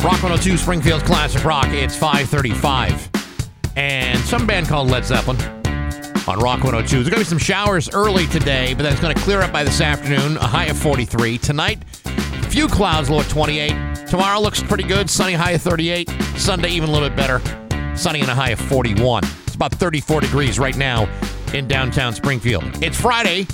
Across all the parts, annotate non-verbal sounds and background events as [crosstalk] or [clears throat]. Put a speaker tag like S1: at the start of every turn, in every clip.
S1: Rock 102 Springfield Classic Rock. It's 535. And some band called Led Zeppelin on Rock 102. There's going to be some showers early today, but that's going to clear up by this afternoon. A high of 43. Tonight, few clouds, low at 28. Tomorrow looks pretty good. Sunny, high of 38. Sunday, even a little bit better. Sunny and a high of 41. It's about 34 degrees right now in downtown Springfield. It's Friday,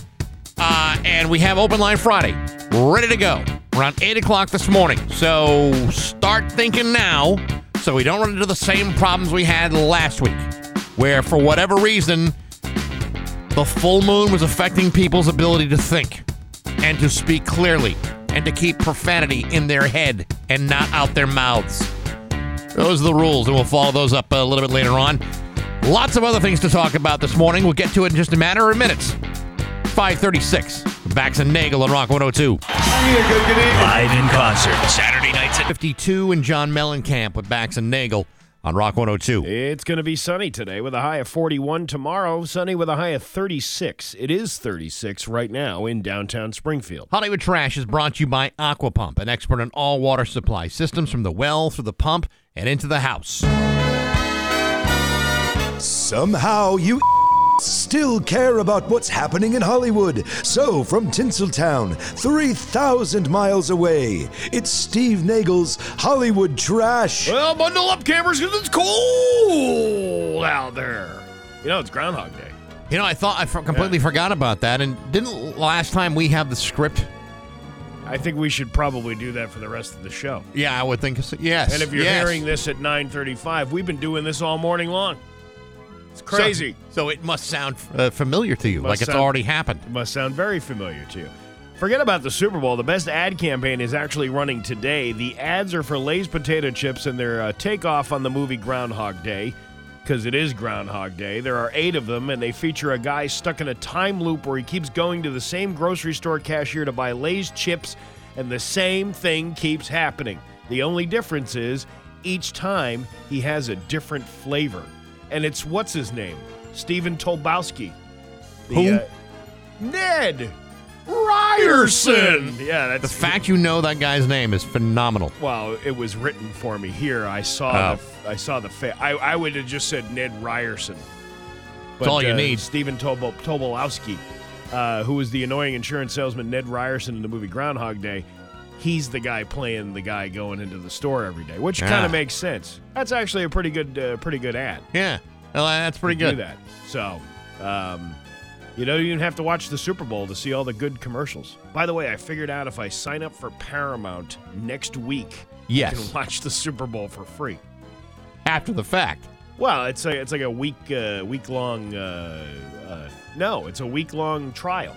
S1: uh, and we have Open Line Friday ready to go around 8 o'clock this morning. So start thinking now so we don't run into the same problems we had last week, where for whatever reason, the full moon was affecting people's ability to think and to speak clearly and to keep profanity in their head and not out their mouths. Those are the rules, and we'll follow those up a little bit later on. Lots of other things to talk about this morning. We'll get to it in just a matter of minutes. 536. Bax and Nagel on Rock 102.
S2: Live in concert. Saturday nights at
S1: 52 and John Mellencamp with Bax and Nagel on Rock 102.
S3: It's going to be sunny today with a high of 41. Tomorrow, sunny with a high of 36. It is 36 right now in downtown Springfield.
S1: Hollywood Trash is brought to you by Aquapump, an expert in all water supply systems from the well through the pump and into the house.
S4: Somehow you still care about what's happening in Hollywood. So, from Tinseltown, 3,000 miles away, it's Steve Nagel's Hollywood Trash.
S3: Well, bundle up, cameras, because it's cold out there. You know, it's Groundhog Day.
S1: You know, I thought I for- completely forgot about that. And didn't last time we have the script?
S3: I think we should probably do that for the rest of the show.
S1: Yeah, I would think so. Yes.
S3: And if you're
S1: yes.
S3: hearing this at 9:35, we've been doing this all morning long. It's
S1: So-
S3: crazy.
S1: So, it must sound uh, familiar to you,
S3: Must
S1: like it's
S3: sound-
S1: already happened.
S3: It must sound very familiar to you. Forget about the Super Bowl. The best ad campaign is actually running today. The ads are for Lay's potato chips and their uh, takeoff on the movie Groundhog Day, because it is Groundhog Day. There are eight of them, and they feature a guy stuck in a time loop where he keeps going to the same grocery store cashier to buy Lay's chips, and the same thing keeps happening. The only difference is each time he has a different flavor. And it's what's his name? Steven Tolbowski. The,
S1: Who?
S3: uh, Ned Ryerson. Yeah, that's
S1: The fact you know that guy's name is phenomenal.
S3: Well, it was written for me here. I saw.
S1: Oh.
S3: The, I saw the. Fa- I I would have just said Ned Ryerson. But,
S1: all you need.
S3: Stephen Tobol- Tobolowski, uh, who was the annoying insurance salesman Ned Ryerson in the movie Groundhog Day. He's the guy playing the guy going into the store every day, which
S1: Yeah.
S3: kind of makes sense. That's actually a pretty good, uh, pretty good ad.
S1: Yeah. Well, that's pretty
S3: to
S1: good.
S3: Do that. So, um, you don't even have to watch the Super Bowl to see all the good commercials. By the way, I figured out if I sign up for Paramount next week, I
S1: Yes.
S3: can watch the Super Bowl for free.
S1: After the fact.
S3: Well, it's a, it's like a week uh, week long. Uh, uh, no, it's a week long trial.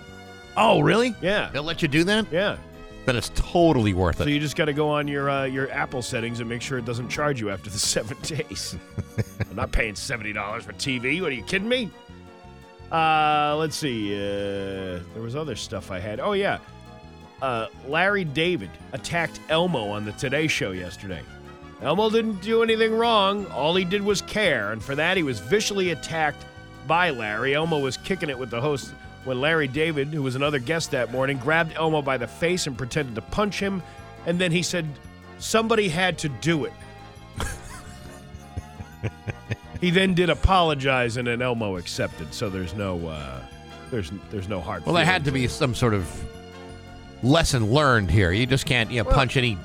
S1: Oh, really?
S3: Yeah,
S1: They'll let you do that?
S3: yeah.
S1: Then it's totally worth
S3: So
S1: it.
S3: you just got to go on your uh, your Apple settings and make sure it doesn't charge you after the [laughs] seven
S1: [laughs]
S3: days. I'm not paying seventy dollars for TV. What are you kidding me? Uh, let's see. Uh, there was other stuff I had. Oh yeah, uh, Larry David attacked Elmo on the Today Show yesterday. Elmo didn't do anything wrong. All he did was care, and for that he was viciously attacked by Larry. Elmo was kicking it with the host when Larry David, who was another guest that morning, grabbed Elmo by the face and pretended to punch him, and then he said, "Somebody had to do it." [laughs] he then did apologize, and then Elmo accepted. So there's no, uh, there's there's no hard.
S1: Well, there
S3: feelings
S1: had to
S3: there.
S1: be some sort of lesson learned here. You just can't you know, punch any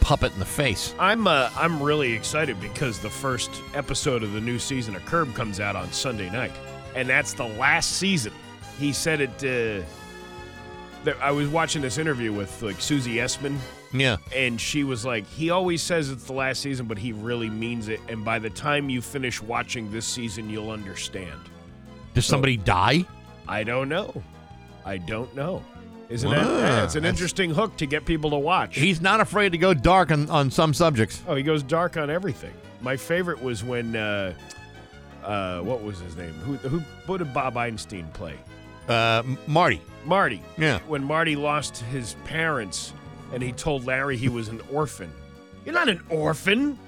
S1: puppet in the face.
S3: I'm uh, I'm really excited because the first episode of the new season of Curb comes out on Sunday night, and that's the last season. He said it. Uh, that I was watching this interview with like Susie Essman,
S1: Yeah.
S3: and she was like, "He always says it's the last season, but he really means it." And by the time you finish watching this season, you'll understand. Oh.
S1: Does somebody die?
S3: I don't know. I don't know. Isn't
S1: Wow.
S3: that? That's an
S1: That's-
S3: interesting hook to get people to watch.
S1: He's not afraid to go dark on, on some subjects.
S3: Oh, he goes dark on everything. My favorite was when, uh, uh, what was his name? Who, who, who did Bob Einstein play?
S1: Uh, M- Marty.
S3: Marty.
S1: Yeah.
S3: When Marty lost his parents and he told Larry he was an orphan. You're not an orphan.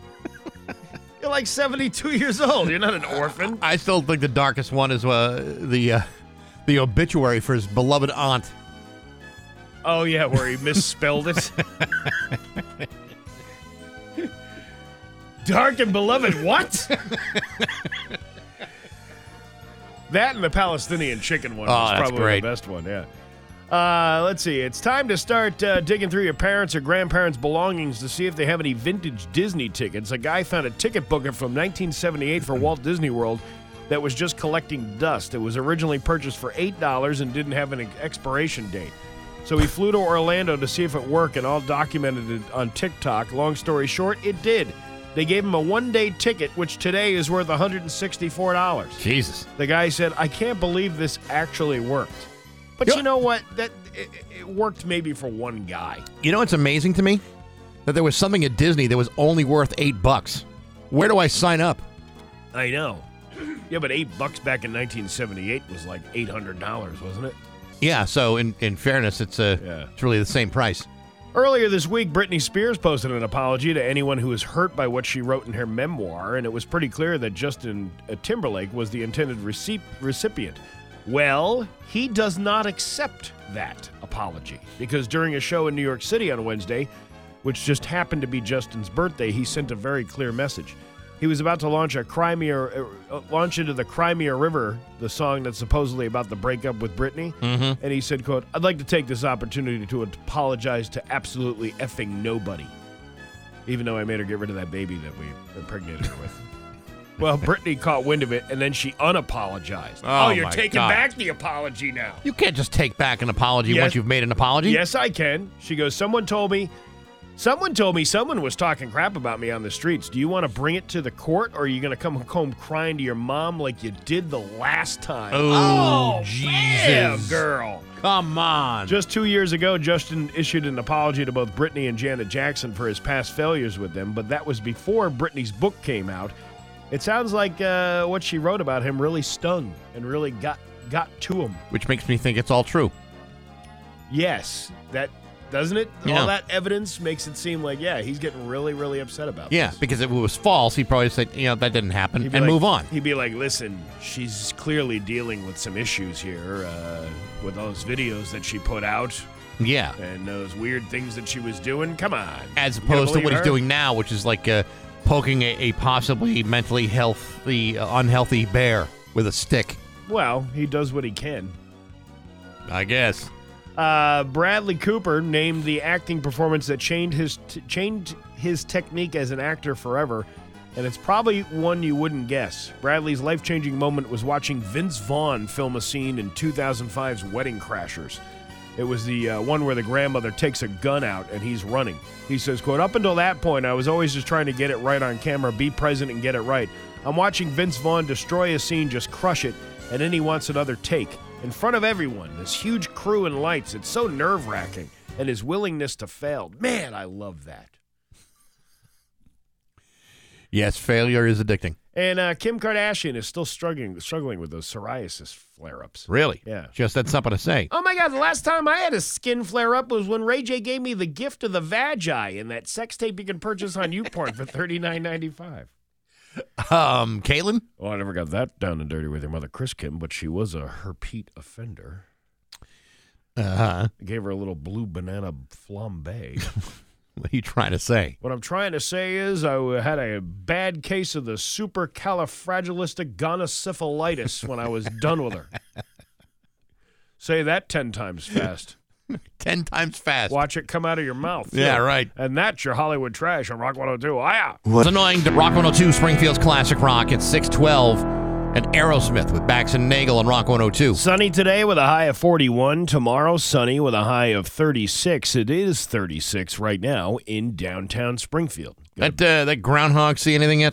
S3: [laughs] You're like 72 years old. Oh, You're not an orphan.
S1: I still think the darkest one is uh, the uh, the obituary for his beloved aunt.
S3: Oh, yeah, where he misspelled it. Dark and beloved, what? that and the Palestinian chicken one
S1: Oh,
S3: was
S1: that's
S3: probably
S1: great.
S3: the best one, yeah. Uh, let's see. It's time to start uh, digging through your parents' or grandparents' belongings to see if they have any vintage Disney tickets. A guy found a ticket booker from 1978 for Walt Disney World that was just collecting dust. It was originally purchased for $8 and didn't have an ex- expiration date. So he flew to Orlando to see if it worked and all documented it on TikTok. Long story short, it did. They gave him a one day ticket, which today is worth $164.
S1: Jesus.
S3: The guy said, "I can't believe this actually worked." But
S1: Yeah.
S3: you know what? That it, it worked maybe for one guy.
S1: You know what's amazing to me? That there was something at Disney that was only worth eight bucks. Where do I sign up?
S3: I know. Yeah, but eight bucks back in 1978 was like eight hundred dollars, wasn't it?
S1: Yeah, so in, in fairness, it's uh,
S3: Yeah.
S1: it's really the same price.
S3: Earlier this week, Britney Spears posted an apology to anyone who was hurt by what she wrote in her memoir, and it was pretty clear that Justin uh, Timberlake was the intended receipt, recipient. Well, he does not accept that apology because during a show in New York City on Wednesday, which just happened to be Justin's birthday, he sent a very clear message. He was about to launch a Crimea, uh, uh, launch into the Crimea River, the song that's supposedly about the breakup with Britney, and he said, "quote I'd like to take this opportunity to apologize to absolutely effing nobody, even though I made her get rid of that baby that we impregnated
S1: [laughs]
S3: her with." well, Britney caught wind of it, and then she unapologized.
S1: Oh,
S3: you're
S1: my
S3: taking
S1: God.
S3: back the apology now.
S1: You can't just take back an apology
S3: Yes.
S1: once you've made an apology.
S3: Yes, I can. She goes, Someone told me, someone told me someone was talking crap about me on the streets. Do you want to bring it to the court or are you going to come home crying to your mom like you did the last time?
S1: Oh,
S3: Damn,
S1: Jesus.
S3: girl.
S1: Come on.
S3: Just two years ago, Justin issued an apology to both Britney and Janet Jackson for his past failures with them, but that was before Britney's book came out. It sounds like uh, what she wrote about him really stung and really got got to him.
S1: Which makes me think it's all true.
S3: Yes, that doesn't it.
S1: Yeah.
S3: All that evidence makes it seem like yeah, he's getting really, really upset about.
S1: Yeah,
S3: this.
S1: because if it was false, he probably said, you know, that didn't happen
S3: He'd
S1: and
S3: be like-
S1: move on.
S3: He'd be like, "Listen, she's clearly dealing with some issues here uh, with those videos that she put out
S1: Yeah.
S3: and those weird things that she was doing. Come on."
S1: As
S3: You gonna
S1: opposed to
S3: believe
S1: what
S3: her?
S1: he's doing now, which is like uh, poking a, a possibly mentally healthy, uh, unhealthy bear with a stick.
S3: Well, he does what he can.
S1: I guess.
S3: Uh, Bradley Cooper named the acting performance that changed his t- changed his technique as an actor forever, and it's probably one you wouldn't guess. Bradley's life-changing moment was watching Vince Vaughn film a scene in 2005's Wedding Crashers. It was the uh, one where the grandmother takes a gun out and he's running. He says, "quote Up until that point, I was always just trying to get it right on camera, be present, and get it right. I'm watching Vince Vaughn destroy a scene, just crush it, and then he wants another take in front of everyone. This huge crew and lights. It's so nerve wracking, and his willingness to fail. Man, I love that."
S1: Yes, failure is addicting.
S3: And uh, Kim Kardashian is still struggling struggling with those psoriasis flare-ups.
S1: Really?
S3: Yeah.
S1: Just had something to say.
S3: Oh my God, the last time I had a skin flare up was when Ray J gave me the gift of the Vagi and that sex tape you can purchase on YouPorn for thirty nine ninety five.
S1: Um, Caitlin?
S3: Well, Oh, I never got that down and dirty with your mother, Chris Kim, but she was a herpete offender.
S1: Uh huh.
S3: I gave her a little blue banana flambe.
S1: What are you trying to say?
S3: what I'm trying to say is I had a bad case of the supercalifragilisticexpialidocious when I was done
S1: [laughs]
S3: with her. Say that ten times fast.
S1: [laughs] Ten times fast.
S3: Watch it come out of your mouth.
S1: Yeah, right.
S3: And that's your Hollywood trash on Rock 102. Hiya!
S1: It's annoying to Rock 102, Springfield's Classic Rock at 612, and Aerosmith with Bax and Nagel on Rock 102.
S3: Sunny today with a high of 41. Tomorrow, sunny with a high of 36. It is 36 right now in downtown Springfield. Uh,
S1: That, uh, that groundhog see anything yet?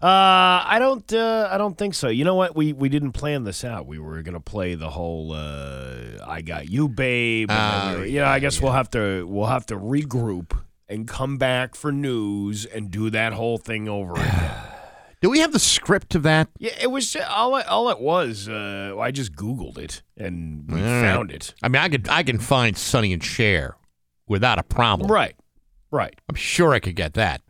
S3: I don't. Uh, I don't think so. You know what? We we didn't plan this out. We were gonna play the whole uh, "I Got You, Babe." and then
S1: Oh,
S3: we were- you know, I guess we'll have to we'll have to regroup and come back for news and do that whole thing over again.
S1: [sighs] Do we have the script of that?
S3: Yeah, it was ju- all. It, all it was. Uh, I just Googled it and we
S1: right.
S3: found it.
S1: I mean, I could I can find Sonny and Cher without a problem.
S3: Right, right.
S1: I'm sure I could get that.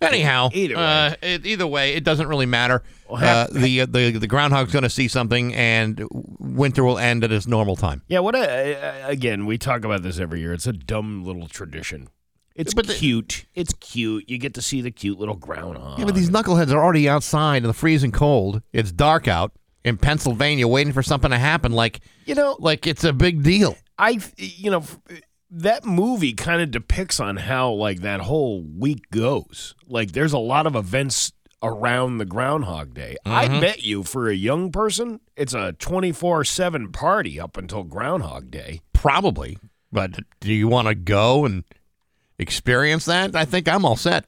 S1: Anyhow,
S3: Either way.
S1: uh, it, either way, it doesn't really matter.
S3: Well, half-
S1: uh, the the the groundhog's going to see something, and winter will end at its normal time.
S3: Yeah. What? A, a- again, we talk about this every year. It's a dumb little tradition. It's
S1: But the-
S3: cute. It's cute. You get to see the cute little groundhog.
S1: Yeah, but these knuckleheads are already outside in the freezing cold. It's dark out in Pennsylvania, waiting for something to happen. Like
S3: you know,
S1: like it's a big deal.
S3: I you know f- that movie kind of depicts on how like that whole week goes. Like there's a lot of events around the Groundhog Day.
S1: Mm-hmm.
S3: I bet you for a young person, it's a 24/7 party up until Groundhog Day.
S1: Probably. But do you want to go and experience that? I think I'm all set.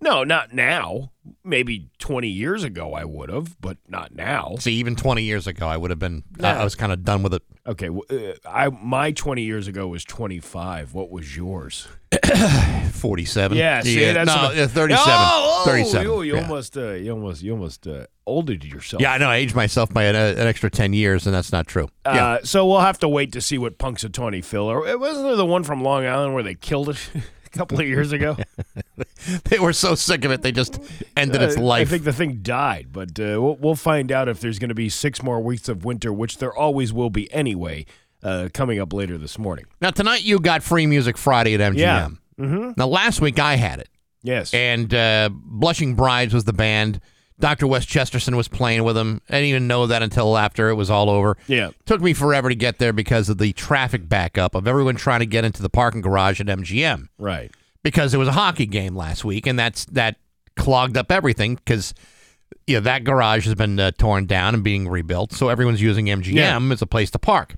S3: No, not now. Maybe 20 years ago I would have, but not now.
S1: See, even 20 years ago, I would have been, I- I was kind of done with it.
S3: Okay, w- uh, I my 20 years ago was 25. What
S1: [coughs]
S3: was yours?
S1: 47.
S3: Yeah, see, that's
S1: no,
S3: what I-
S1: yeah, 37.
S3: Oh, oh,
S1: 37.
S3: You, you
S1: yeah.
S3: almost, uh, you almost, you almost uh, oldered yourself.
S1: yeah, I know. I aged myself by an, an extra 10 years, and that's not true.
S3: Uh,
S1: yeah.
S3: So we'll have to wait to see what Punxsutawney Phil. Or it wasn't there the one from Long Island where they killed it [laughs] a couple of years ago.
S1: [laughs] They were so sick of it, they just ended its
S3: Uh, I-
S1: life.
S3: I think the thing died, but uh, we'll, we'll find out if there's going to be six more weeks of winter, which there always will be anyway. Uh, coming up later this morning.
S1: now, tonight you got free music Friday at MGM.
S3: Yeah. Mm-hmm.
S1: Now, last week I had it.
S3: Yes.
S1: and uh, Blushing Brides was the band. Dr. Wes Chesterton was playing with them. I didn't even know that until after it was all over.
S3: yeah.
S1: Took me forever to get there because of the traffic backup of everyone trying to get into the parking garage at MGM
S3: Right.
S1: because there was a hockey game last week, and that's that clogged up everything because you know, that garage has been uh, torn down and being rebuilt, so everyone's using MGM as a place to park.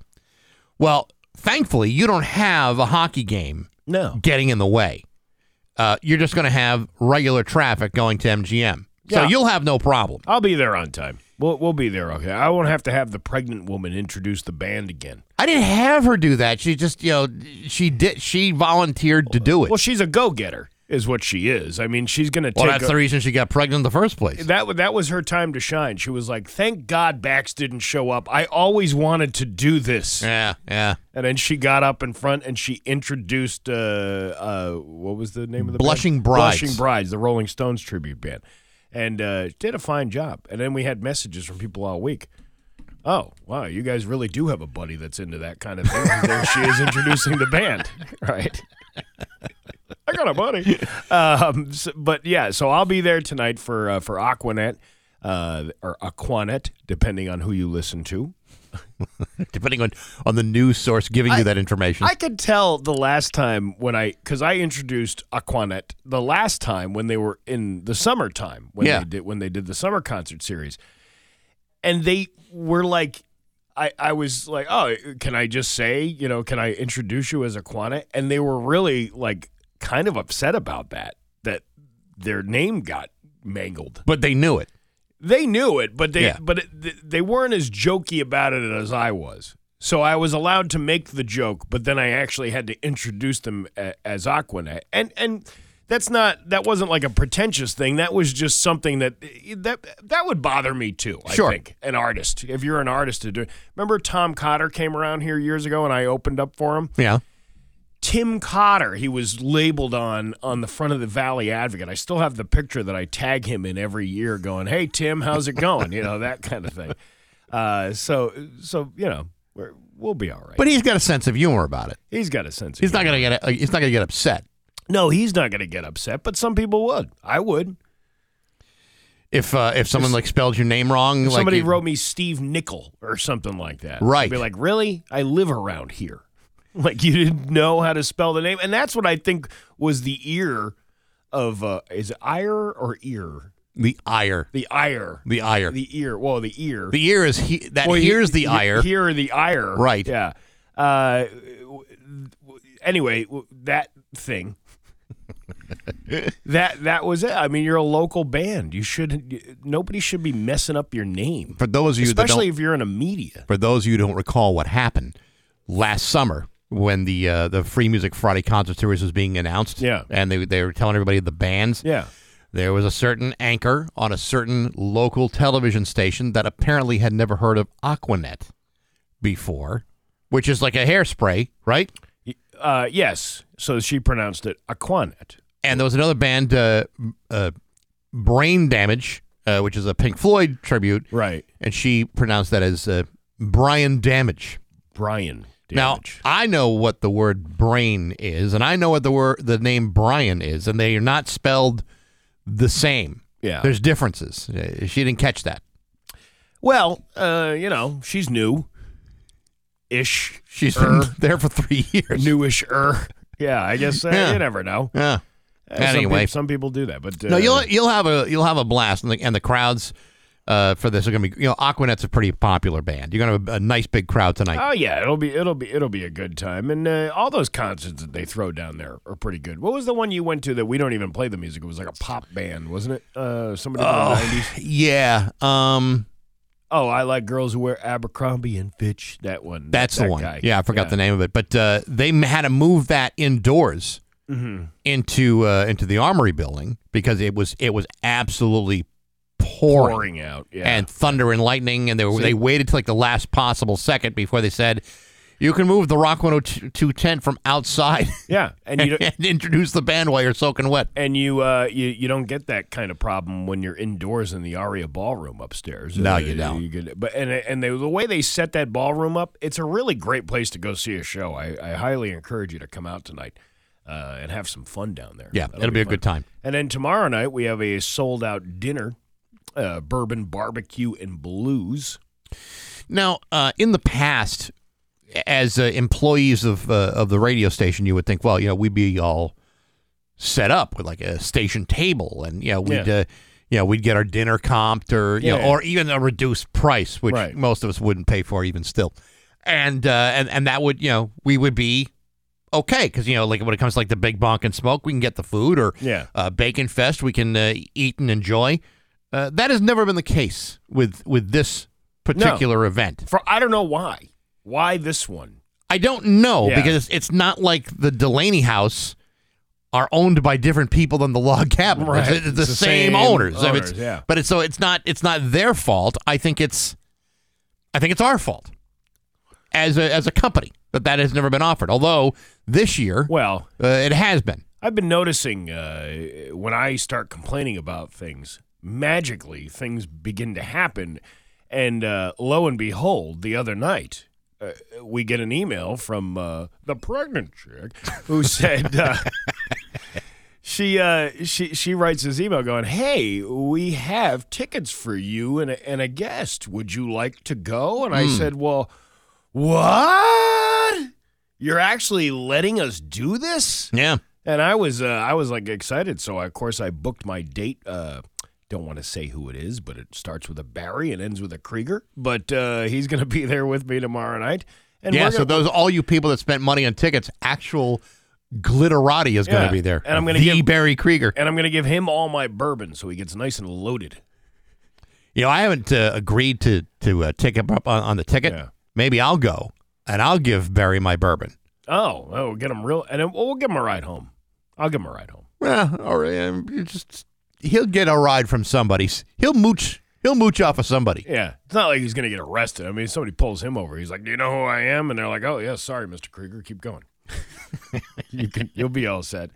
S1: Well, thankfully, you don't have a hockey game
S3: No.
S1: getting in the way. Uh, you're just going to have regular traffic going to MGM. So
S3: Yeah.
S1: you'll have no problem.
S3: I'll be there on time. We'll we'll be there. Okay. I won't have to have the pregnant woman introduce the band again.
S1: I didn't have her do that. She just, you know, she did. She volunteered to do it.
S3: Well, she's a go getter, is what she is. I mean, she's going to
S1: Well,
S3: take.
S1: that's
S3: a-
S1: the reason she got pregnant in the first place.
S3: that wa- that was her time to shine. She was like, "Thank God Bax didn't show up. I always wanted to do this."
S1: Yeah, yeah.
S3: And then she got up in front and she introduced uh, uh, what was the name of the
S1: Blushing
S3: band?
S1: Brides.
S3: Blushing Brides, the Rolling Stones tribute band, and uh, did a fine job. And then we had messages from people all week. Oh wow, you guys really do have a buddy that's into that kind of thing. And there she is introducing the band, [laughs] right? [laughs] I got a buddy. Um, s- but yeah, so I'll be there tonight for uh, for Aquanet uh, or Aquanet, depending on who you listen to.
S1: [laughs] Depending on, on the news source giving you that information.
S3: I could tell the last time when I because I introduced Aquanet the last time when they were in the summertime when
S1: Yeah.
S3: they did when they did the summer concert series, and they were like. I, I was like, oh, can I just say, you know, can I introduce you as Aquanet? And they were really like kind of upset about that, that their name got mangled
S1: but they knew it.
S3: they knew it, but they
S1: Yeah.
S3: but it, th- they weren't as jokey about it as I was. So I was allowed to make the joke, but then I actually had to introduce them a, as Aquanet, and and that's not that wasn't like a pretentious thing. That was just something that that that would bother me too. I
S1: Sure.
S3: think an artist, if you're an artist to do. Remember Tom Cotter came around here years ago, and I opened up for him.
S1: Yeah.
S3: Tim Cotter. He was labeled on on the front of the Valley Advocate. I still have the picture that I tag him in every year, going, "Hey Tim, how's it going?" You know that kind of thing. Uh, so so you know we're, we'll be all right.
S1: But he's got a sense of humor about it.
S3: he's got a sense. Of
S1: He's not
S3: humor.
S1: going to get uh, he's not going to get upset.
S3: No, he's not going to get upset. But some people would. I would.
S1: If uh, if someone like spelled your name wrong, like
S3: Somebody
S1: you-
S3: wrote me Steve Nickel or something like that.
S1: Right.
S3: I'd be like, really? I live around here. [laughs] Like you didn't know how to spell the name, and that's what I think was the ear of uh, is it ire or ear.
S1: the ire,
S3: The ire.
S1: the ire, the,
S3: The ear. Well, the ear.
S1: ear is he that
S3: Well, he-
S1: hears the
S3: he-
S1: ire.
S3: Here the ire.
S1: Right.
S3: Yeah. Uh, w- w- anyway, w- that thing. that that was it. I mean, you're a local band. You shouldn't. you- Nobody should be messing up your name,
S1: for those of you that
S3: especially
S1: don't
S3: if you're in a media.
S1: for those of you who don't recall what happened last summer when the uh, the Free Music Friday concert series was being announced.
S3: Yeah.
S1: and they they were telling everybody the bands.
S3: Yeah.
S1: There was a certain anchor on a certain local television station that apparently had never heard of Aquanet before, which is like a hairspray, right?
S3: Uh, yes. So she pronounced it Aquanet.
S1: And there was another band, uh, uh, Brain Damage, uh, which is a Pink Floyd tribute,
S3: Right.
S1: and she pronounced that as uh, Brian Damage.
S3: Brian. damage.
S1: Now I know what the word brain is, and I know what the word the name Brian is, and they are not spelled the same.
S3: Yeah.
S1: there's differences. Uh, She didn't catch that.
S3: well, uh, you know, she's new. Ish.
S1: She's
S3: Er.
S1: been [laughs] there for three years.
S3: Newish er. Yeah, I guess uh,
S1: Yeah.
S3: you never know.
S1: Yeah.
S3: Uh,
S1: Anyway.
S3: some people, some people do that, but uh,
S1: No, you'll you'll have a you'll have a blast, and the, and the crowds uh, for this are gonna be. You know, Aquanet's a pretty popular band. You're gonna have a, a nice big crowd tonight.
S3: Oh yeah, it'll be it'll be it'll be a good time, and uh, all those concerts that they throw down there are pretty good. What was the one you went to that we don't even play the music? It was like a pop band, wasn't it? Uh, somebody from
S1: Oh.
S3: the nineties.
S1: yeah. Um,
S3: Oh, I like girls who wear Abercrombie and Fitch. That one.
S1: that's
S3: that
S1: the one.
S3: guy.
S1: Yeah, I forgot the name of it, but uh, they m- had to move that indoors
S3: Mm-hmm.
S1: into uh, into the Armory building because it was it was absolutely pouring.
S3: Pouring out. Yeah.
S1: and thunder and lightning, and they were, they waited till like the last possible second before they said, "You can move the Rock 102 tent from outside
S3: yeah,
S1: [laughs]
S3: and you don't,
S1: and introduce the band while you're soaking wet."
S3: and you uh you, you don't get that kind of problem when you're indoors in the Aria ballroom upstairs.
S1: No,
S3: Uh,
S1: you don't.
S3: get- but and and they, the way they set that ballroom up, it's a really great place to go see a show. I, I highly encourage you to come out tonight uh, and have some fun down there.
S1: Yeah,
S3: That'll
S1: it'll be a
S3: fun.
S1: good time.
S3: And then tomorrow night we have a sold out dinner, uh, bourbon barbecue and blues.
S1: Now, uh, in the past, as uh, employees of uh, of the radio station, you would think, well, you know, we'd be all set up with like a station table, and you know, we'd.
S3: Yeah.
S1: Uh, you know, we'd get our dinner comped, or you
S3: Yeah.
S1: know, or even a reduced price, which
S3: Right.
S1: most of us wouldn't pay for, even still, and uh, and and that would you know we would be okay because you know like when it comes to like the big bonk and smoke, we can get the food, or
S3: Yeah.
S1: uh, Bacon Fest. We can uh, eat and enjoy. Uh, that has never been the case with with this particular event.
S3: For I don't know why, why this one.
S1: I don't know
S3: Yeah.
S1: because it's not like the Delaney House are owned by different people than the log cabin.
S3: Right.
S1: It's, it's the,
S3: It's the
S1: same,
S3: same
S1: owners. I mean,
S3: owners,
S1: it's-
S3: yeah.
S1: But it's so it's not it's not their fault. I think it's I think it's our fault as a as a company that that has never been offered. Although this year
S3: Well,
S1: uh, it has been.
S3: I've been noticing uh, when I start complaining about things, magically things begin to happen. And uh, lo and behold, the other night, uh, we get an email from uh, the pregnant chick who said uh, she uh, she she writes this email going, "Hey, we have tickets for you and a, and a guest. Would you like to go?" And I said, "Well, what? You're actually letting us do this?"
S1: Yeah.
S3: And I was uh, I was like excited, so of course I booked my date. Uh, don't want to say who it is, but it starts with a Barry and ends with a Krieger. But uh, he's going to be there with me tomorrow night. And
S1: yeah,
S3: we're
S1: so
S3: gonna-
S1: those all you people that spent money on tickets, actual glitterati is going
S3: Yeah,
S1: to be there.
S3: and I'm gonna
S1: the
S3: give-
S1: Barry Krieger.
S3: and I'm going to give him all my bourbon, so he gets nice and loaded.
S1: You know, I haven't uh, agreed to to uh, take up up on, on the ticket.
S3: Yeah.
S1: Maybe I'll go and I'll give Barry my bourbon.
S3: Oh, oh, we'll get him real, and then, well, we'll give him a ride home. I'll give him a ride home.
S1: Well, or um, you just he'll get a ride from somebody. He'll mooch. He'll mooch off of somebody.
S3: Yeah, it's not like he's going to get arrested. I mean, somebody pulls him over. He's like, "Do you know who I am?" And they're like, "Oh yeah, sorry, Mister Krieger, keep going. [laughs] you can, you'll be all set."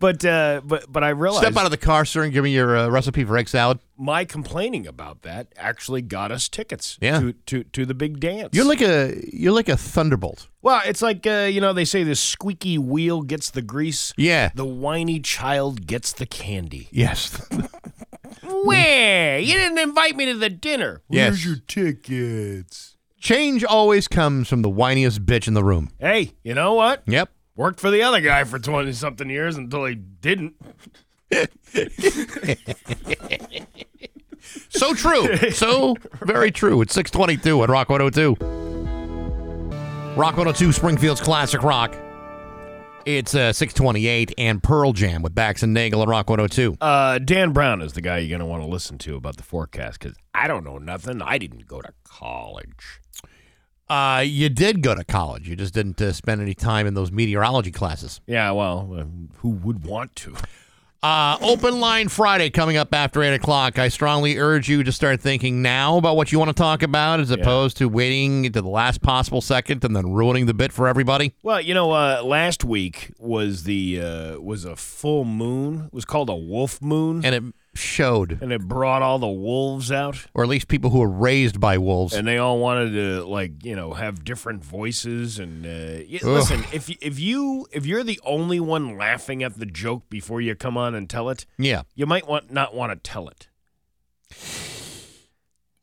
S3: But uh, but but I realized
S1: [laughs] Step out of the car, sir, and give me your uh, recipe for egg salad.
S3: my complaining about that actually got us tickets
S1: Yeah.
S3: to, to, to the big dance.
S1: You're like a you're like a thunderbolt.
S3: well, it's like, uh, you know, they say the squeaky wheel gets the grease,
S1: Yeah.
S3: the whiny child gets the candy.
S1: Yes.
S3: Where? You didn't invite me to the dinner.
S1: Yes.
S3: Where's your tickets?
S1: Change always comes from the whiniest bitch in the room.
S3: Hey, you know what?
S1: Yep.
S3: Worked for the other guy for 20 something years until
S1: [laughs]
S3: he didn't.
S1: So true. so very true. It's 622 at Rock 102. Rock 102, Springfield's Classic Rock. It's uh, 628 and Pearl Jam with Bax and Nagel at Rock 102.
S3: Uh, Dan Brown is the guy you're going to want to listen to about the forecast because I don't know nothing. I didn't go to college.
S1: Uh, you did go to college. You just didn't uh, spend any time in those meteorology classes.
S3: Yeah, well, uh, who would want to?
S1: Uh, open Line Friday coming up after 8 o'clock. I strongly urge you to start thinking now about what you want to talk about as opposed to waiting to the last possible second and then ruining the bit for everybody.
S3: Well, you know, uh, last week was the uh, was a full moon. It was called a wolf moon.
S1: and it showed,
S3: and it brought all the wolves out,
S1: or at least people who were raised by wolves.
S3: and they all wanted to like you know have different voices. And uh, y-
S1: Ugh.
S3: listen, if y- if you if you're the only one laughing at the joke before you come on and tell it,
S1: yeah.
S3: you might want not want to tell it.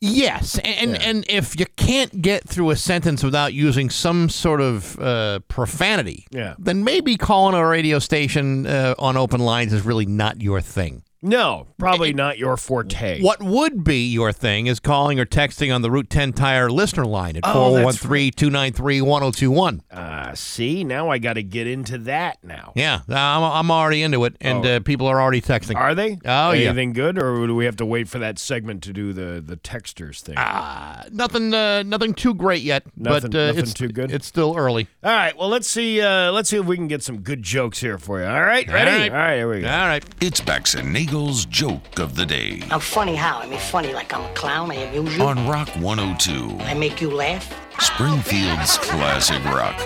S1: Yes, a- and and if you can't get through a sentence without using some sort of uh, profanity,
S3: Yeah.
S1: then maybe calling a radio station uh, on open lines is really not your thing.
S3: No, probably not your forte.
S1: What would be your thing is calling or texting on the Route 10 Tire listener line at
S3: Oh, that's
S1: 413-293-1021.
S3: Uh, see, now I got to get into that now.
S1: Yeah, I'm, I'm already into it, and
S3: Oh.
S1: uh, people are already texting.
S3: Are they?
S1: Oh, yeah.
S3: Anything good, or do we have to wait for that segment to do the the texters thing?
S1: Uh, nothing, uh, nothing too great yet,
S3: Nothing-
S1: but uh,
S3: nothing
S1: it's
S3: too good?
S1: It's still early.
S3: All right. Well, let's see. Uh, let's see if we can get some good jokes here for you. All right. Ready?
S1: All right.
S3: Here we
S1: All
S3: go.
S1: right.
S5: It's Bax and Nagel's joke of the day
S6: I'm funny how? I mean, funny like I'm a clown. I amuse you.
S5: on Rock 102,
S6: I make you laugh.
S5: Springfield's classic
S1: [laughs]
S5: rock.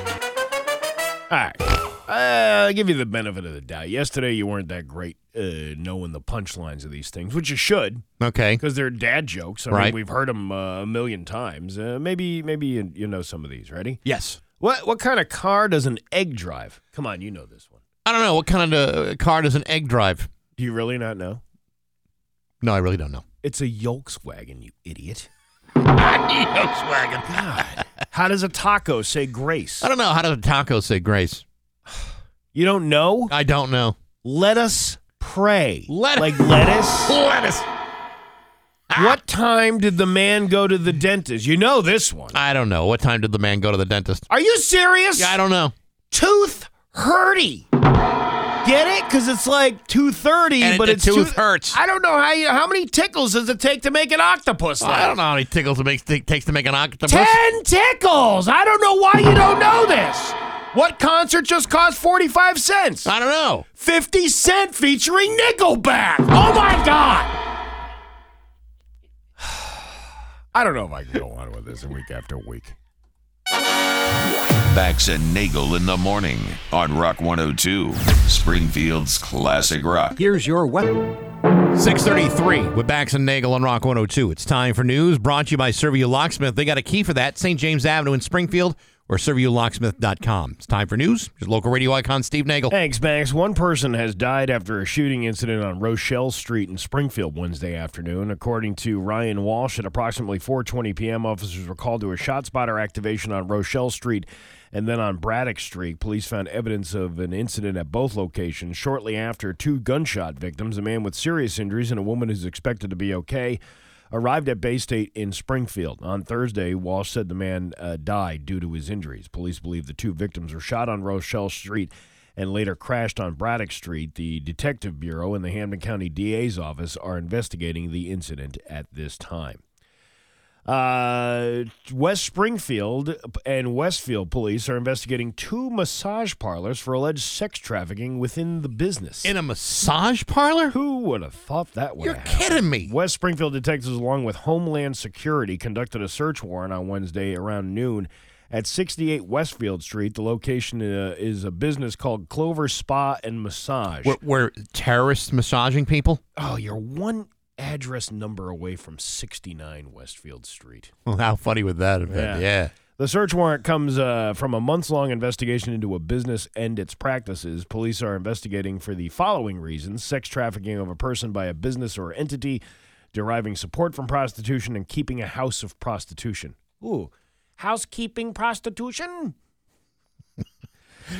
S3: All right. Uh, I'll give you the benefit of the doubt. Yesterday, you weren't that great uh, knowing the punchlines of these things, which you should,
S1: Okay.
S3: because they're dad jokes. I mean,
S1: Right.
S3: we've heard them uh, a million times. Uh, maybe, maybe you, you know some of these. Ready?
S1: Yes.
S3: What what kind of [laughs] car does an egg drive? Come on, you know this one.
S1: I don't know what kind of uh, car does an egg drive.
S3: Do you really not know?
S1: No, I really don't know.
S3: It's a Volkswagen, you idiot. Volkswagen. God. How does a taco say grace?
S1: I don't know how does a taco say grace.
S3: [sighs] You don't know?
S1: I don't know.
S3: Let us pray.
S1: Let-
S3: like
S1: [laughs]
S3: lettuce.
S1: Lettuce. Ah.
S3: what time did the man go to the dentist? You know this one.
S1: I don't know. What time did the man go to the dentist?
S3: Are you serious?
S1: Yeah, I don't know.
S3: tooth hurty. Get it? Because it's like two thirty,
S1: And it-
S3: but
S1: the
S3: it's
S1: tooth
S3: two-
S1: hurts.
S3: I don't know how you, how many tickles does it take to make an octopus?
S1: I
S3: laugh?
S1: don't know how many tickles it makes it takes to make an octopus.
S3: Ten tickles. I don't know why you don't know this. What concert just cost 45 cents?
S1: I don't know.
S3: 50 Cent featuring Nickelback. Oh my God. [sighs] I don't know if I can go on with this week after week.
S5: Bax and Nagel in the morning on Rock 102, Springfield's classic rock.
S7: Here's your weapon.
S1: 633 with Bax and Nagel on Rock 102. It's time for news brought to you by Serviu Locksmith. They got a key for that. St. James Avenue in Springfield or serviulocksmith.com. It's time for news. Here's local radio icon Steve Nagel.
S3: Thanks, Banks. One person has died after a shooting incident on Rochelle Street in Springfield Wednesday afternoon. According to Ryan Walsh, at approximately 4.20 p.m., officers were called to a shot spotter activation on Rochelle Street and then on Braddock Street. Police found evidence of an incident at both locations. Shortly after, two gunshot victims, a man with serious injuries and a woman who's expected to be okay, arrived at Bay State in Springfield. On Thursday, Walsh said the man uh, died due to his injuries. Police believe the two victims were shot on Rochelle Street and later crashed on Braddock Street. The Detective Bureau and the Hampton County DA's office are investigating the incident at this time. Uh, West Springfield and Westfield police are investigating two massage parlors for alleged sex trafficking within the business.
S1: In a massage parlor?
S3: Who would have thought that would
S1: You're
S3: have happened?
S1: kidding me.
S3: West Springfield detectives, along with Homeland Security, conducted a search warrant on Wednesday around noon at 68 Westfield Street. The location uh, is a business called Clover Spa and Massage.
S1: Were, were terrorists massaging people? [laughs]
S3: oh, you're one address number away from 69 Westfield Street.
S1: Well, how funny would that have been?
S3: Yeah.
S1: Yeah.
S3: The search warrant comes uh, from a months long investigation into a business and its practices. Police are investigating for the following reasons sex trafficking of a person by a business or entity, deriving support from prostitution, and keeping a house of prostitution. Ooh, [laughs] housekeeping prostitution?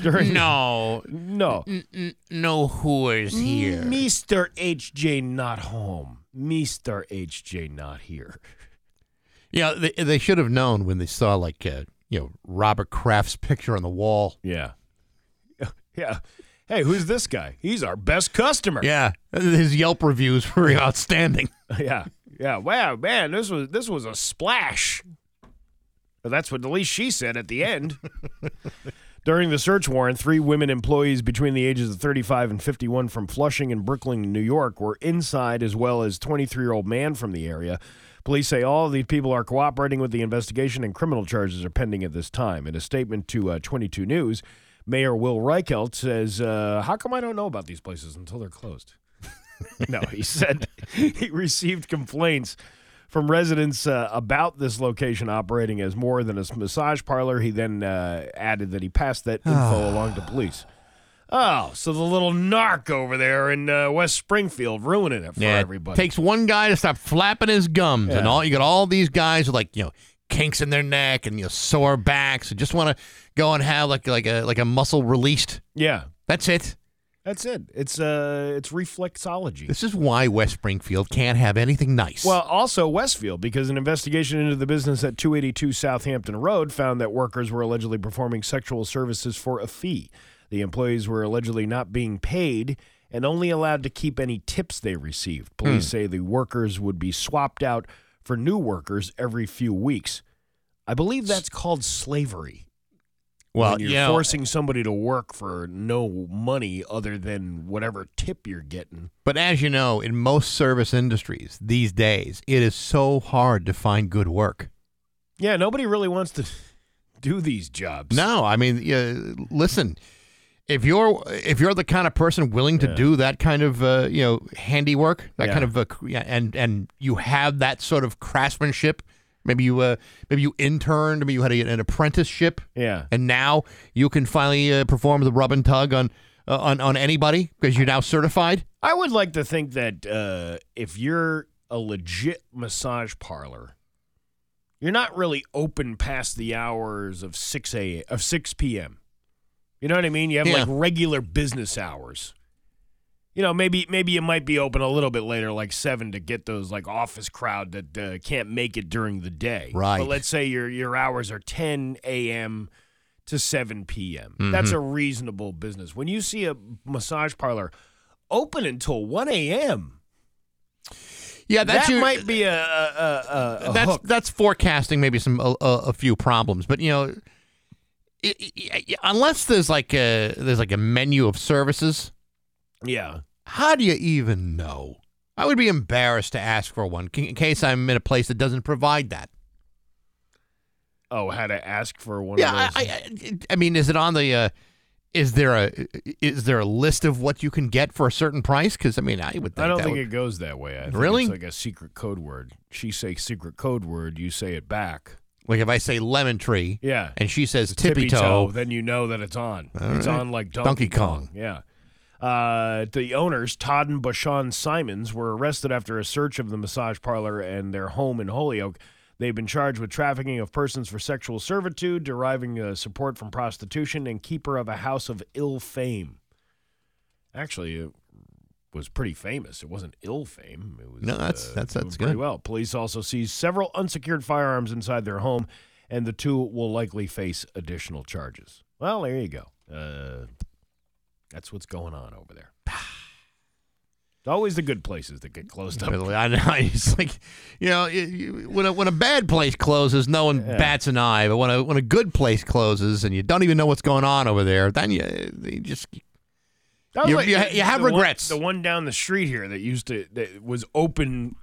S3: During,
S1: No,
S3: No.
S1: no whores here.
S3: Mr. HJ not home. Mr. HJ not here. [laughs]
S1: Yeah, they, they should have known when they saw like uh, you know Robert Kraft's picture on the wall.
S3: Yeah. Yeah. Hey, who's this guy? He's our best customer.
S1: Yeah, his Yelp reviews were [laughs] outstanding.
S3: [laughs] Yeah, yeah. Wow, man, this was this was a splash. Well, that's what at least she said at
S1: [laughs]
S3: the end. During the search warrant, three women employees between the ages of 35 and 51 from Flushing and Brooklyn, New York, were inside, as well as 23-year-old man from the area. Police say all of these people are cooperating with the investigation, and criminal charges are pending at this time. In a statement to uh, 22 News, Mayor Will Reichelt says, uh, "How come I don't know about these places until they're closed?" [laughs] No, he said he received complaints from residents uh, about this location operating as more than a massage parlor. He then uh, added that he passed that info along to police. Oh, so the little narc over there in uh, West Springfield ruining it for
S1: Yeah, it
S3: everybody.
S1: takes one guy to stop flapping his gums, and
S3: Yeah.
S1: all you got all these guys with like you know kinks in their neck and you know, sore backs, and just want to go and have like like a like a muscle released.
S3: yeah,
S1: That's it.
S3: that's it. It's uh, it's reflexology.
S1: This is why West Springfield can't have anything nice.
S3: Well, also Westfield, because an investigation into the business at 282 Southampton Road found that workers were allegedly performing sexual services for a fee. The employees were allegedly not being paid and only allowed to keep any tips they received.
S1: Hmm.
S3: Police say the workers would be swapped out for new workers every few weeks. I believe that's called slavery.
S1: well,
S3: when you're
S1: you know,
S3: forcing somebody to work for no money other than whatever tip you're getting.
S1: but as you know, in most service industries these days, it is so hard to find good work.
S3: Yeah, nobody really wants to [laughs] do these jobs.
S1: No, I mean, yeah, listen, if you're if you're the kind of person willing to
S3: Yeah.
S1: do that kind of uh, you know handiwork, that
S3: Yeah.
S1: kind of uh, c- yeah, and and you have that sort of craftsmanship, maybe you uh, maybe you interned, maybe you had a, an apprenticeship,
S3: Yeah.
S1: and now you can finally uh, perform the rub and tug on uh, on on anybody because you're now certified.
S3: I would like to think that uh, if you're a legit massage parlor, you're not really open past the hours of six a of six p.m. You know what I mean? You have
S1: Yeah.
S3: like regular business hours. You know, maybe maybe you might be open a little bit later, like seven, to get those like office crowd that uh, can't make it during the day.
S1: Right.
S3: But let's say your your hours are ten a.m. to seven p.m.
S1: Mm-hmm.
S3: That's a reasonable business. When you see a massage parlor open until 1 a.m.
S1: Yeah, that's
S3: That
S1: your,
S3: might be a, a, a, a
S1: that's
S3: hook.
S1: that's forecasting maybe some a, a, a few problems, but you know, i i i unless there's like a there's like a menu of services,
S3: yeah.
S1: how do you even know? I would be embarrassed to ask for one c- in case I'm in a place that doesn't provide that.
S3: Oh, how to ask for one
S1: Yeah, I,
S3: of
S1: I,
S3: those.
S1: I- I mean, is it on the? Uh, is there a is there a list of what you can get for a certain price? Because I mean, I would. Think
S3: I don't
S1: that
S3: think
S1: would-
S3: it goes that way. I think
S1: Really?
S3: It's like a secret code word. She say secret code word, you say it back.
S1: like if I say lemon tree,
S3: Yeah.
S1: and she says tippy toe.
S3: Then you know that it's on. it's
S1: right.
S3: on like
S1: Donkey
S3: Donkey,
S1: Kong.
S3: Yeah. Uh, the owners, Todd and Bashan Simons, were arrested after a search of the massage parlor and their home in Holyoke. They've been charged with trafficking of persons for sexual servitude, deriving uh, support from prostitution, and keeper of a house of ill fame. Actually, it was pretty famous. It wasn't ill fame. It was
S1: No, that's- that's-
S3: doing
S1: that's
S3: pretty
S1: good.
S3: Well, police also seized several unsecured firearms inside their home, and the two will likely face additional charges. Well, there you go. Uh, that's what's going on over there. [sighs] It's always the good places that get closed up.
S1: I know. [laughs] It's like, you know, it, you, when a, when a bad place closes, no one bats an eye. But when a when a good place closes and you don't even know what's going on over there, then you, you just
S3: That was
S1: You- you ha- you have
S3: the one-
S1: regrets.
S3: the one down the street here that used to that was open.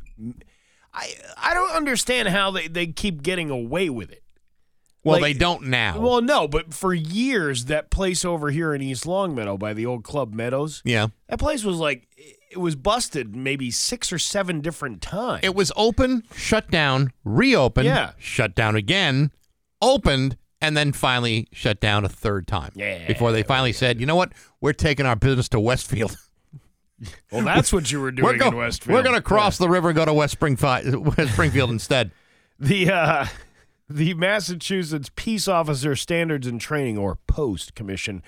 S3: I I don't understand how they, they keep getting away with it.
S1: well,
S3: Like-
S1: they don't now.
S3: Well, no, but for years that place over here in East Longmeadow by the old Club Meadows,
S1: yeah,
S3: that place was like it was busted maybe six or seven different times.
S1: it was open, shut down, reopened,
S3: Yeah.
S1: shut down again, opened, and then finally shut down a third time.
S3: Yeah.
S1: before they finally said, you know what, we're taking our business to Westfield. [laughs]
S3: well, that's what you were doing
S1: we're go-
S3: in Westfield.
S1: We're going to cross the river and go to West Springfield, [laughs] West Springfield instead.
S3: The uh, [laughs] the Massachusetts Peace Officer Standards and Training, or POST Commission,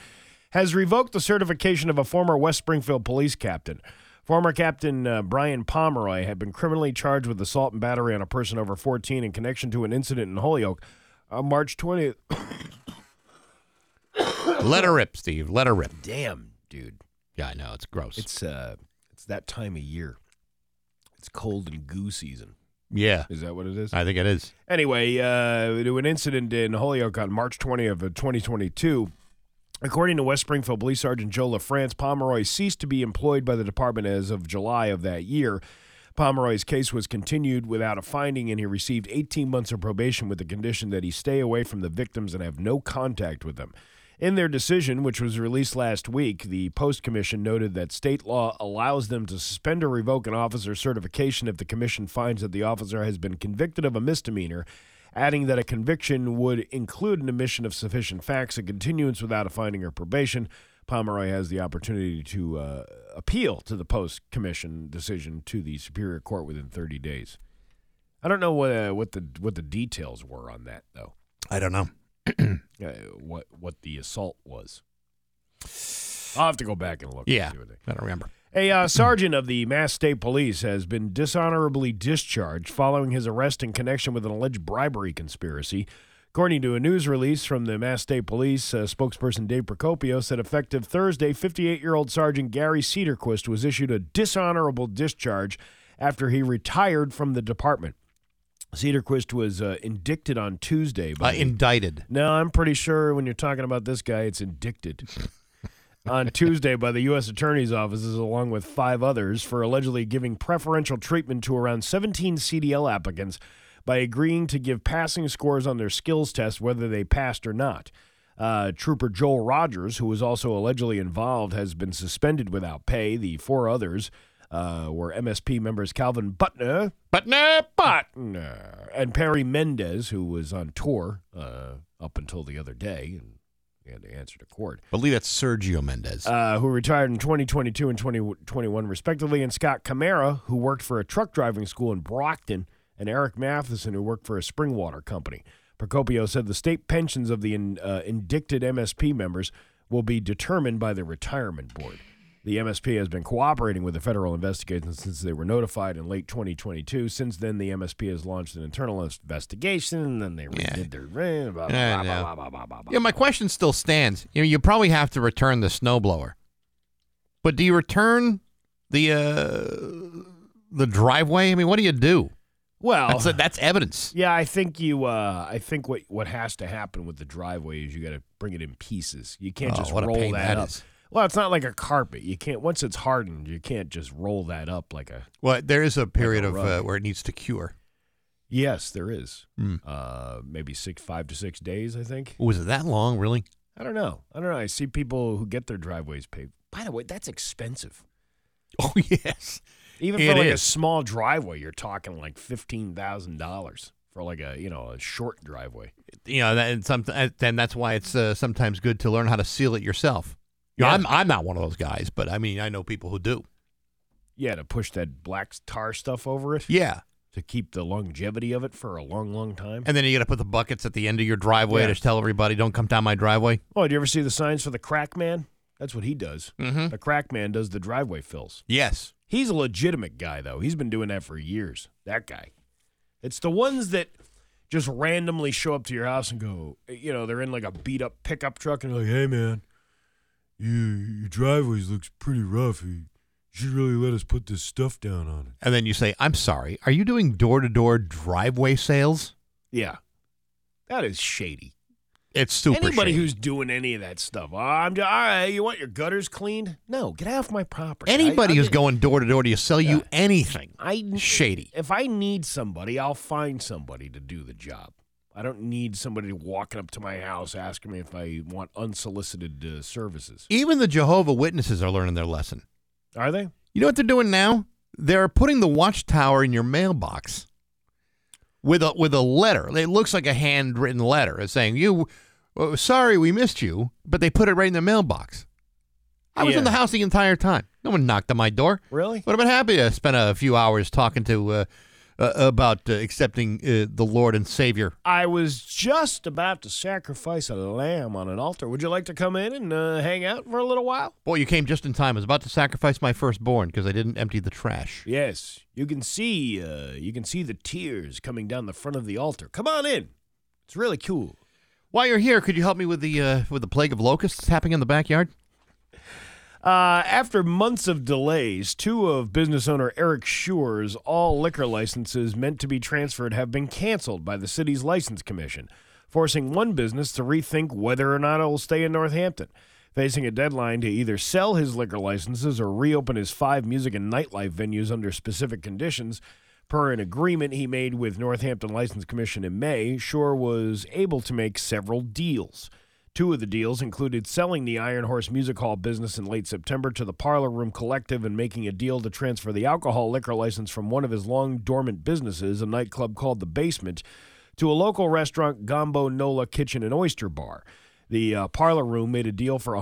S3: has revoked the certification of a former West Springfield police captain. Former Captain uh, Brian Pomeroy had been criminally charged with assault and battery on a person over 14 in connection to an incident in Holyoke on March 20th.
S1: Let her rip, Steve. Let her rip.
S3: [coughs] Damn, dude.
S1: Yeah, I know it's gross.
S3: It's uh, it's that time of year. It's cold and goo season.
S1: yeah,
S3: Is that what it is?
S1: I think it is.
S3: Anyway, uh, to an incident in Holyoke on March 20th of 2022. According to West Springfield Police Sergeant Joe LaFrance, Pomeroy ceased to be employed by the department as of July of that year. Pomeroy's case was continued without a finding, and he received 18 months of probation with the condition that he stay away from the victims and have no contact with them. In their decision, which was released last week, the Post Commission noted that state law allows them to suspend or revoke an officer's certification if the commission finds that the officer has been convicted of a misdemeanor, adding that a conviction would include an omission of sufficient facts, a continuance without a finding or probation. Pomeroy has the opportunity to uh, appeal to the Post Commission decision to the Superior Court within 30 days. I don't know what uh, what the what the details were on that though
S1: I don't know.
S3: [clears throat] uh, what what the assault was. I'll have to go back and look. and
S1: Yeah,
S3: see what they-
S1: I don't remember.
S3: A uh, sergeant of the Mass State Police has been dishonorably discharged following his arrest in connection with an alleged bribery conspiracy. According to a news release from the Mass State Police, uh, spokesperson Dave Procopio said effective Thursday, 58 year old Sergeant Gary Cedarquist was issued a dishonorable discharge after he retired from the department. Cedarquist was uh, indicted on Tuesday by
S1: Uh,
S3: the-
S1: indicted.
S3: no, I'm pretty sure when you're talking about this guy, it's indicted. [laughs] On Tuesday, by the U.S. Attorney's offices, along with five others, for allegedly giving preferential treatment to around 17 CDL applicants by agreeing to give passing scores on their skills test, whether they passed or not. Uh, Trooper Joel Rogers, who was also allegedly involved, has been suspended without pay. The four others uh, were MSP members Calvin Butner,
S1: But no, but
S3: Butner and Perry Mendez, who was on tour uh, up until the other day, and he had to answer to court,
S1: believe that's Sergio Mendez.
S3: uh, who retired in 2022 and 2021 respectively, and Scott Camara, who worked for a truck driving school in Brockton, and Eric Matheson, who worked for a spring water company. Procopio said the state pensions of the in, uh, indicted MSP members will be determined by the retirement board. The MSP has been cooperating with the federal investigation since they were notified in late 2022. Since then, the MSP has launched an internal investigation, and then they
S1: Yeah.
S3: redid their eh, blah, blah,
S1: Yeah, I
S3: blah,
S1: know.
S3: blah, blah, blah, blah, blah.
S1: yeah, my question still stands. You know, you probably have to return the snowblower, but do you return the uh, the driveway? I mean, what do you do?
S3: Well,
S1: That's that's evidence.
S3: Yeah, I think you. Uh, I think what what has to happen with the driveway is you got to bring it in pieces. You can't
S1: Oh,
S3: just
S1: what a
S3: roll
S1: pain
S3: that,
S1: that
S3: up.
S1: is.
S3: Well, it's not like a carpet. You can't once it's hardened. You can't just roll that up like a.
S1: Well, there is a period of
S3: rug.
S1: uh, where it needs to cure.
S3: Yes, there is.
S1: Hmm.
S3: Uh, maybe six, five to six days. I think.
S1: Was Oh, it that long, really?
S3: I don't know. I don't know. I see people who get their driveways paved. By the way, that's expensive.
S1: [laughs] Oh yes.
S3: Even
S1: It
S3: for like a
S1: is.
S3: small driveway, you're talking like fifteen thousand dollars for like a you know a short driveway.
S1: You know, that, and some, and that's why it's uh, sometimes good to learn how to seal it yourself. You know,
S3: Yeah.
S1: I'm I'm not one of those guys, but I mean, I know people who do.
S3: Yeah, to push that black tar stuff over it.
S1: Yeah.
S3: to keep the longevity of it for a long, long time.
S1: And then you got to put the buckets at the end of your driveway
S3: Yeah.
S1: to tell everybody, don't come down my driveway.
S3: Oh, did you ever see the signs for the crack man? That's what he does.
S1: Mm-hmm.
S3: The crack man does the driveway fills.
S1: Yes.
S3: He's a legitimate guy, though. He's been doing that for years. That guy. It's the ones that just randomly show up to your house and go, you know, they're in like a beat up pickup truck and they're like, hey, man, you, your driveways looks pretty rough. You should really let us put this stuff down on it.
S1: And then you say, I'm sorry, are you doing door to door driveway sales?
S3: Yeah. That is shady.
S1: It's super.
S3: Anybody
S1: shady.
S3: who's doing any of that stuff, oh, I'm just, all right. You want your gutters cleaned? No, get off my property.
S1: anybody
S3: I- I'm
S1: who's
S3: just-
S1: going door to door to sell you
S3: Yeah.
S1: anything.
S3: I
S1: shady.
S3: If I need somebody, I'll find somebody to do the job. I don't need somebody walking up to my house asking me if I want unsolicited uh, services.
S1: Even the Jehovah Witnesses are learning their lesson.
S3: Are they?
S1: You know what they're doing now? They're putting the watchtower in your mailbox with a with a letter. It looks like a handwritten letter. It's saying, "You, uh, sorry, we missed you," but they put it right in the mailbox. I was
S3: Yeah.
S1: in the house the entire time. No one knocked on my door.
S3: Really?
S1: Would have been happy to spend a few hours talking to uh, uh, about uh, accepting uh, the Lord and Savior.
S3: I was just about to sacrifice a lamb on an altar. Would you like to come in and uh, hang out for a little while?
S1: Boy, you came just in time. I was about to sacrifice my firstborn because I didn't empty the trash.
S3: Yes, you can see uh, you can see the tears coming down the front of the altar. Come on in. It's really cool.
S1: While you're here, could you help me with the uh, with the plague of locusts happening in the backyard?
S3: Uh, after months of delays, two of business owner Eric Schuer's all liquor licenses meant to be transferred have been canceled by the city's license commission, forcing one business to rethink whether or not it will stay in Northampton. Facing a deadline to either sell his liquor licenses or reopen his five music and nightlife venues under specific conditions, Per an agreement he made with Northampton License Commission in May, Shore was able to make several deals. Two of the deals included selling the Iron Horse Music Hall business in late September to the Parlor Room Collective and making a deal to transfer the alcohol liquor license from one of his long dormant businesses, a nightclub called The Basement, to a local restaurant, Gombo Nola Kitchen and Oyster Bar. The uh, parlor room made a deal for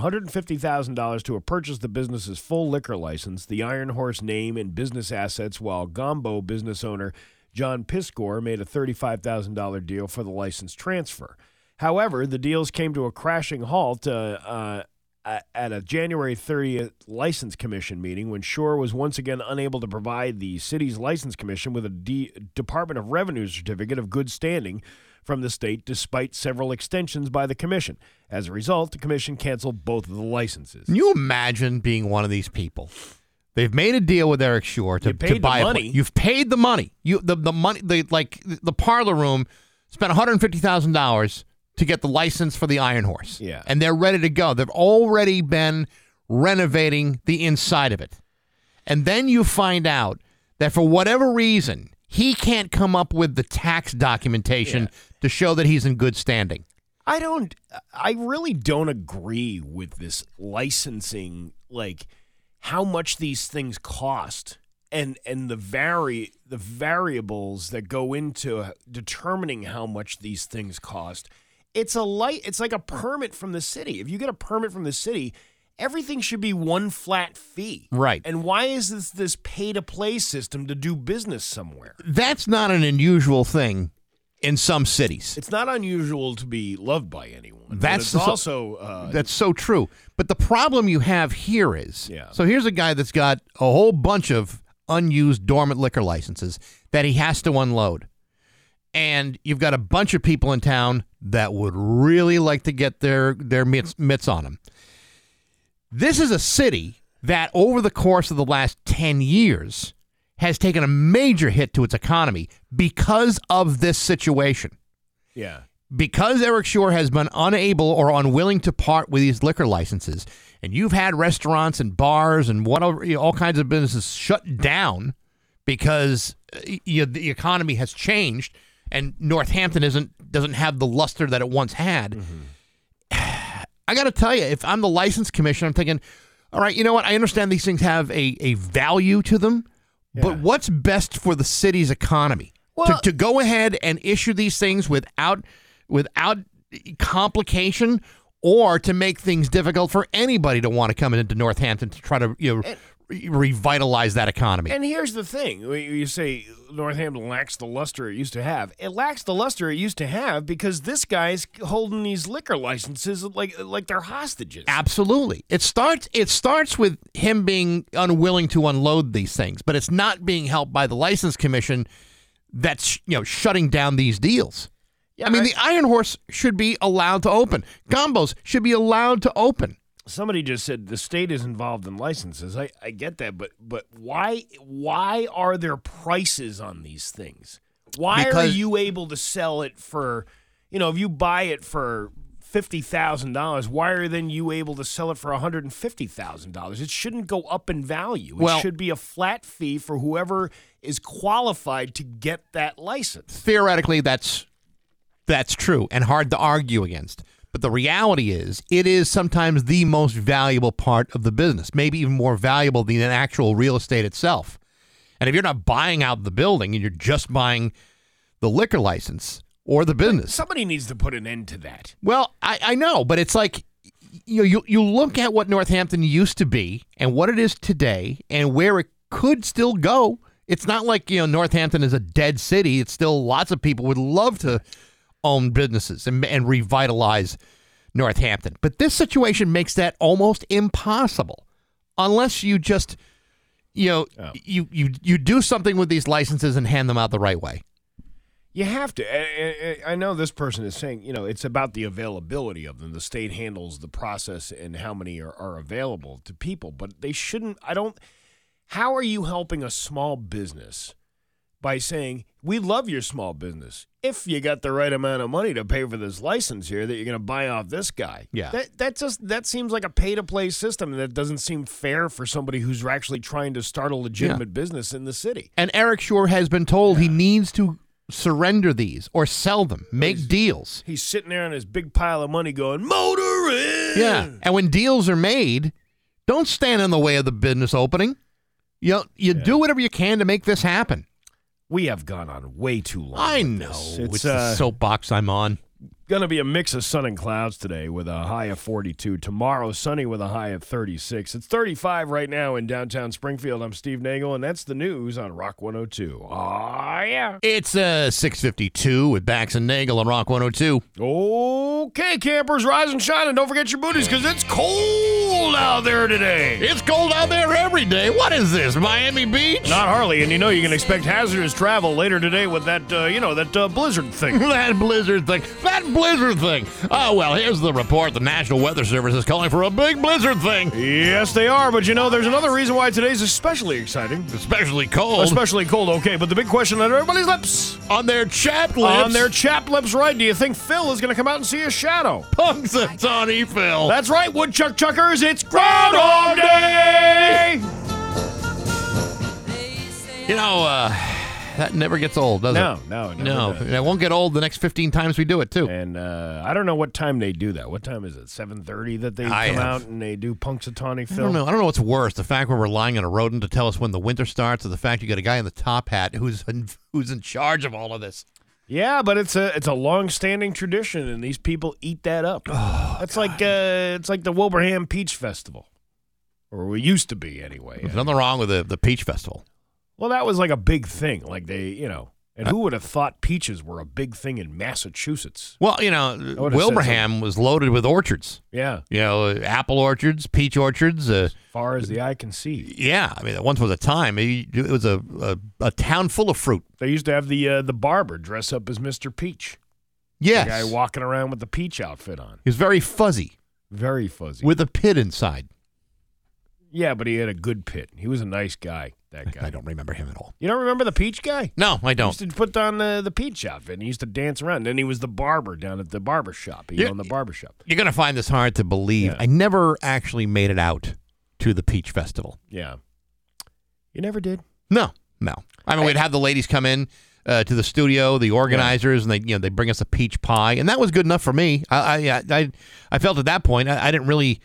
S3: $150,000 to purchase the business's full liquor license, the Iron Horse name, and business assets, while Gombo business owner John Piscor made a $35,000 deal for the license transfer. However, the deals came to a crashing halt uh, uh, a- at a January 30th License Commission meeting when Shore was once again unable to provide the city's License Commission with a D- Department of Revenue certificate of good standing from the state, despite several extensions by the commission. As a result, the commission canceled both of the licenses.
S1: Can you imagine being one of these people? They've made a deal with Eric Shore to,
S3: You paid
S1: to
S3: the
S1: buy a pla-
S3: money.
S1: You've paid the money. You the, the money the like the parlor room spent one hundred fifty thousand dollars to get the license for the Iron Horse.
S3: Yeah.
S1: and they're ready to go. They've already been renovating the inside of it, and then you find out that for whatever reason he can't come up with the tax documentation to show that he's in good standing.
S3: I don't. I really don't agree with this licensing, like how much these things cost, and and the vary the variables that go into determining how much these things cost. It's a light. It's like a permit from the city. If you get a permit from the city, everything should be one flat fee.
S1: Right.
S3: And why is this this pay to play system to do business somewhere?
S1: That's not an unusual thing in some cities.
S3: It's not unusual to be loved by anyone. but
S1: That's
S3: it's
S1: the-
S3: also uh,
S1: That's so true. But the problem you have here is
S3: Yeah.
S1: so here's a guy that's got a whole bunch of unused dormant liquor licenses that he has to unload. And you've got a bunch of people in town that would really like to get their their mitts, mitts on them. This is a city that over the course of the last 10 years has taken a major hit to its economy because of this situation
S3: yeah.
S1: because Eric Shore has been unable or unwilling to part with these liquor licenses, and you've had restaurants and bars and whatever, you know, all kinds of businesses shut down because uh, y- you, the economy has changed, and Northampton isn't doesn't have the luster that it once had. I got to tell you, if I'm the license commissioner, I'm thinking, all right, you know what? I understand these things have a, a value to them, but what's best for the city's economy?
S3: Well-
S1: to, to go ahead and issue these things without without complication or to make things difficult for anybody to want to come into Northampton to try to you know, re- revitalize that economy.
S3: And here's the thing: You- you say Northampton lacks the luster it used to have. It lacks the luster it used to have because this guy's holding these liquor licenses like like they're hostages.
S1: Absolutely. It starts it starts with him being unwilling to unload these things, but it's not being helped by the license commission that's you know shutting down these deals. I mean, the Iron Horse should be allowed to open. Gombos should be allowed to open.
S3: Somebody just said the state is involved in licenses. I, I get that, but but why why are there prices on these things? Why are
S1: Because-
S3: you able to sell it for you know if you buy it for fifty thousand dollars? Why are then you able to sell it for one hundred and fifty thousand dollars? It shouldn't go up in value. It
S1: Well-
S3: should be a flat fee for whoever is qualified to get that license.
S1: Theoretically, that's that's true and hard to argue against. But the reality is, it is sometimes the most valuable part of the business, maybe even more valuable than the actual real estate itself. And if you're not buying out the building and you're just buying the liquor license or the business,
S3: Somebody needs to put an end to that.
S1: well, I, I know, but it's like you know, you you look at what Northampton used to be and what it is today and where it could still go. It's not like you know Northampton is a dead city. It's still lots of people would love to own businesses and and revitalize Northampton. But this situation makes that almost impossible unless you just you know you, you you do something with these licenses and hand them out the right way.
S3: You have to. I, I- I know this person is saying, you know, it's about the availability of them. The state handles the process and how many are, are available to people, but they shouldn't. I don't. How are you helping a small business by saying, we love your small business if you got the right amount of money to pay for this license here that you're going to buy off this guy?
S1: Yeah.
S3: That, that just that seems like a pay to play system that doesn't seem fair for somebody who's actually trying to start a legitimate business in the city.
S1: And Eric Shore has been told he needs to surrender these or sell them, make deals.
S3: He's sitting there on his big pile of money going, motor in.
S1: Yeah. And when deals are made, don't stand in the way of the business opening. You, you do whatever you can to make this happen.
S3: We have gone on way too long.
S1: I
S3: with
S1: know.
S3: this.
S1: It's,
S3: It's,
S1: the
S3: uh,
S1: soapbox I'm on.
S3: going to be a mix of sun and clouds today with a high of 42. Tomorrow, sunny with a high of 36. It's 35 right now in downtown Springfield. I'm Steve Nagel, and that's the news on Rock 102. Oh, yeah.
S1: It's uh, 652 with Bax and Nagel on Rock 102.
S3: Oh. Okay, campers, rise and shine, and don't forget your booties because it's cold out there today.
S1: It's cold out there every day. What is this, Miami Beach?
S3: Not Harley, and you know you can expect hazardous travel later today with that, uh, you know, that uh, blizzard thing.
S1: [laughs] That blizzard thing. That blizzard thing. Oh, well, here's the report. The National Weather Service is calling for a big blizzard thing.
S3: yes, they are, but you know, there's another reason why today's especially exciting.
S1: Especially cold.
S3: Especially cold, okay, but the big question on everybody's lips.
S1: on their chap lips.
S3: On their chap lips, right? Do you think Phil is going to come out and see a shadow?
S1: punks. It's on E-Phil.
S3: That's right, Woodchuck Chuckers, it's Groundhog Day!
S1: You know, uh, that never gets old, does
S3: No,
S1: it?
S3: no, it never
S1: No,
S3: does.
S1: and it won't get old the next 15 times we do it, too.
S3: And uh, I don't know what time they do that. What time is it? Seven thirty that they
S1: I
S3: come
S1: have-
S3: out and they do Punxsutawney
S1: I
S3: film.
S1: don't know. I don't know what's worse: the fact we're relying on a rodent to tell us when the winter starts, or the fact you got a guy in the top hat who's in, [laughs] who's in charge of all of this.
S3: Yeah, but it's a it's a long-standing tradition, and these people eat that up.
S1: Oh,
S3: That's like uh, it's like the Wilbraham Peach Festival, or we used to be anyway.
S1: There's nothing wrong with the, the Peach Festival.
S3: Well, that was like a big thing. Like they, you know, and who would have thought peaches were a big thing in Massachusetts?
S1: Well, you know,
S3: would've said
S1: Wilbraham was loaded with orchards.
S3: Yeah,
S1: You know, uh, apple orchards, peach orchards. Uh,
S3: far as the eye can see.
S1: yeah, I mean, once was a time. It, it was a, a a town full of fruit.
S3: They used to have the uh, the barber dress up as Mr. Peach,
S1: Yes,
S3: the guy walking around with the peach outfit on.
S1: he was very fuzzy
S3: Very fuzzy.
S1: with a pit inside.
S3: Yeah, but he had a good pit. He was a nice guy. That guy.
S1: I don't remember him at all.
S3: You don't remember the peach guy?
S1: No, I
S3: He
S1: don't.
S3: used to put on the, the peach outfit and he used to dance around. Then he was the barber down at the barber shop. He
S1: Yeah.
S3: owned the barber shop.
S1: You're going to find this hard to believe.
S3: Yeah.
S1: I never actually made it out to the Peach Festival.
S3: Yeah. You never did.
S1: No, no. I mean, we'd have the ladies come in uh, to the studio, the organizers, and they you know they bring us a peach pie, and that was good enough for me. I I I, I felt at that point I, I didn't really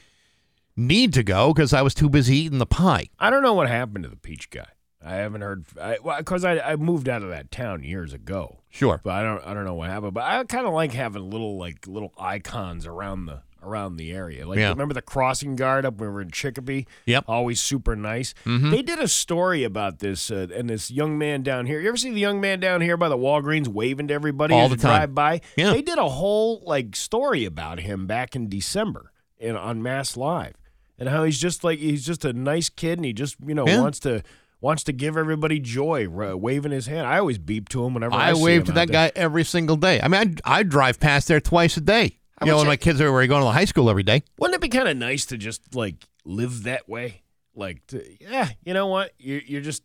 S1: need to go because I was too busy eating the pie.
S3: I don't know what happened to the peach guy. I haven't heard I, well, 'cause I, I moved out of that town years ago.
S1: Sure.
S3: But I don't I don't know what happened. But I kind of like having little like little icons around the around the area. Like
S1: Yeah.
S3: remember the crossing guard up when we were in Chicopee?
S1: Yep. Mm-hmm.
S3: Always super nice. They did a story about this uh, and this young man down here. You ever see the young man down here by the Walgreens waving to everybody
S1: All
S3: as
S1: the
S3: you
S1: time.
S3: drive by?
S1: Yeah.
S3: They did a whole like story about him back in December in on Mass Live. And how he's just like he's just a nice kid and he just, you know,
S1: Yeah.
S3: wants to wants to give everybody joy, r- waving his hand. I always beep to him whenever I,
S1: I
S3: see
S1: wave
S3: him
S1: to
S3: out
S1: that
S3: there.
S1: guy every single day. I mean, I I drive past there twice a day. You know, when my kids are were going to high school every day.
S3: Wouldn't it be kind of nice to just like live that way? Like, to, yeah, you know what? You're, you're just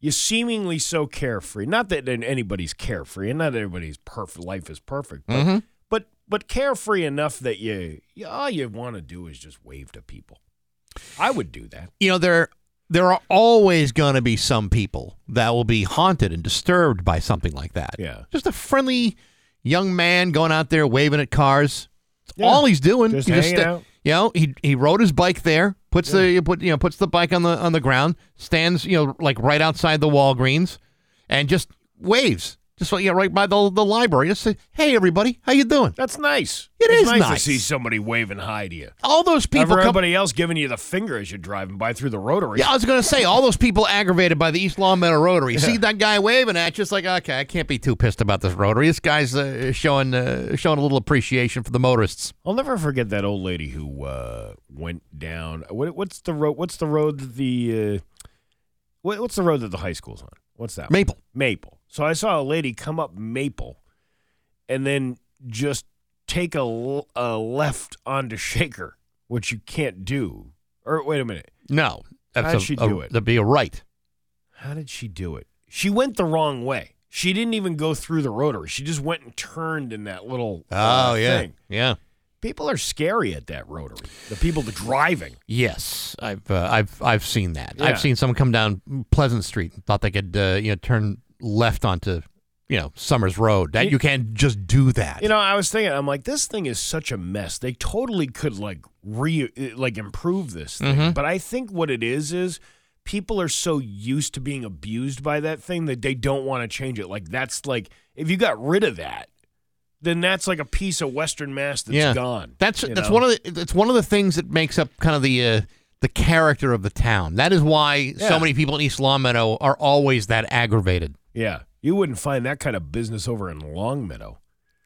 S3: you're seemingly so carefree. Not that anybody's carefree, and not everybody's perfect. Life is perfect, but but, but carefree enough that you, you all you want to do is just wave to people. I would do that.
S1: you know there there are always going to be some people that will be haunted and disturbed by something like that.
S3: Yeah.
S1: just a friendly young man going out there waving at cars. It's all he's doing.
S3: just
S1: He
S3: hanging
S1: sta-
S3: out.
S1: You know, he he rode his bike there. Puts the put you know puts the bike on the on the ground. Stands you know like right outside the Walgreens, and just waves. Just like you know, right by the the library. Just say, hey everybody, how you doing?
S3: That's nice.
S1: It
S3: it's
S1: is
S3: nice, to
S1: nice.
S3: see somebody waving hi to you.
S1: All those people.
S3: People,
S1: Come,
S3: everybody else giving you the finger as you're driving by through the rotary.
S1: yeah, I was gonna say all those people aggravated by the East Long Meadow Rotary. See that guy waving at, you, it's like okay, I can't be too pissed about this rotary. This guy's uh, showing uh, showing a little appreciation for the motorists.
S3: I'll never forget that old lady who uh, went down. What, what's the road? What's the road that the uh, what, what's the road that the high school's on? What's that? one?
S1: Maple.
S3: Maple. So I saw a lady come up Maple, and then just take a, l- a left onto Shaker, which you can't do. Or wait a minute,
S1: No, that's
S3: How'd
S1: a-
S3: she
S1: a-
S3: do it?
S1: That'd be a right.
S3: how did she do it? She went the wrong way. She didn't even go through the rotary. She just went and turned in that little uh, thing.
S1: Oh, yeah.
S3: People are scary at that rotary. The people that driving.
S1: Yes, I've uh, I've I've seen that.
S3: Yeah.
S1: I've seen someone come down Pleasant Street and thought they could uh, you know turn left onto you know, Summers Road. That you can't just do that.
S3: You know, I was thinking, I'm like, this thing is such a mess. They totally could like re like improve this thing.
S1: Mm-hmm.
S3: But I think what it is is people are so used to being abused by that thing that they don't want to change it. Like that's like if you got rid of that, then that's like a piece of Western Mass that's gone.
S1: That's
S3: you
S1: that's
S3: know?
S1: one of the that's one of the things that makes up kind of the uh, the character of the town. That is why so
S3: Yeah.
S1: many people in East Long Meadow are always that aggravated.
S3: yeah. You wouldn't find that kind of business over in Longmeadow.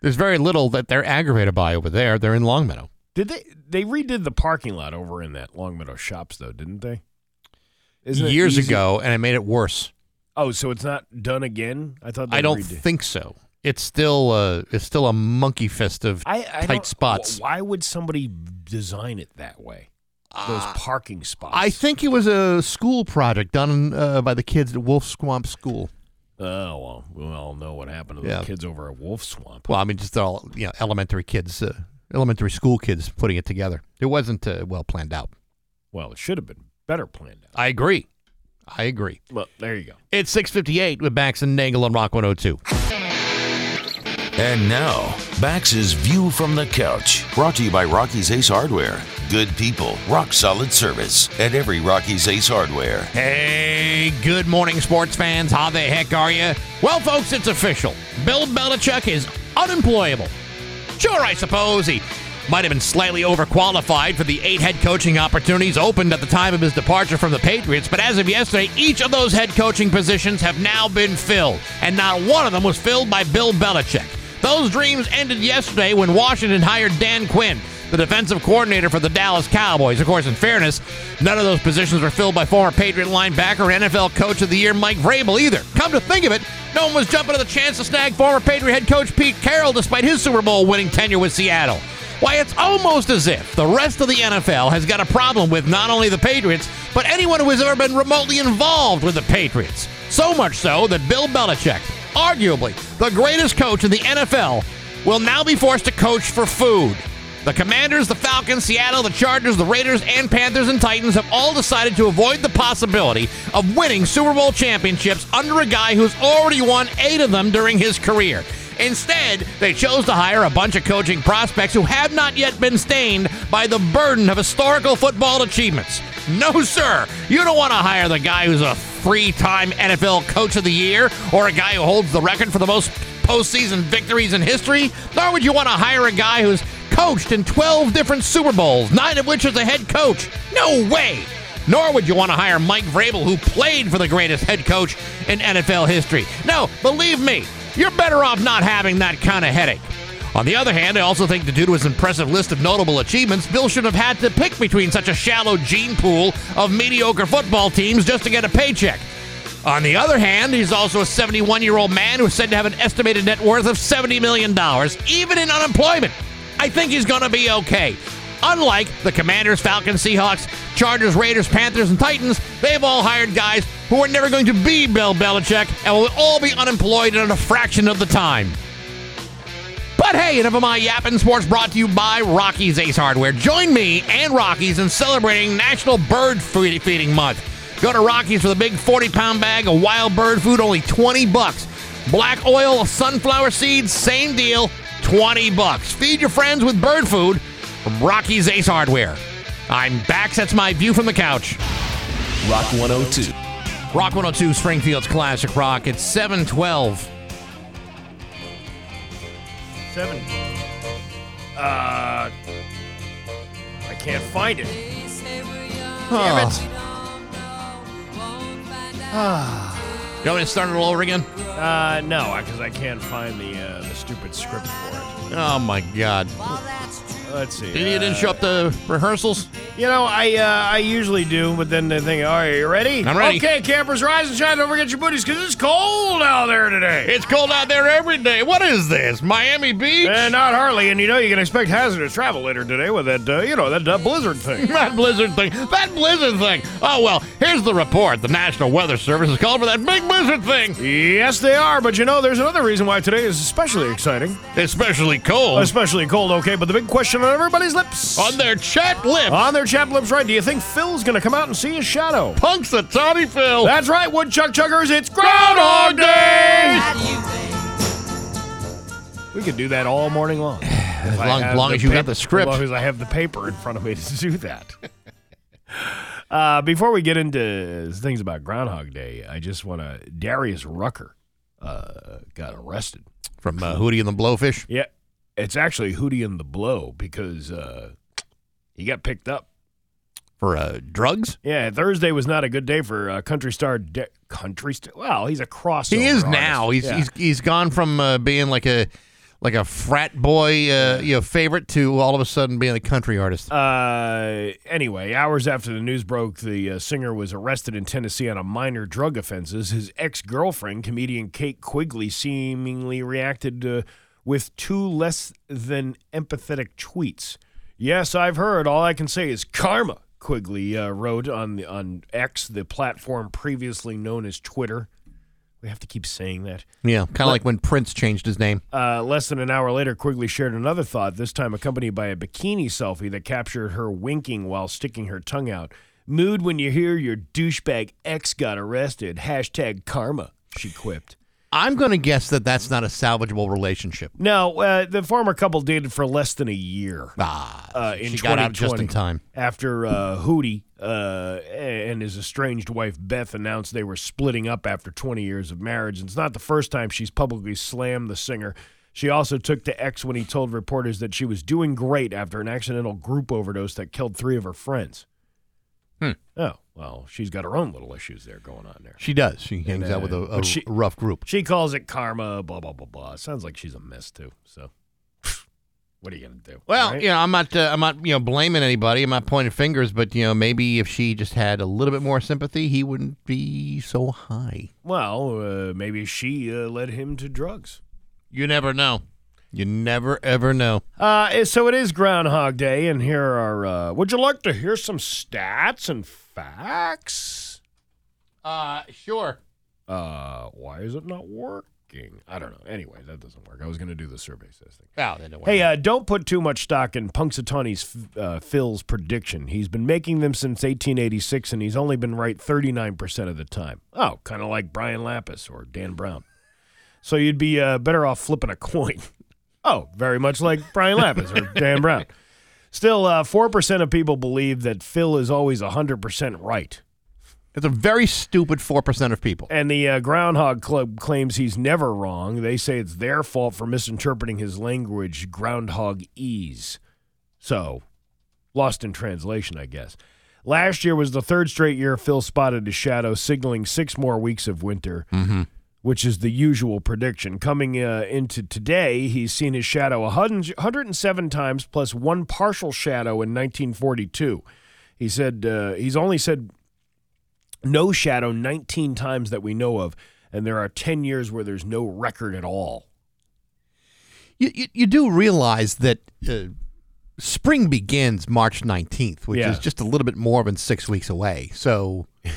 S1: There's very little that they're aggravated by over there. They're in Long Meadow.
S3: Did they they redid the parking lot over in that Longmeadow shops though, didn't they? Isn't it
S1: years
S3: easy-
S1: ago, and it made it worse.
S3: Oh, so it's not done again? I thought they
S1: I don't
S3: redid.
S1: think so. It's still uh, it's still a monkey fist of
S3: I, I
S1: tight
S3: don't-
S1: spots.
S3: wh- Why would somebody design it that way? Those parking spots.
S1: Uh, I think it was a school project done uh, by the kids at Wolf Swamp School.
S3: Oh well, we all know what happened to
S1: Yeah.
S3: the kids over at Wolf Swamp.
S1: Well, I mean, just all you know, elementary kids, uh, elementary school kids putting it together. It wasn't uh, well planned out.
S3: Well, it should have been better planned out.
S1: I agree. I agree.
S3: Well, there you go.
S1: It's 658 with Bax and Nagel on Rock 102.
S5: And now, Bax's View from the Couch, brought to you by Rocky's Ace Hardware. Good people, rock solid service at every Rocky's Ace Hardware.
S1: Hey, good morning, sports fans. How the heck are you? Well, folks, it's official. Bill Belichick is unemployable. Sure, I suppose he might have been slightly overqualified for the eight head coaching opportunities opened at the time of his departure from the Patriots, but as of yesterday, each of those head coaching positions have now been filled, and not one of them was filled by Bill Belichick. Those dreams ended yesterday when Washington hired Dan Quinn, the defensive coordinator for the Dallas Cowboys. Of course, in fairness, none of those positions were filled by former Patriot linebacker and NFL Coach of the Year Mike Vrabel either. Come to think of it, no one was jumping at the chance to snag former Patriot head coach Pete Carroll despite his Super Bowl winning tenure with Seattle. Why, it's almost as if the rest of the NFL has got a problem with not only the Patriots, but anyone who has ever been remotely involved with the Patriots. So much so that Bill Belichick, arguably the greatest coach in the NFL, will now be forced to coach for food. The Commanders, the Falcons, Seattle, the Chargers, the Raiders, and Panthers and Titans have all decided to avoid the possibility of winning Super Bowl championships under a guy who's already won eight of them during his career. Instead, they chose to hire a bunch of coaching prospects who have not yet been stained by the burden of historical football achievements. No, sir, you don't want to hire the guy who's a three time NFL Coach of the Year or a guy who holds the record for the most postseason victories in history, nor would you want to hire a guy who's coached in 12 different Super Bowls, nine of which as a head coach. No way! Nor would you want to hire Mike Vrabel, who played for the greatest head coach in NFL history. No, believe me, you're better off not having that kind of headache. On the other hand, I also think the due to his impressive list of notable achievements, Bill should have had to pick between such a shallow gene pool of mediocre football teams just to get a paycheck. On the other hand, he's also a 71 year old man who's said to have an estimated net worth of $70 million, even in unemployment. I think he's going to be okay. Unlike the Commanders, Falcons, Seahawks, Chargers, Raiders, Panthers, and Titans, they've all hired guys who are never going to be Bill Belichick and will all be unemployed in a fraction of the time. But hey, enough of my yapping sports brought to you by Rocky's Ace Hardware. Join me and Rocky's in celebrating National Bird Fe- Feeding Month. Go to Rocky's for the big 40 pound bag of wild bird food, only 20 bucks. Black oil, sunflower seeds, same deal, 20 bucks. Feed your friends with bird food from Rocky's Ace Hardware. I'm back, that's my view from the couch.
S2: Rock 102.
S1: Rock 102 Springfield's Classic Rock. It's 712.
S3: Seven. Uh, I can't find it.
S1: Damn it. Ah. you want me to start it all over again?
S3: Uh, no, because I can't find the uh, the stupid script for it.
S1: Oh my God!
S3: Let's see.
S1: You
S3: uh,
S1: didn't show up to rehearsals.
S3: You know, I uh, I usually do, but then they think, all right, you ready?
S1: I'm ready.
S3: Okay, campers, rise and shine. Don't forget your booties, because it's cold out there today.
S1: It's cold out there every day. What is this, Miami Beach?
S3: And Eh, not hardly, and you know you can expect hazardous travel later today with that, uh, you know, that uh, blizzard thing.
S1: [laughs] That blizzard thing. That blizzard thing. Oh well. Here's the report. The National Weather Service is calling for that big blizzard thing.
S3: yes, they are, but you know, there's another reason why today is especially exciting,
S1: Especially cold
S3: especially cold. Okay, but the big question on everybody's lips,
S1: on their chat lip.
S3: on their chap lips, right? Do you think Phil's going to come out and see his shadow?
S1: Punks at Tommy Phil.
S3: That's right, woodchuck chuckers. It's Groundhog Day. We could do that all morning [sighs] long. As
S1: long- long as you got the script.
S3: As long as I have the paper in front of me to [laughs] do that. uh, before we get into things about Groundhog Day, I just want to. Darius Rucker uh, got arrested.
S1: From uh, Hootie and the Blowfish.
S3: Yeah, it's actually Hootie and the Blow because uh, he got picked up.
S1: For uh, drugs?
S3: Yeah, Thursday was not a good day for uh, country star. De- country star. Wow, he's a crossover.
S1: He is
S3: artist.
S1: now. He's,
S3: Yeah.
S1: he's he's gone from uh, being like a like a frat boy uh, you know, favorite to all of a sudden being a country artist.
S3: Uh, anyway, hours after the news broke, the uh, singer was arrested in Tennessee on a minor drug offenses. His ex-girlfriend, comedian Kate Quigley, seemingly reacted uh, with two less than empathetic tweets. Yes, I've heard. All I can say is karma. Quigley uh, wrote on the, on X, the platform previously known as Twitter. We have to keep saying that.
S1: yeah, kind of like when Prince changed his name.
S3: Uh, less than an hour later, Quigley shared another thought, this time accompanied by a bikini selfie that captured her winking while sticking her tongue out. Mood when you hear your douchebag ex got arrested. Hashtag karma, she quipped.
S1: I'm going to guess that that's not a salvageable relationship.
S3: No, uh, the former couple dated for less than a year.
S1: Ah,
S3: Uh, in
S1: she got out just
S3: 2020.
S1: in time.
S3: After uh, Hootie uh, and his estranged wife Beth announced they were splitting up after 20 years of marriage, and it's not the first time she's publicly slammed the singer. She also took to X when he told reporters that she was doing great after an accidental group overdose that killed three of her friends.
S1: Hmm.
S3: Oh, well, she's got her own little issues there going on there.
S1: She does. She hangs out with a,
S3: uh,
S1: a
S3: but she-
S1: rough group.
S3: She calls it karma, blah, blah, blah, blah. Sounds like she's a mess, too. So, [laughs] what are you going to do?
S1: Well,
S3: right?
S1: you know, I'm not, uh, I'm not, you know, blaming anybody. I'm not pointing fingers, but you know, maybe if she just had a little bit more sympathy, he wouldn't be so high.
S3: Well, uh, maybe she uh, led him to drugs.
S1: You never know. You never ever know.
S3: Uh, so it is Groundhog Day, and here are. Uh, would you like to hear some stats and facts?
S1: Uh, sure.
S3: Uh, why is it not working? I don't know. Anyway, that doesn't work. I was going to do the survey says thing.
S1: Wow, then don't worry.
S3: Hey, uh, don't put too much stock in Punxsutawney's uh, Phil's prediction. He's been making them since 1886, and he's only been right 39% of the time. Oh, kind of like Brian Lapis or Dan Brown. So you'd be uh, better off flipping a coin. [laughs] Oh, very much like Brian Lapis or Dan Brown. Still, uh, 4% of people believe that Phil is always 100% right.
S1: it's a very stupid four percent of people.
S3: And the uh, Groundhog Club claims he's never wrong. They say it's their fault for misinterpreting his language, groundhog ease. So, lost in translation, I guess. Last year was the third straight year Phil spotted a shadow, signaling six more weeks of winter,
S1: Mm-hmm.
S3: which is the usual prediction. Coming uh, into today, he's seen his shadow 100, 107 times plus one partial shadow in 1942. He said uh, he's only said no shadow 19 times that we know of, and there are 10 years where there's no record at all.
S1: You, you, you do realize that uh, spring begins March 19th, which
S3: Yeah.
S1: is just a little bit more than six weeks away. So,
S3: [laughs]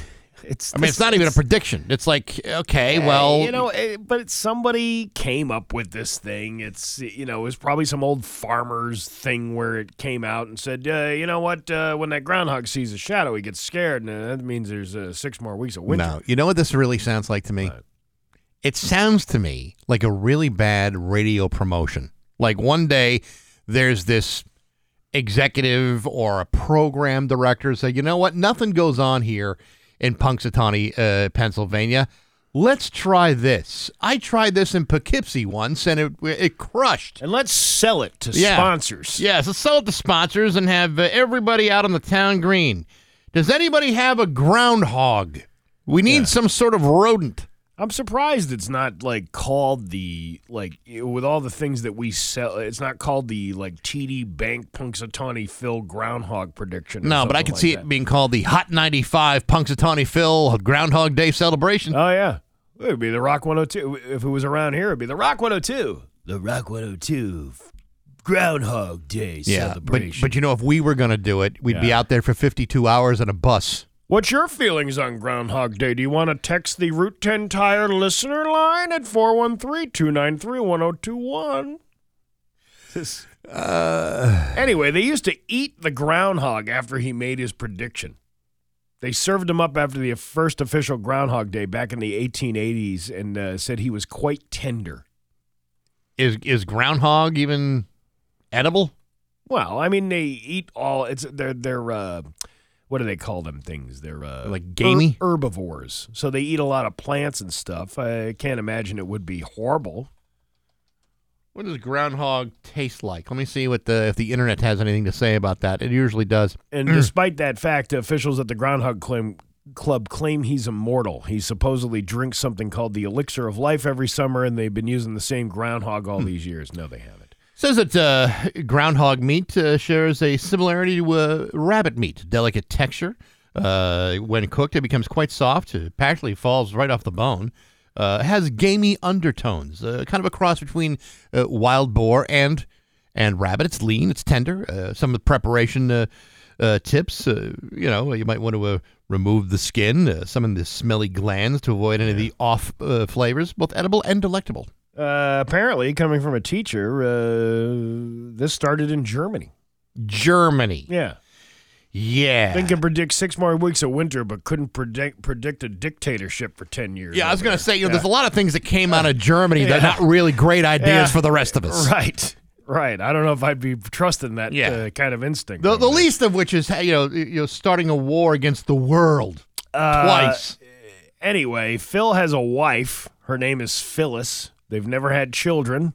S3: It's
S1: I mean, it's not even a prediction. It's like, okay, well,
S3: you know, eh, but it's somebody came up with this thing. It's you know, it was probably some old farmer's thing where it came out and said, uh, you know what, uh, when that groundhog sees a shadow, he gets scared, and uh, that means there's uh, six more weeks of winter.
S1: No, you know what this really sounds like to me? It sounds to me like a really bad radio promotion. Like one day there's this executive or a program director say, you know what, nothing goes on here in Punxsutawney, uh, Pennsylvania. Let's try this. I tried this in Poughkeepsie once, and it it crushed.
S3: And let's sell it to
S1: Yeah.
S3: sponsors.
S1: Yes, let's sell it to sponsors and have uh, everybody out on the town green. Does anybody have a groundhog? We need some sort of rodent.
S3: I'm surprised it's not like called the like with all the things that we sell. It's not called the like TD Bank Punxsutawney Phil Groundhog prediction. or
S1: No, but I
S3: something
S1: could
S3: like
S1: see
S3: that.
S1: it being called the Hot 95 Punxsutawney Phil Groundhog Day celebration.
S3: Oh yeah, it would be the Rock 102. If it was around here, it'd be the Rock 102. The Rock 102 Groundhog Day
S1: but, but you know, if we were going to do it, we'd be
S3: Yeah.
S1: out there for 52 hours on a bus.
S3: What's your feelings on Groundhog Day? Do you want to text the Route 10 Tire listener line at 413-293-1021? Anyway, they used to eat the groundhog after he made his prediction. They served him up after the first official Groundhog Day back in the 1880s and uh, said he was quite tender.
S1: Is is groundhog even edible?
S3: Well, I mean, they eat all. It's they're they're uh, what do they call them things? They're uh,
S1: Like gamey?
S3: her- herbivores. So they eat a lot of plants and stuff. I can't imagine it would be horrible.
S1: What does groundhog taste like? Let me see what the if the internet has anything to say about that. It usually does.
S3: And despite that fact, officials at the Groundhog Claim Club claim he's immortal. He supposedly drinks something called the elixir of life every summer, and they've been using the same groundhog
S1: Hmm.
S3: all these years. No, they haven't.
S1: Says that uh, groundhog meat uh, shares a similarity to uh, rabbit meat, delicate texture. Uh, when cooked, it becomes quite soft. It actually falls right off the bone. Uh, has gamey undertones, uh, kind of a cross between uh, wild boar and and rabbit. It's lean, it's tender. Uh, some of the preparation uh, uh, tips, uh, you know, you might want to uh, remove the skin, uh, some of the smelly glands to avoid any of the off uh, flavors, both edible and delectable.
S3: Uh, apparently, coming from a teacher, uh, this started in Germany.
S1: Germany,
S3: Yeah.
S1: yeah.
S3: Think can predict six more weeks of winter, but couldn't predict predict a dictatorship for ten years.
S1: Yeah, I was
S3: over
S1: going to
S3: there.
S1: say, you know, there's a lot of things that came out of Germany that are not really great ideas
S3: Yeah.
S1: for the rest of us.
S3: [laughs] right, right. I don't know if I'd be trusting that
S1: Yeah.
S3: uh, kind of instinct.
S1: The, the
S3: over there.
S1: least of which is, hey, you know, you know, starting a war against the world
S3: Uh,
S1: twice.
S3: Anyway, Phil has a wife. Her name is Phyllis. They've never had children.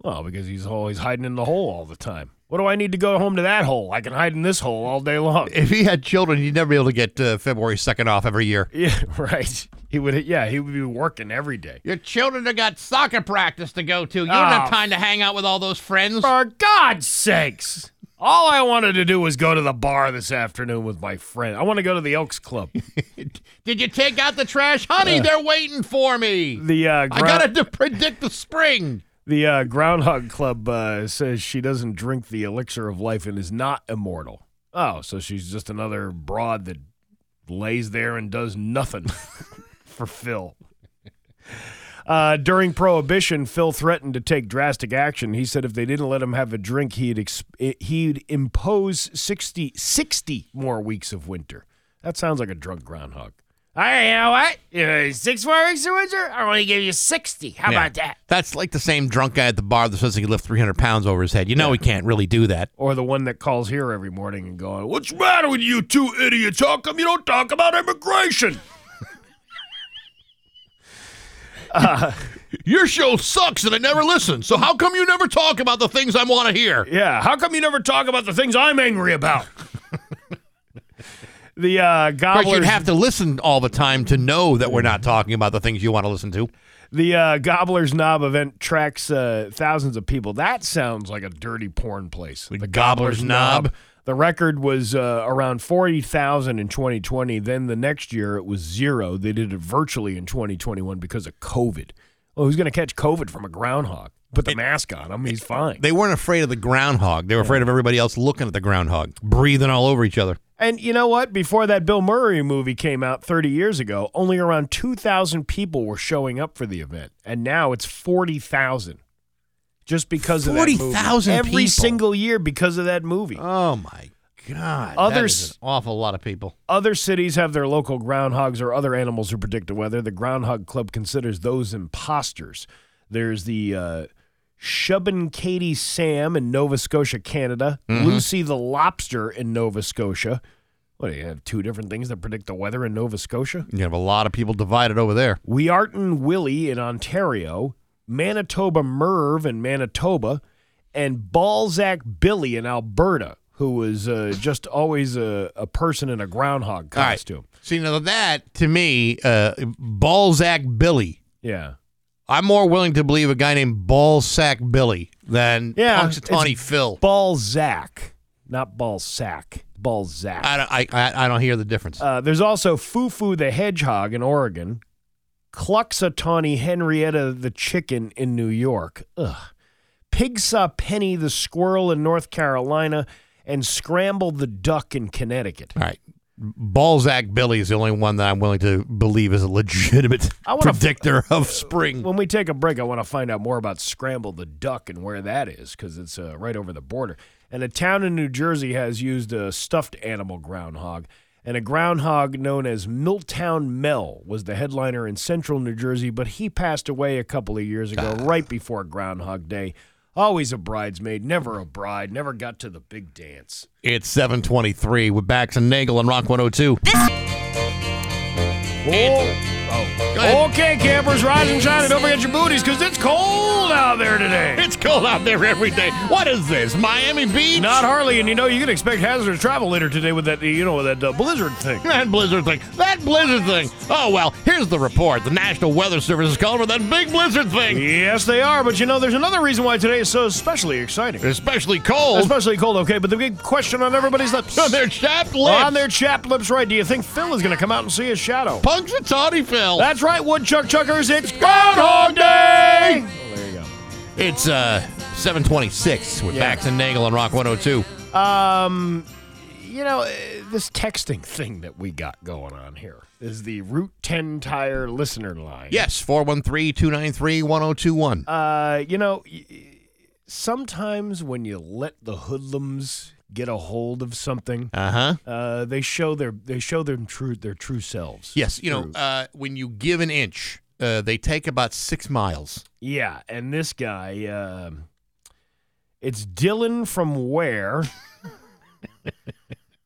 S3: Well, because he's always hiding in the hole all the time. What do I need to go home to that hole? I can hide in this hole all day long.
S1: If he had children, he'd never be able to get uh, February 2nd off every year.
S3: [laughs] yeah, right. He would. Yeah, he would be working every day.
S1: Your children have got soccer practice to go to. You don't
S3: Oh.
S1: have time to hang out with all those friends.
S3: For God's sakes. All I wanted to do was go to the bar this afternoon with my friend. I want to go to the Elks Club.
S1: Did you take out the trash? Honey, they're waiting for me.
S3: The uh,
S1: I
S3: grou-
S1: got to predict the spring.
S3: the uh, Groundhog Club uh, says she doesn't drink the elixir of life and is not immortal. Oh, so she's just another broad that lays there and does nothing [laughs] for Phil. Uh, during Prohibition, Phil threatened to take drastic action. He said if they didn't let him have a drink, he'd ex- he'd impose 60, 60 more weeks of winter. That sounds like a drunk groundhog. I you know what? Uh, six more weeks of winter. I want to give you sixty. How
S1: Yeah.
S3: about that?
S1: That's like the same drunk guy at the bar that says he could lift 300 pounds over his head. You know he can't really do that.
S3: or the one that calls here every morning and going, "What's the matter with you two idiots? How come you don't talk about [laughs] immigration?" Uh,
S1: Your show sucks and I never listen. So how come you never talk about the things I want to hear?
S3: Yeah, how come you never talk about the things I'm angry
S1: [laughs]
S3: about? the uh,
S1: But you'd
S3: gobblers,
S1: have to listen all the time to know that we're not talking about the things you want to listen to.
S3: the uh, gobblers knob event tracks uh, thousands of people. That sounds like a dirty porn place.
S1: The Gobbler's Knob.
S3: The record was uh, around 40,000 in 2020. Then the next year it was zero. They did it virtually in 2021 because of COVID. Well, who's going to catch COVID from a groundhog? Put the mask on him. He's fine.
S1: They weren't afraid of the groundhog. They were afraid of everybody else looking at the groundhog, breathing all over each other.
S3: and you know what? Before that Bill Murray movie came out 30 years ago, only around 2,000 people were showing up for the event. And now it's 40,000 just because of that movie.
S1: 40,000
S3: Every
S1: people.
S3: single year because of that movie.
S1: Oh my god. that
S3: Others-
S1: is an awful lot of people.
S3: Other cities have their local groundhogs or other animals who predict the weather. The Groundhog Club considers those imposters. There's the uh, Shubbin Katie Sam in Nova Scotia, Canada. Lucy the Lobster in Nova Scotia. What do you have? Two different things that predict the weather in Nova Scotia?
S1: You have a lot of people divided over there.
S3: Wearton Willie in Ontario. Manitoba Merv in Manitoba. And Balzac Billy in Alberta, who was uh, just always a, a person in a groundhog
S1: All right.
S3: costume.
S1: See now that to me, uh, Balzac Billy.
S3: Yeah.
S1: I'm more willing to believe a guy named Balzac Billy than
S3: Yeah,
S1: Punxsutawney
S3: it's
S1: Phil.
S3: Balzac, not Balzac. Balzac.
S1: I don't, I, I, I don't hear the difference.
S3: Uh, there's also Fufu the Hedgehog in Oregon, Cluxatawny Henrietta the Chicken in New York, Ugh. Pig Saw Penny the Squirrel in North Carolina, and Scramble the Duck in Connecticut.
S1: All right. Balzac Billy is the only one that I'm willing to believe is a legitimate
S3: I wanna-
S1: predictor of spring.
S3: When we take a break, I want to find out more about Scramble the Duck and where that is because it's uh, right over the border. And a town in New Jersey has used a stuffed animal groundhog. and a groundhog known as Milltown Mel was the headliner in central New Jersey, but he passed away a couple of years ago,
S1: Ah.
S3: right before Groundhog Day. Always a bridesmaid, never a bride, never got to the big dance.
S1: It's 723. We're back to Nagel and Rock 102. ahead.
S3: Oh. Okay, campers, rise and shine, and don't forget your booties, because it's cold out there today.
S1: It's cold out there every day. What is this, Miami Beach?
S3: Not Harley, and you know you can expect hazardous travel later today with that, you know, that uh, blizzard thing.
S1: That blizzard thing. That blizzard thing. Oh, well, here's the report. The National Weather Service is calling for that big blizzard thing.
S3: Yes, they are, but you know, there's another reason why today is so especially exciting.
S1: Especially cold.
S3: Especially cold, okay, but the big question on everybody's lips.
S1: [laughs] on their chapped lips.
S3: On their chapped lips, right. Do you think Phil is going to come out and see his shadow?
S1: punks and toddy fell.
S3: That's right, Woodchuck Chuckers. It's Groundhog Day! Oh, there you go.
S1: It's uh 726 with
S3: Yeah.
S1: Bax and Nagel on Rock 102.
S3: Um, you know, uh, this texting thing that we got going on here is the Route 10 tire listener line.
S1: Yes, 413-293-1021.
S3: Uh, you know, y- y- sometimes when you let the hoodlums get a hold of something,
S1: Uh-huh.
S3: uh, they show their they show them true their true selves.
S1: Yes, you know, uh, when you give an inch, uh, they take about six miles.
S3: Yeah, and this guy, um, it's Dylan from where,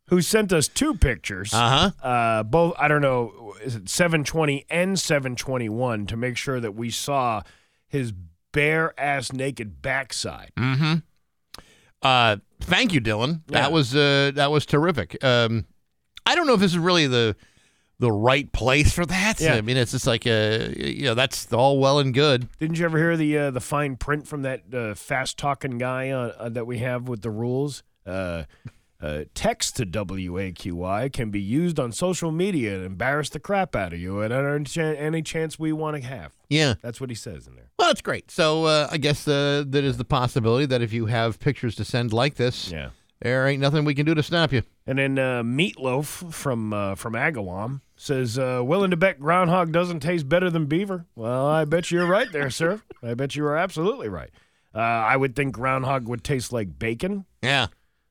S3: who sent us two pictures.
S1: Uh-huh.
S3: uh, both I don't know, is it 720 and 721 to make sure that we saw his bare ass naked backside.
S1: Uh, thank you, Dylan.
S3: Mm-hmm. Yeah.
S1: That was uh, that was terrific. Um, I don't know if this is really the the right place for that.
S3: Yeah.
S1: I mean, it's just like uh, you know, that's all well and good.
S3: Didn't you ever hear the uh, the fine print from that uh, fast talking guy uh, uh, that we have with the rules? Uh, uh, text to WAQI can be used on social media and embarrass the crap out of you at any, chan- any chance we want to have.
S1: Yeah.
S3: That's what he says in there.
S1: Well, that's great. So uh, I guess uh, that is the possibility that if you have pictures to send like this,
S3: Yeah.
S1: there ain't nothing we can do to stop you.
S3: And then uh, Meatloaf from uh, from Agawam says, uh, "Willing to bet groundhog doesn't taste better than beaver." Well, I bet you're right there, sir. I bet you are absolutely right. Uh, I would think groundhog would taste like bacon.
S1: Yeah.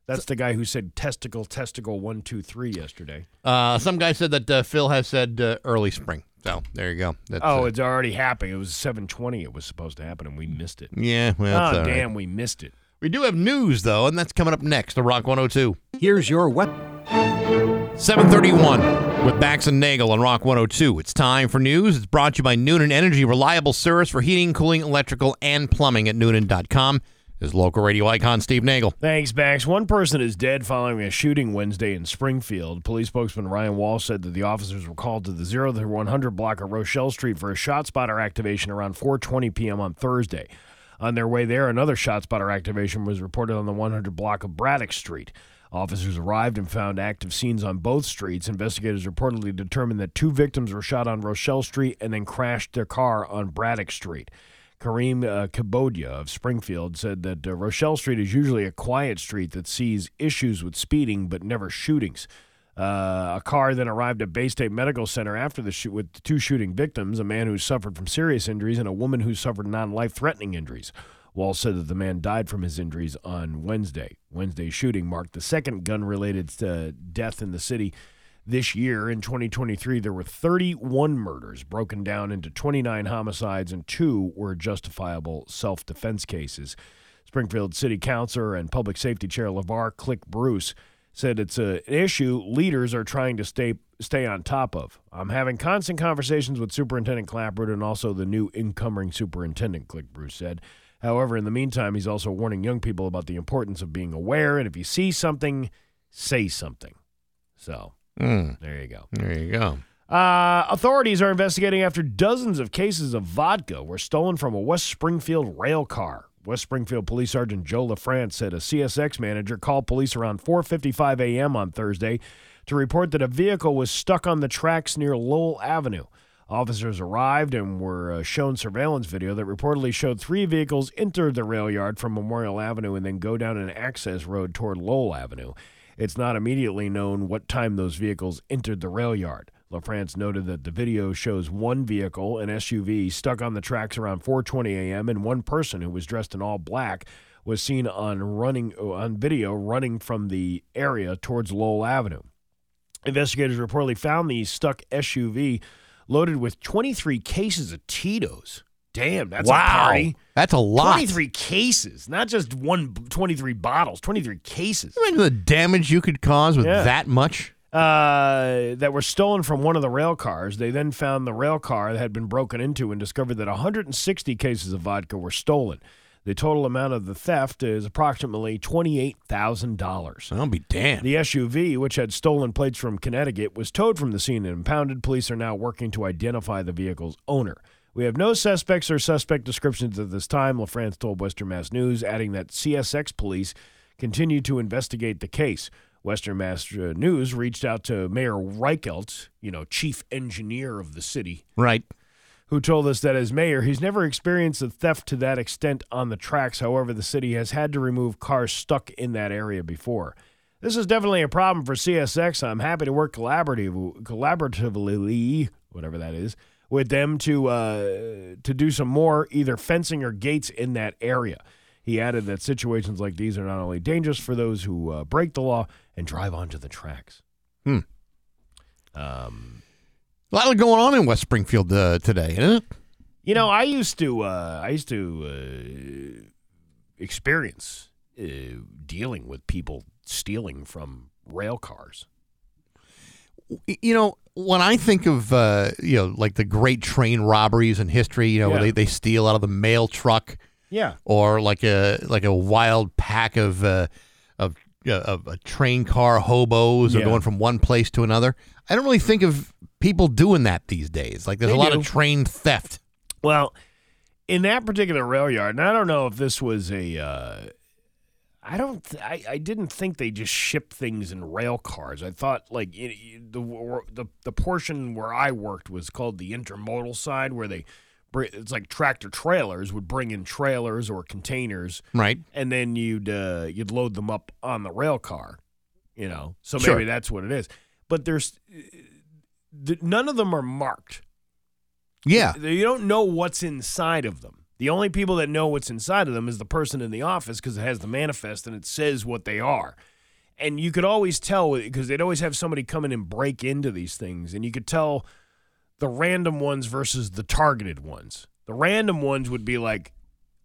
S3: That's the guy who said testicle, testicle, one, two, three yesterday.
S1: Uh, some guy said that uh, Phil has said uh, early spring. So there you go. That's,
S3: oh,
S1: uh,
S3: it's already happening. It was 7:20. It was supposed to happen, and we missed it.
S1: yeah. Well, it's
S3: oh,
S1: all right.
S3: damn, we missed it.
S1: We do have news though, and that's coming up next. The Rock 102.
S7: Here's your what?
S1: 731 with Bax and Nagel on Rock 102. It's time for news. It's brought to you by Noonan Energy, reliable service for heating, cooling, electrical, and plumbing at Noonan.com. Is local radio icon Steve Nagel.
S3: Thanks, Bax. One person is dead following a shooting Wednesday in Springfield. Police spokesman Ryan Wall said that the officers were called to the 0 to 100 block of Rochelle Street for a shot spotter activation around 4:20 p.m. on Thursday. On their way there, another shot spotter activation was reported on the 100 block of Braddock Street. Officers arrived and found active scenes on both streets. Investigators reportedly determined that two victims were shot on Rochelle Street and then crashed their car on Braddock Street. Kareem uh, Kabodia of Springfield said that uh, Rochelle Street is usually a quiet street that sees issues with speeding but never shootings. Uh, a car then arrived at Bay State Medical Center after the shoot with two shooting victims, a man who suffered from serious injuries and a woman who suffered non-life-threatening injuries. Wall said that the man died from his injuries on Wednesday. Wednesday's shooting marked the second gun-related uh, death in the city this year in 2023, there were 31 murders broken down into 29 homicides, and two were justifiable self defense cases. Springfield City Councilor and Public Safety Chair LeVar Click Bruce said it's a, an issue leaders are trying to stay stay on top of. I'm having constant conversations with Superintendent Clapper and also the new incoming superintendent, Click Bruce said. However, in the meantime, he's also warning young people about the importance of being aware, and if you see something, say something. So.
S1: Hmm.
S3: There you go.
S1: there you go.
S3: Uh, authorities are investigating after dozens of cases of vodka were stolen from a West Springfield rail car. West Springfield Police Sergeant Joe LaFrance said a CSX manager called police around 4:55 a.m. on Thursday to report that a vehicle was stuck on the tracks near Lowell Avenue. Officers arrived and were uh, shown surveillance video that reportedly showed three vehicles enter the rail yard from Memorial Avenue and then go down an access road toward Lowell Avenue. It's not immediately known what time those vehicles entered the rail yard. LaFrance noted that the video shows one vehicle, an SUV, stuck on the tracks around 4:20 a.m. and one person who was dressed in all black was seen on running on video running from the area towards Lowell Avenue. Investigators reportedly found the stuck SUV loaded with 23 cases of Tito's. Damn, that's a party.
S1: That's a lot.
S3: 23 cases, not just one 23 bottles, 23 cases
S1: Imagine the damage you could cause with
S3: Yeah.
S1: that much.
S3: uh, that were stolen from one of the rail cars. They then found the rail car that had been broken into and discovered that 160 cases of vodka were stolen. The total amount of the theft is approximately $28,000.
S1: I'll be damned.
S3: The SUV, which had stolen plates from Connecticut, was towed from the scene and impounded. Police are now working to identify the vehicle's owner. We have no suspects or suspect descriptions at this time, LaFrance told Western Mass News, adding that CSX police continue to investigate the case. Western Mass uh, News reached out to Mayor Reichelt, you know, chief engineer of the city,
S1: Right.
S3: who told us that as mayor, he's never experienced a theft to that extent on the tracks. However, the city has had to remove cars stuck in that area before. This is definitely a problem for CSX. I'm happy to work collaborative, collaboratively, whatever that is, with them to uh, to do some more either fencing or gates in that area. He added that situations like these are not only dangerous for those who uh, break the law and drive onto the tracks.
S1: Hmm.
S3: Um,
S1: A lot going on in West Springfield uh, today, isn't it?
S3: You know, I used to, uh, I used to uh, experience uh, dealing with people stealing from rail cars.
S1: y- you know when I think of uh, you know like the great train robberies in history, you know where
S3: Yeah.
S1: they, they steal out of the mail truck
S3: Yeah,
S1: or like a like a wild pack of uh, of uh, of uh, train car hobos or
S3: Yeah.
S1: going from one place to another. I don't really think of people doing that these days. Like there's
S3: They
S1: a lot
S3: do.
S1: of train theft.
S3: Well, in that particular rail yard, and I don't know if this was a. Uh, I don't. Th- I, I didn't think they just shipped things in rail cars. I thought like it, it- the, wor- the the portion where I worked was called the intermodal side, where they br- it's like tractor trailers would bring in trailers or containers,
S1: Right.
S3: and then you'd uh, you'd load them up on the rail car, you know. So maybe
S1: Sure.
S3: that's what it is. But there's th- none of them are marked.
S1: Yeah.
S3: Th- You don't know what's inside of them. The only people that know what's inside of them is the person in the office because it has the manifest and it says what they are. And you could always tell because they'd always have somebody come in and break into these things, and you could tell the random ones versus the targeted ones. The random ones would be like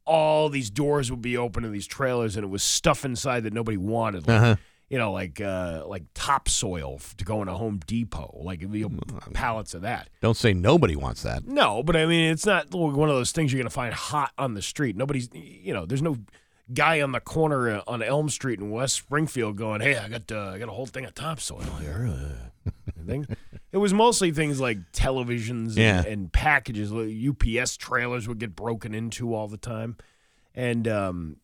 S3: all these doors would be open in these trailers, and it was stuff inside that nobody wanted. Like,
S1: Uh-huh.
S3: You know, like uh, like topsoil f- to go in a Home Depot, like it'd be pallets of that.
S1: Don't say nobody wants that.
S3: No, but I mean, it's not one of those things you're going to find hot on the street. Nobody's, you know, there's no guy on the corner uh, on Elm Street in West Springfield going, "Hey, I got uh, I got a whole thing of topsoil here." uh," thing. It was mostly things like televisions and,
S1: Yeah.
S3: and packages. Like UPS trailers would get broken into all the time, and um,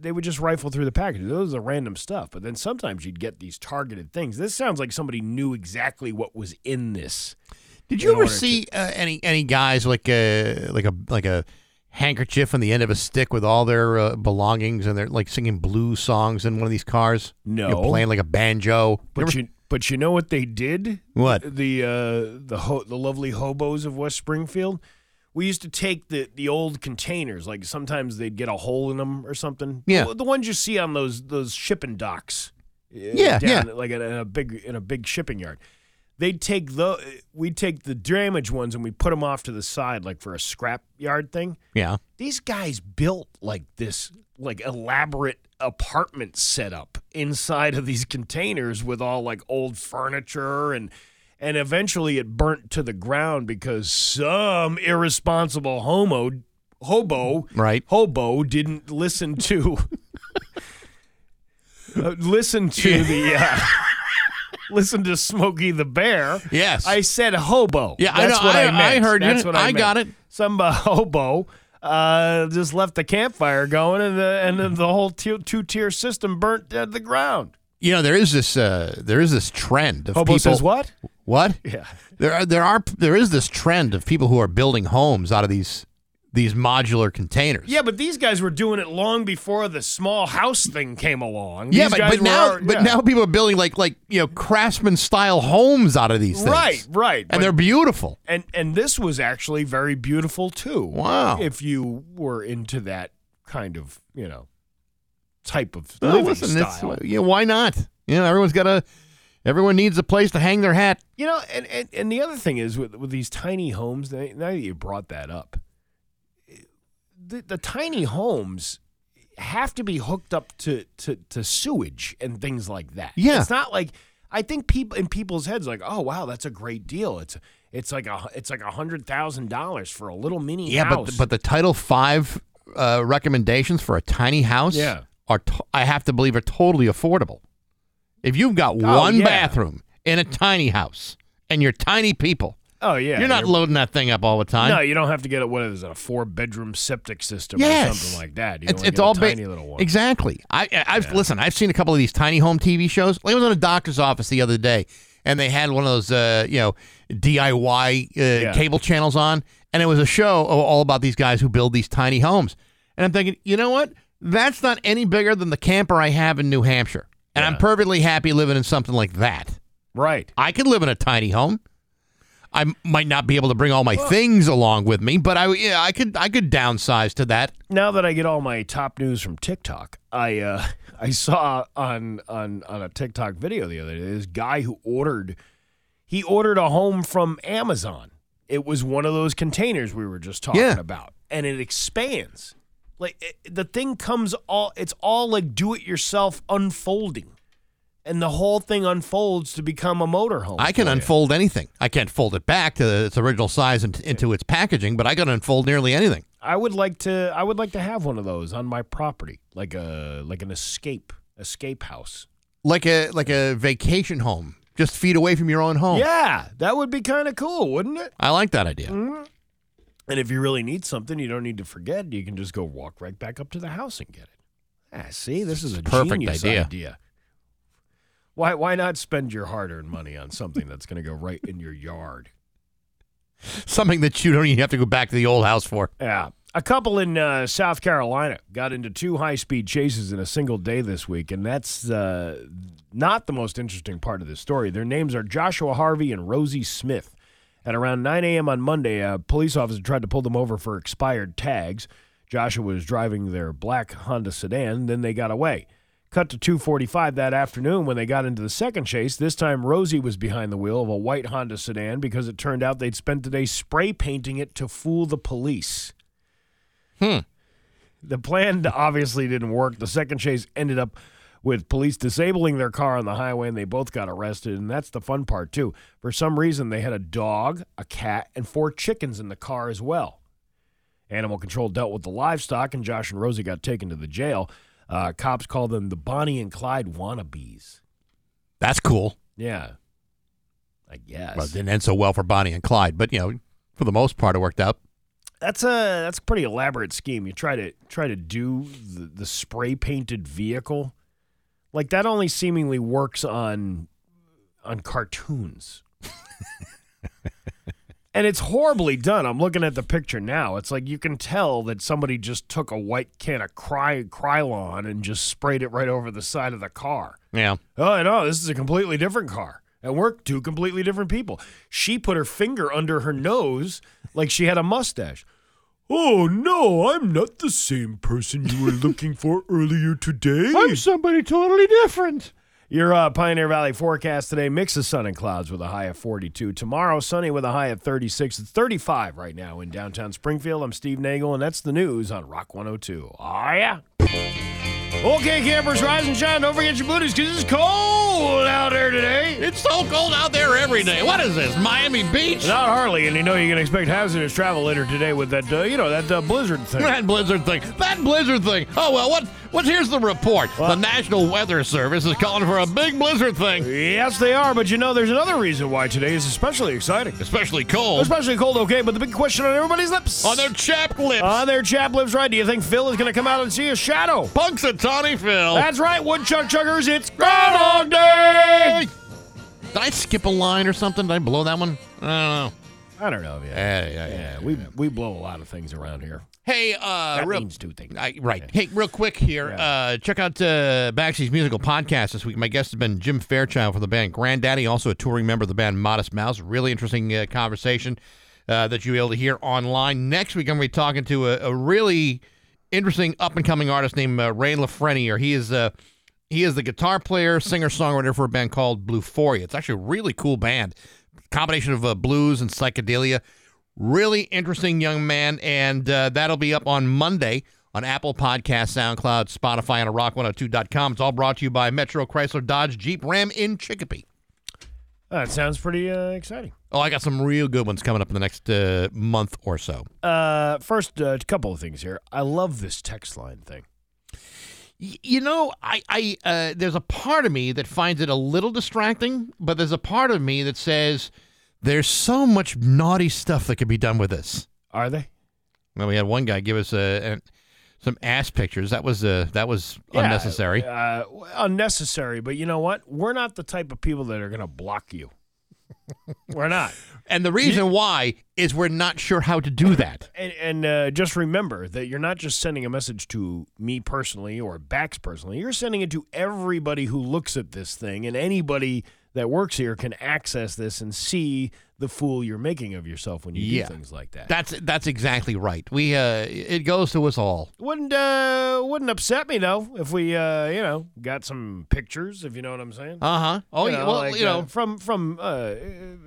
S3: they would just rifle through the packages. Those are random stuff. But then sometimes you'd get these targeted things. This sounds like somebody knew exactly what was in this.
S1: Did you
S3: in
S1: ever
S3: order to-
S1: see uh, any any guys like a like a like a handkerchief on the end of a stick with all their uh, belongings and they're like singing blues songs in one of these cars? You know,
S3: No.
S1: playing like a banjo.
S3: But you, but you know what they did?
S1: What?
S3: The uh, the ho- the lovely hobos of West Springfield. We used to take the the old containers. Like sometimes they'd get a hole in them or something.
S1: Yeah.
S3: the, the ones you see on those those shipping docks. uh,
S1: Yeah,
S3: down, Like in a, in a big in a big shipping yard. They'd take the we'd take the damaged ones and we put them off to the side, like for a scrap yard thing
S1: yeah.
S3: these guys built like this like elaborate apartment setup inside of these containers with all like old furniture and and eventually it burnt to the ground because some irresponsible homo hobo
S1: Right.
S3: hobo didn't listen to [laughs] uh, listen to the uh, [laughs] listen to Smokey the Bear.
S1: Yes.
S3: I said hobo.
S1: Yeah, I
S3: that's
S1: know.
S3: what I,
S1: I- I
S3: meant.
S1: heard you.
S3: That's what I,
S1: I got
S3: meant.
S1: it.
S3: Some uh, hobo uh, just left the campfire going, and the and then the whole two tier system burnt to the ground.
S1: You know, there is this uh, there is this trend of
S3: Hobo
S1: people.
S3: says what?
S1: What?
S3: Yeah.
S1: There are there are there is this trend of people who are building homes out of these these modular containers.
S3: Yeah, but these guys were doing it long before the small house thing came along.
S1: Yeah,
S3: These
S1: but,
S3: guys
S1: but
S3: were
S1: now
S3: alre-
S1: but
S3: yeah.
S1: now people are building like like you know craftsman style homes out of these things.
S3: Right, right.
S1: And
S3: but-
S1: they're beautiful.
S3: and and this was actually very beautiful too.
S1: Wow.
S3: If you were into that kind of you know type of
S1: Well,
S3: living
S1: listen, it's-
S3: style.
S1: yeah, why not? You know, everyone's got a Everyone needs a place to hang their hat.
S3: You know, and, and, and the other thing is with, with these tiny homes, now now that you brought that up, the, the tiny homes have to be hooked up to, to, to sewage and things like that.
S1: Yeah.
S3: It's not like, I think people in people's heads like, oh, wow, that's a great deal. It's, it's like a, it's like a hundred thousand dollars for a little mini
S1: Yeah,
S3: house.
S1: but but the Title Five uh, recommendations for a tiny house
S3: Yeah.
S1: are to- I have to believe are totally affordable. If you've got one
S3: Oh, yeah.
S1: bathroom in a tiny house and you're tiny people,
S3: oh yeah.
S1: you're not loading that thing up all the time.
S3: No, you don't have to get a what is it, a four bedroom septic system or
S1: Yes.
S3: something like that. You
S1: it's
S3: only
S1: it's
S3: get a
S1: all ba-
S3: tiny little one.
S1: Exactly. I, I I've listen. I've seen a couple of these tiny home TV shows. Like I was in a doctor's office the other day, and they had one of those uh, you know DIY uh,
S3: Yeah.
S1: cable channels on, and it was a show a- all about these guys who build these tiny homes. And I'm thinking, you know what? That's not any bigger than the camper I have in New Hampshire, and I'm perfectly happy living in something like that.
S3: Right.
S1: I could live in a tiny home. I m- might not be able to bring all my things along with me, but I yeah, I could I could downsize to that.
S3: now that I get all my top news from TikTok, I uh, [laughs] I saw on on on a TikTok video the other day this guy who ordered he ordered a home from Amazon. It was one of those containers we were just talking
S1: Yeah.
S3: about, and it expands. Like it, the thing comes all it's all like do it yourself unfolding, and the whole thing unfolds to become a motorhome.
S1: I can
S3: for you.
S1: unfold anything. I can't fold it back to its original size and into its packaging, but I can unfold nearly anything.
S3: I would like to. I would like to have one of those on my property, like a like an escape escape house.
S1: Like a like a vacation home, just feet away from your own home.
S3: Yeah, that would be kind of cool, wouldn't it? Mm-hmm.
S1: I like that idea.
S3: And if you really need something, you don't need to forget. You can just go walk right back up to the house and get it. Ah, see, this is a
S1: Perfect
S3: genius
S1: idea.
S3: Why why not spend your hard-earned money on something that's going to go right in your yard?
S1: Something that you don't even have to go back to the old house for.
S3: Yeah. A couple in uh, South Carolina got into two high speed chases in a single day this week, and that's uh, not the most interesting part of this story. Their names are Joshua Harvey and Rosie Smith. At around 9 a.m. on Monday, a police officer tried to pull them over for expired tags. Joshua was driving their black Honda sedan, then they got away. Cut to 2:45 that afternoon when they got into the second chase. This time Rosie was behind the wheel of a white Honda sedan because it turned out they'd spent the day spray painting it to fool the police.
S1: Hmm.
S3: The plan obviously didn't work. The second chase ended up with police disabling their car on the highway, and they both got arrested. And that's the fun part, too. For some reason, they had a dog, a cat, and four chickens in the car as well. Animal control dealt with the livestock, and Josh and Rosie got taken to the jail. Uh, cops called them the Bonnie and Clyde wannabes.
S1: That's cool.
S3: Yeah. I guess.
S1: Well, it didn't end so well for Bonnie and Clyde, but you know, for the most part, it worked out.
S3: that's a that's a pretty elaborate scheme. You try to try to do the, the spray painted vehicle, like that only seemingly works on on cartoons, [laughs] and it's horribly done. I'm looking at the picture now. It's like you can tell that somebody just took a white can of cry, Krylon and just sprayed it right over the side of the car.
S1: Yeah.
S3: Oh no, this is a completely different car. And we're two completely different people. She put her finger under her nose like she had a mustache. Oh no, I'm not the same person you were looking for [laughs] earlier today.
S1: somebody totally different.
S3: Your uh, Pioneer Valley forecast today mix of sun and clouds with a high of 42. Tomorrow, sunny with a high of 36. It's 35 right now in downtown Springfield. I'm Steve Nagel, and that's the news on Rock 102. Oh, yeah. Okay, campers, rise and shine. Don't forget your booties because it's cold out there today.
S1: It's so cold out there every day. What is this, Miami Beach?
S3: Not Harley, and you know you can expect hazardous travel later today with that, uh, you know, that uh, blizzard thing.
S1: That blizzard thing. That blizzard thing. Oh well, what? What? Here's the report. The National Weather Service is calling for a big blizzard thing,
S3: Yes, they are, but you know, there's another reason why today is especially exciting.
S1: especially cold
S3: Especially cold, okay, but the big question on everybody's lips.
S1: on their chap lips.
S3: On their chap lives right. Do you think Phil is going to come out and see a shadow?
S1: Punks a Tawny Phil.
S3: That's right, woodchuck chuggers. It's Groundhog Day.
S1: Did I skip a line or something? Did I blow that one? I
S3: I don't know. Yeah,
S1: don't know. Yeah, yeah, yeah.
S3: yeah, we we blow a lot of things around here.
S1: Hey, uh,
S3: That
S1: real,
S3: means two things.
S1: I, right. Hey, real quick here. Uh, check out uh, Baxi's musical podcast this week. My guest has been Jim Fairchild from the band Granddaddy, also a touring member of the band Modest Mouse. Really interesting uh, conversation uh, that you'll be able to hear online. Next week, I'm going to be talking to a, a really interesting up and coming artist named uh, Ray Lafreniere. He is uh, He is the guitar player, singer, songwriter for a band called Blueforia. It's actually a really cool band, combination of uh, blues and psychedelia. Really interesting young man, and uh, that'll be up on Monday on Apple Podcasts, SoundCloud, Spotify, and rock102.com. It's all brought to you by Metro Chrysler Dodge Jeep Ram in Chicopee.
S3: That sounds pretty uh, exciting.
S1: Oh, I got some real good ones coming up in the next uh, month or so.
S3: Uh, first, uh, a couple of things here. I love this text line thing.
S1: Y- You know, I, I uh, there's a part of me that finds it a little distracting, but there's a part of me that says there's so much naughty stuff that could be done with this.
S3: Are they?
S1: Well, we had one guy give us uh, an, some ass pictures. That was uh, that was unnecessary.
S3: Uh, w- unnecessary, but you know what? We're not the type of people that are going to block you. [laughs] We're not.
S1: And the reason why is we're not sure how to do that.
S3: And, and uh, just remember that you're not just sending a message to me personally or Bax personally. You're sending it to everybody who looks at this thing, and anybody that works here can access this and see the fool you're making of yourself when you
S1: Yeah.
S3: do things like that.
S1: That's that's exactly right. We uh, it goes to us all.
S3: wouldn't uh, wouldn't upset me though if we uh, you know got some pictures, if you know what I'm saying.
S1: Uh huh. Oh
S3: You
S1: yeah.
S3: know,
S1: Well,
S3: like,
S1: you
S3: uh,
S1: know,
S3: from from uh,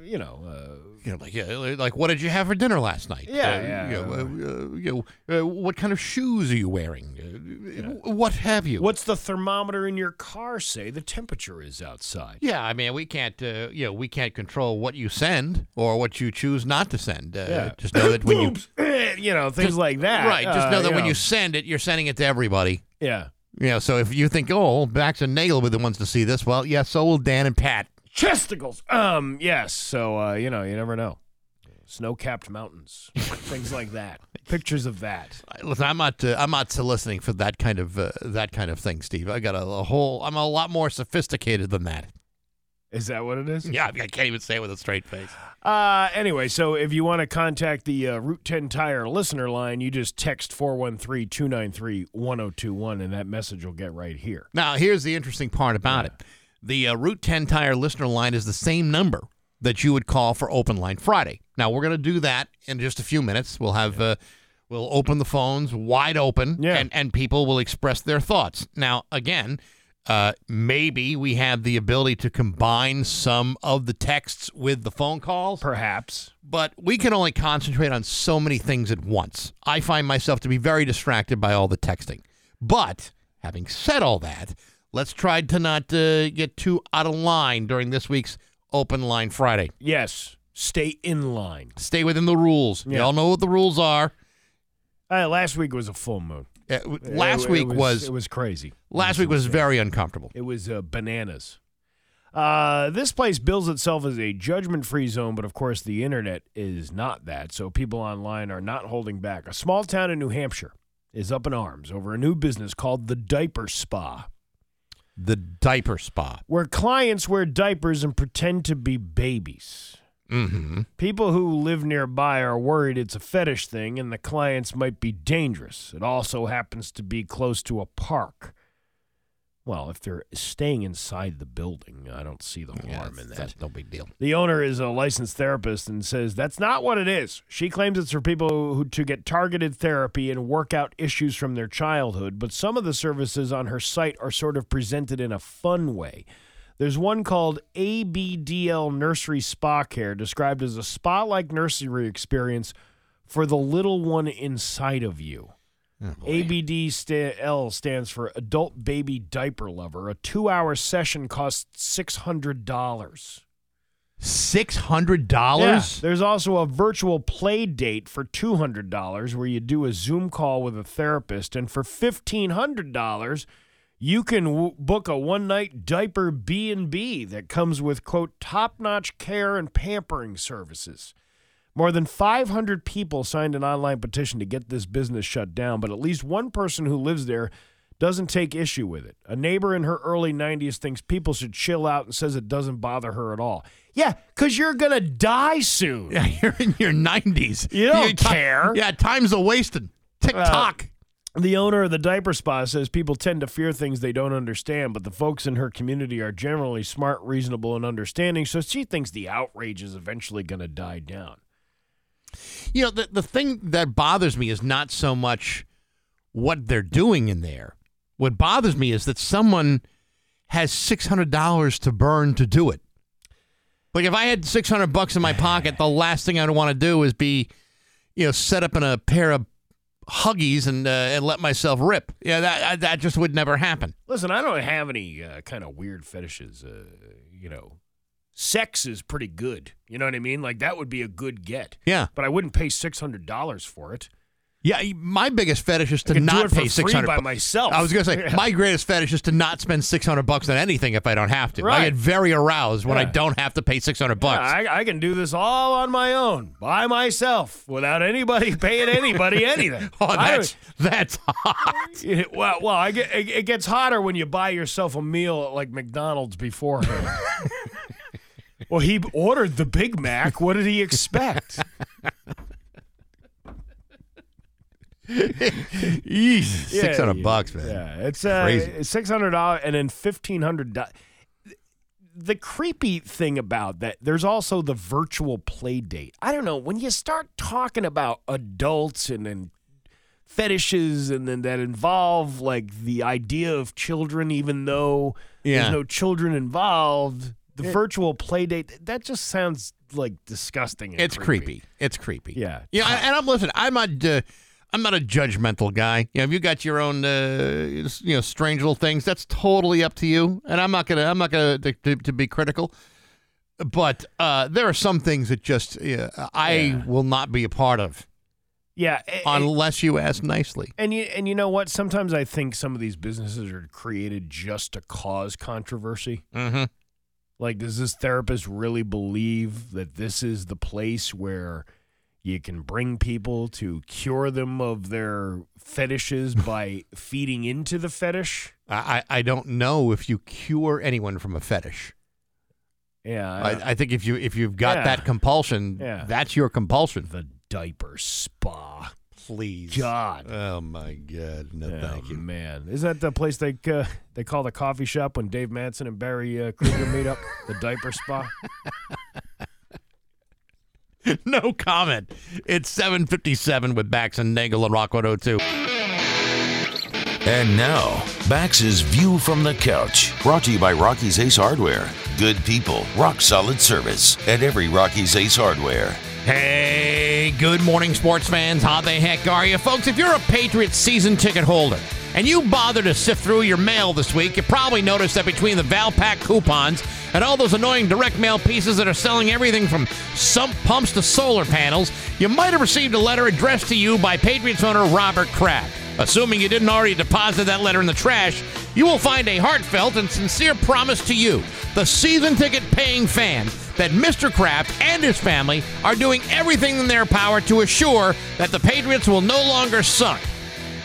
S3: you know. Uh,
S1: you know, like, yeah, like what did you have for dinner last night?
S3: Yeah,
S1: Uh,
S3: yeah.
S1: You know, uh, uh, you know, uh, what kind of shoes are you wearing? Uh, w- What have you?
S3: What's the thermometer in your car say the temperature is outside?
S1: Uh,
S3: [clears throat]
S1: Yeah, I mean, we can't, uh, you know, we can't control what you send or what you choose not to send. Uh,
S3: Yeah.
S1: Just know that when you,
S3: Boobs, eh, you know, things like that.
S1: right, just
S3: uh,
S1: know that when
S3: know.
S1: you send it, you're sending it to everybody.
S3: Yeah.
S1: You know, so if you think, oh, Bax and Nagel will be the ones to see this, well, yeah, so will Dan and Pat.
S3: Chesticles. Um, yes. So, uh, you know, you never know. Snow capped mountains, things like that.
S1: [laughs]
S3: Pictures of that.
S1: I- Listen, I'm not, uh, I'm not soliciting for that kind of, uh, that kind of thing, Steve. I got a, a whole, I'm a lot more sophisticated than that.
S3: Is that what it is?
S1: Yeah, I can't even say it with a straight face.
S3: Uh, anyway, so if you want to contact the uh, Route 10 Tire listener line, you just text 413 293 1021, and that message will get right here.
S1: Now, here's the interesting part about it. The uh, Route 10 Tire listener line is the same number that you would call for Open Line Friday. Now, we're going to do that in just a few minutes. We'll have uh, we'll open the phones wide open
S3: Yeah.
S1: and and people will express their thoughts. Now, again, uh, maybe we have the ability to combine some of the texts with the phone calls
S3: Perhaps.
S1: but we can only concentrate on so many things at once. I find myself to be very distracted by all the texting. But having said all that, let's try to not uh, get too out of line during this week's Open Line Friday.
S3: Yes. Stay in line.
S1: Stay within the rules.
S3: Yeah.
S1: Y'all know what the rules are.
S3: Uh, last week was a full moon.
S1: Uh, w- last
S3: It- it
S1: week was,
S3: it was crazy.
S1: last week was very uncomfortable.
S3: It was uh, bananas. Uh, this place bills itself as a judgment free zone, but of course the internet is not that. So people online are not holding back. A small town in New Hampshire is up in arms over a new business called the Diaper Spa,
S1: The diaper spa.
S3: where clients wear diapers and pretend to be babies.
S1: Mm-hmm.
S3: People who live nearby are worried it's a fetish thing and the clients might be dangerous. It also happens to be close to a park. Well, if they're staying inside the building, I don't see the harm in that.
S1: no big deal.
S3: The owner is a licensed therapist and says that's not what it is. She claims it's for people who to get targeted therapy and work out issues from their childhood, but some of the services on her site are sort of presented in a fun way. There's one called ABDL Nursery Spa Care, described as a spa like nursery experience for the little one inside of you. ABD sta- L stands for Adult Baby Diaper Lover. A two hour session costs $600.
S1: Six hundred
S3: Yeah.
S1: dollars.
S3: There's also a virtual play date for $200 where you do a Zoom call with a therapist. And for $1,500, you can w- book a one-night diaper B&B that comes with, quote, top-notch care and pampering services. More than 500 people signed an online petition to get this business shut down, but at least one person who lives there doesn't take issue with it. A neighbor in her early 90s thinks people should chill out and says it doesn't bother her at all. Yeah, because you're going to die soon.
S1: Yeah, [laughs] you're in your nineties.
S3: You don't care.
S1: Yeah, time's a wasting. TikTok.
S3: The owner of the diaper spa says people tend to fear things they don't understand, but the folks in her community are generally smart, reasonable, and understanding, so she thinks the outrage is eventually going to die down.
S1: You know, the, the thing that bothers me is not so much what they're doing in there. What bothers me is that someone has six hundred dollars to burn to do it. Like if I had six hundred bucks in my pocket, the last thing I'd want to do is be, you know, set up in a pair of huggies and uh, and let myself rip. Yeah, that I- that just would never happen.
S3: Listen, I don't have any uh, kind of weird fetishes. Uh, you know, sex is pretty good. You know what I mean? Like that would be a good get.
S1: Yeah.
S3: But I wouldn't pay six hundred dollars for it.
S1: Yeah, my biggest fetish is to
S3: could do
S1: not
S3: it for
S1: pay
S3: free
S1: six hundred
S3: by myself.
S1: I was gonna say
S3: [laughs] Yeah.
S1: my greatest fetish is to not spend six hundred bucks on anything if I don't have to. I
S3: Right.
S1: get very aroused when I
S3: Yeah.
S1: don't have to pay six hundred
S3: Yeah,
S1: bucks.
S3: I, I can do this all on my own, by myself, without anybody [laughs] paying
S1: [laughs]
S3: anybody anything.
S1: oh,
S3: I
S1: that's that's hot.
S3: [laughs] don't- it- well, well, I get, it, it gets hotter when you buy yourself a meal at like
S1: [laughs]
S3: McDonald's beforehand. well, he ordered the Big Mac. What did he expect?
S1: [laughs]
S3: Yeah,
S1: six hundred
S3: yeah,
S1: bucks, man.
S3: Yeah, it's uh,
S1: Crazy.
S3: it's six hundred dollars and then fifteen hundred. The creepy thing about that, there's also the virtual play date. I don't know when you start talking about adults and then fetishes and then that involve like the idea of children, even though
S1: Yeah.
S3: there's no children involved. The virtual play date that just sounds like disgusting. and
S1: It's creepy. It's creepy.
S3: Yeah.
S1: Yeah. I- And I'm listen. I'm not. Uh, I'm not a judgmental guy. You know, if you got your own, uh, s- you know, strange little things, that's totally up to you. And I'm not gonna. I'm not gonna to, to, to be critical. But uh, there are some things that just uh, I will not be a part of
S3: Yeah, it- it-
S1: unless you ask nicely.
S3: And you and you know what? Sometimes I think some of these businesses are created just to cause controversy.
S1: Mm-hmm.
S3: Like, does this therapist really believe that this is the place where you can bring people to cure them of their
S1: [laughs]
S3: fetishes by feeding into the fetish?
S1: I, I I don't know if you cure anyone from a fetish.
S3: Yeah, I-
S1: I, I think if you if you've got
S3: Yeah.
S1: that compulsion,
S3: Yeah.
S1: that's your compulsion.
S3: the diaper spa.
S1: Please,
S3: God.
S1: Oh my God! No,
S3: Oh,
S1: thank you.
S3: man. Is that the place they uh, they call the coffee shop when Dave Manson and Barry uh, Kruger meet up? The diaper spa.
S1: [laughs] no comment. It's 757 with Bax and Nagel and Rock 102.
S5: And now, Bax's View from the Couch, brought to you by Rocky's Ace Hardware. Good people, rock solid service at every Rocky's Ace Hardware.
S1: Hey, good morning, sports fans. How the heck are you? Folks, if you're a Patriots season ticket holder and you bother to sift through your mail this week, you probably noticed that between the Valpak coupons and all those annoying direct mail pieces that are selling everything from sump pumps to solar panels, you might have received a letter addressed to you by Patriots owner Robert Kraft. Assuming you didn't already deposit that letter in the trash, you will find a heartfelt and sincere promise to you, the season ticket paying fan, that Mr. Kraft and his family are doing everything in their power to assure that the Patriots will no longer suck.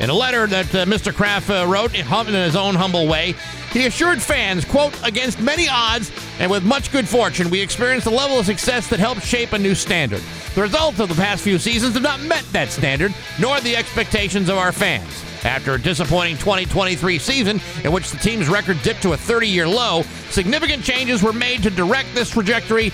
S1: In a letter that uh, Mr. Kraft uh, wrote in hum- in his own humble way, he assured fans, quote, against many odds and with much good fortune, we experienced a level of success that helped shape a new standard. The results of the past few seasons have not met that standard, nor the expectations of our fans. After a disappointing 2023 season, in which the team's record dipped to a 30 year low, significant changes were made to direct this trajectory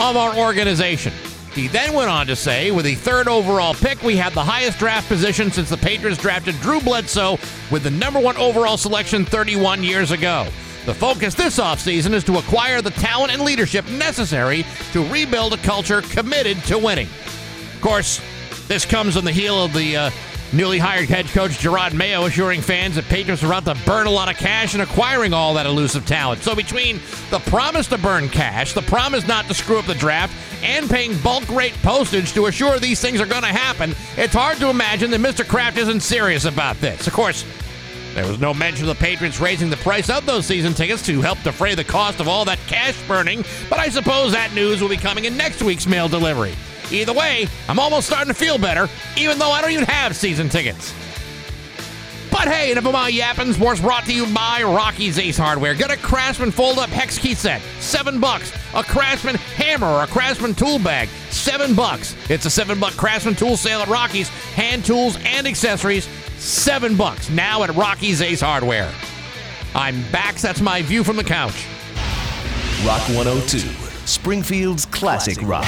S1: of our organization. He then went on to say, with the third overall pick, we had the highest draft position since the Patriots drafted Drew Bledsoe with the number one overall selection 31 years ago. The focus this offseason is to acquire the talent and leadership necessary to rebuild a culture committed to winning. Of course, this comes on the heel of the uh, newly hired head coach Gerard Mayo assuring fans that Patriots are about to burn a lot of cash in acquiring all that elusive talent. So between the promise to burn cash, the promise not to screw up the draft, and paying bulk rate postage to assure these things are going to happen, it's hard to imagine that Mr. Kraft isn't serious about this. Of course, there was no mention of the Patriots raising the price of those season tickets to help defray the cost of all that cash burning, but I suppose that news will be coming in next week's mail delivery. Either way, I'm almost starting to feel better, even though I don't even have season tickets. But hey, enough of my yapping. Sports brought to you by Rocky's Ace Hardware. Get a Craftsman fold-up hex key set, seven bucks. A Craftsman hammer or a Craftsman tool bag, seven bucks. It's a seven-buck Craftsman tool sale at Rocky's. Hand tools and accessories, seven bucks. Now at Rocky's Ace Hardware. I'm back. That's my view from the couch.
S2: Rock 102, Springfield's classic rock.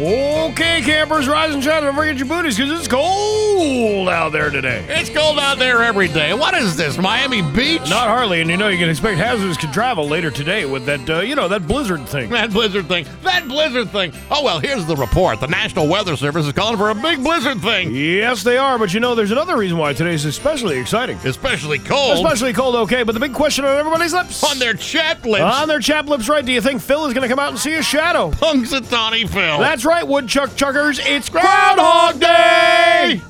S3: Okay, campers, rise and shine. Don't forget your booties because it's cold out there today.
S1: It's cold out there every day. What is this, Miami Beach?
S3: Not hardly, and you know you can expect hazards could travel later today with that, uh, you know, that blizzard thing.
S1: That blizzard thing. That blizzard thing. Oh, well, here's the report. The National Weather Service is calling for a big blizzard thing.
S3: Yes, they are, but you know, there's another reason why today's especially exciting.
S1: Especially cold.
S3: Especially cold, okay, but the big question on everybody's lips.
S1: on their chat lips.
S3: On their chap lips, right? Do you think Phil is going to come out and see a shadow?
S1: Punxsutawney E, Phil.
S3: That's right, woodchuck chuckers. It's Groundhog Day!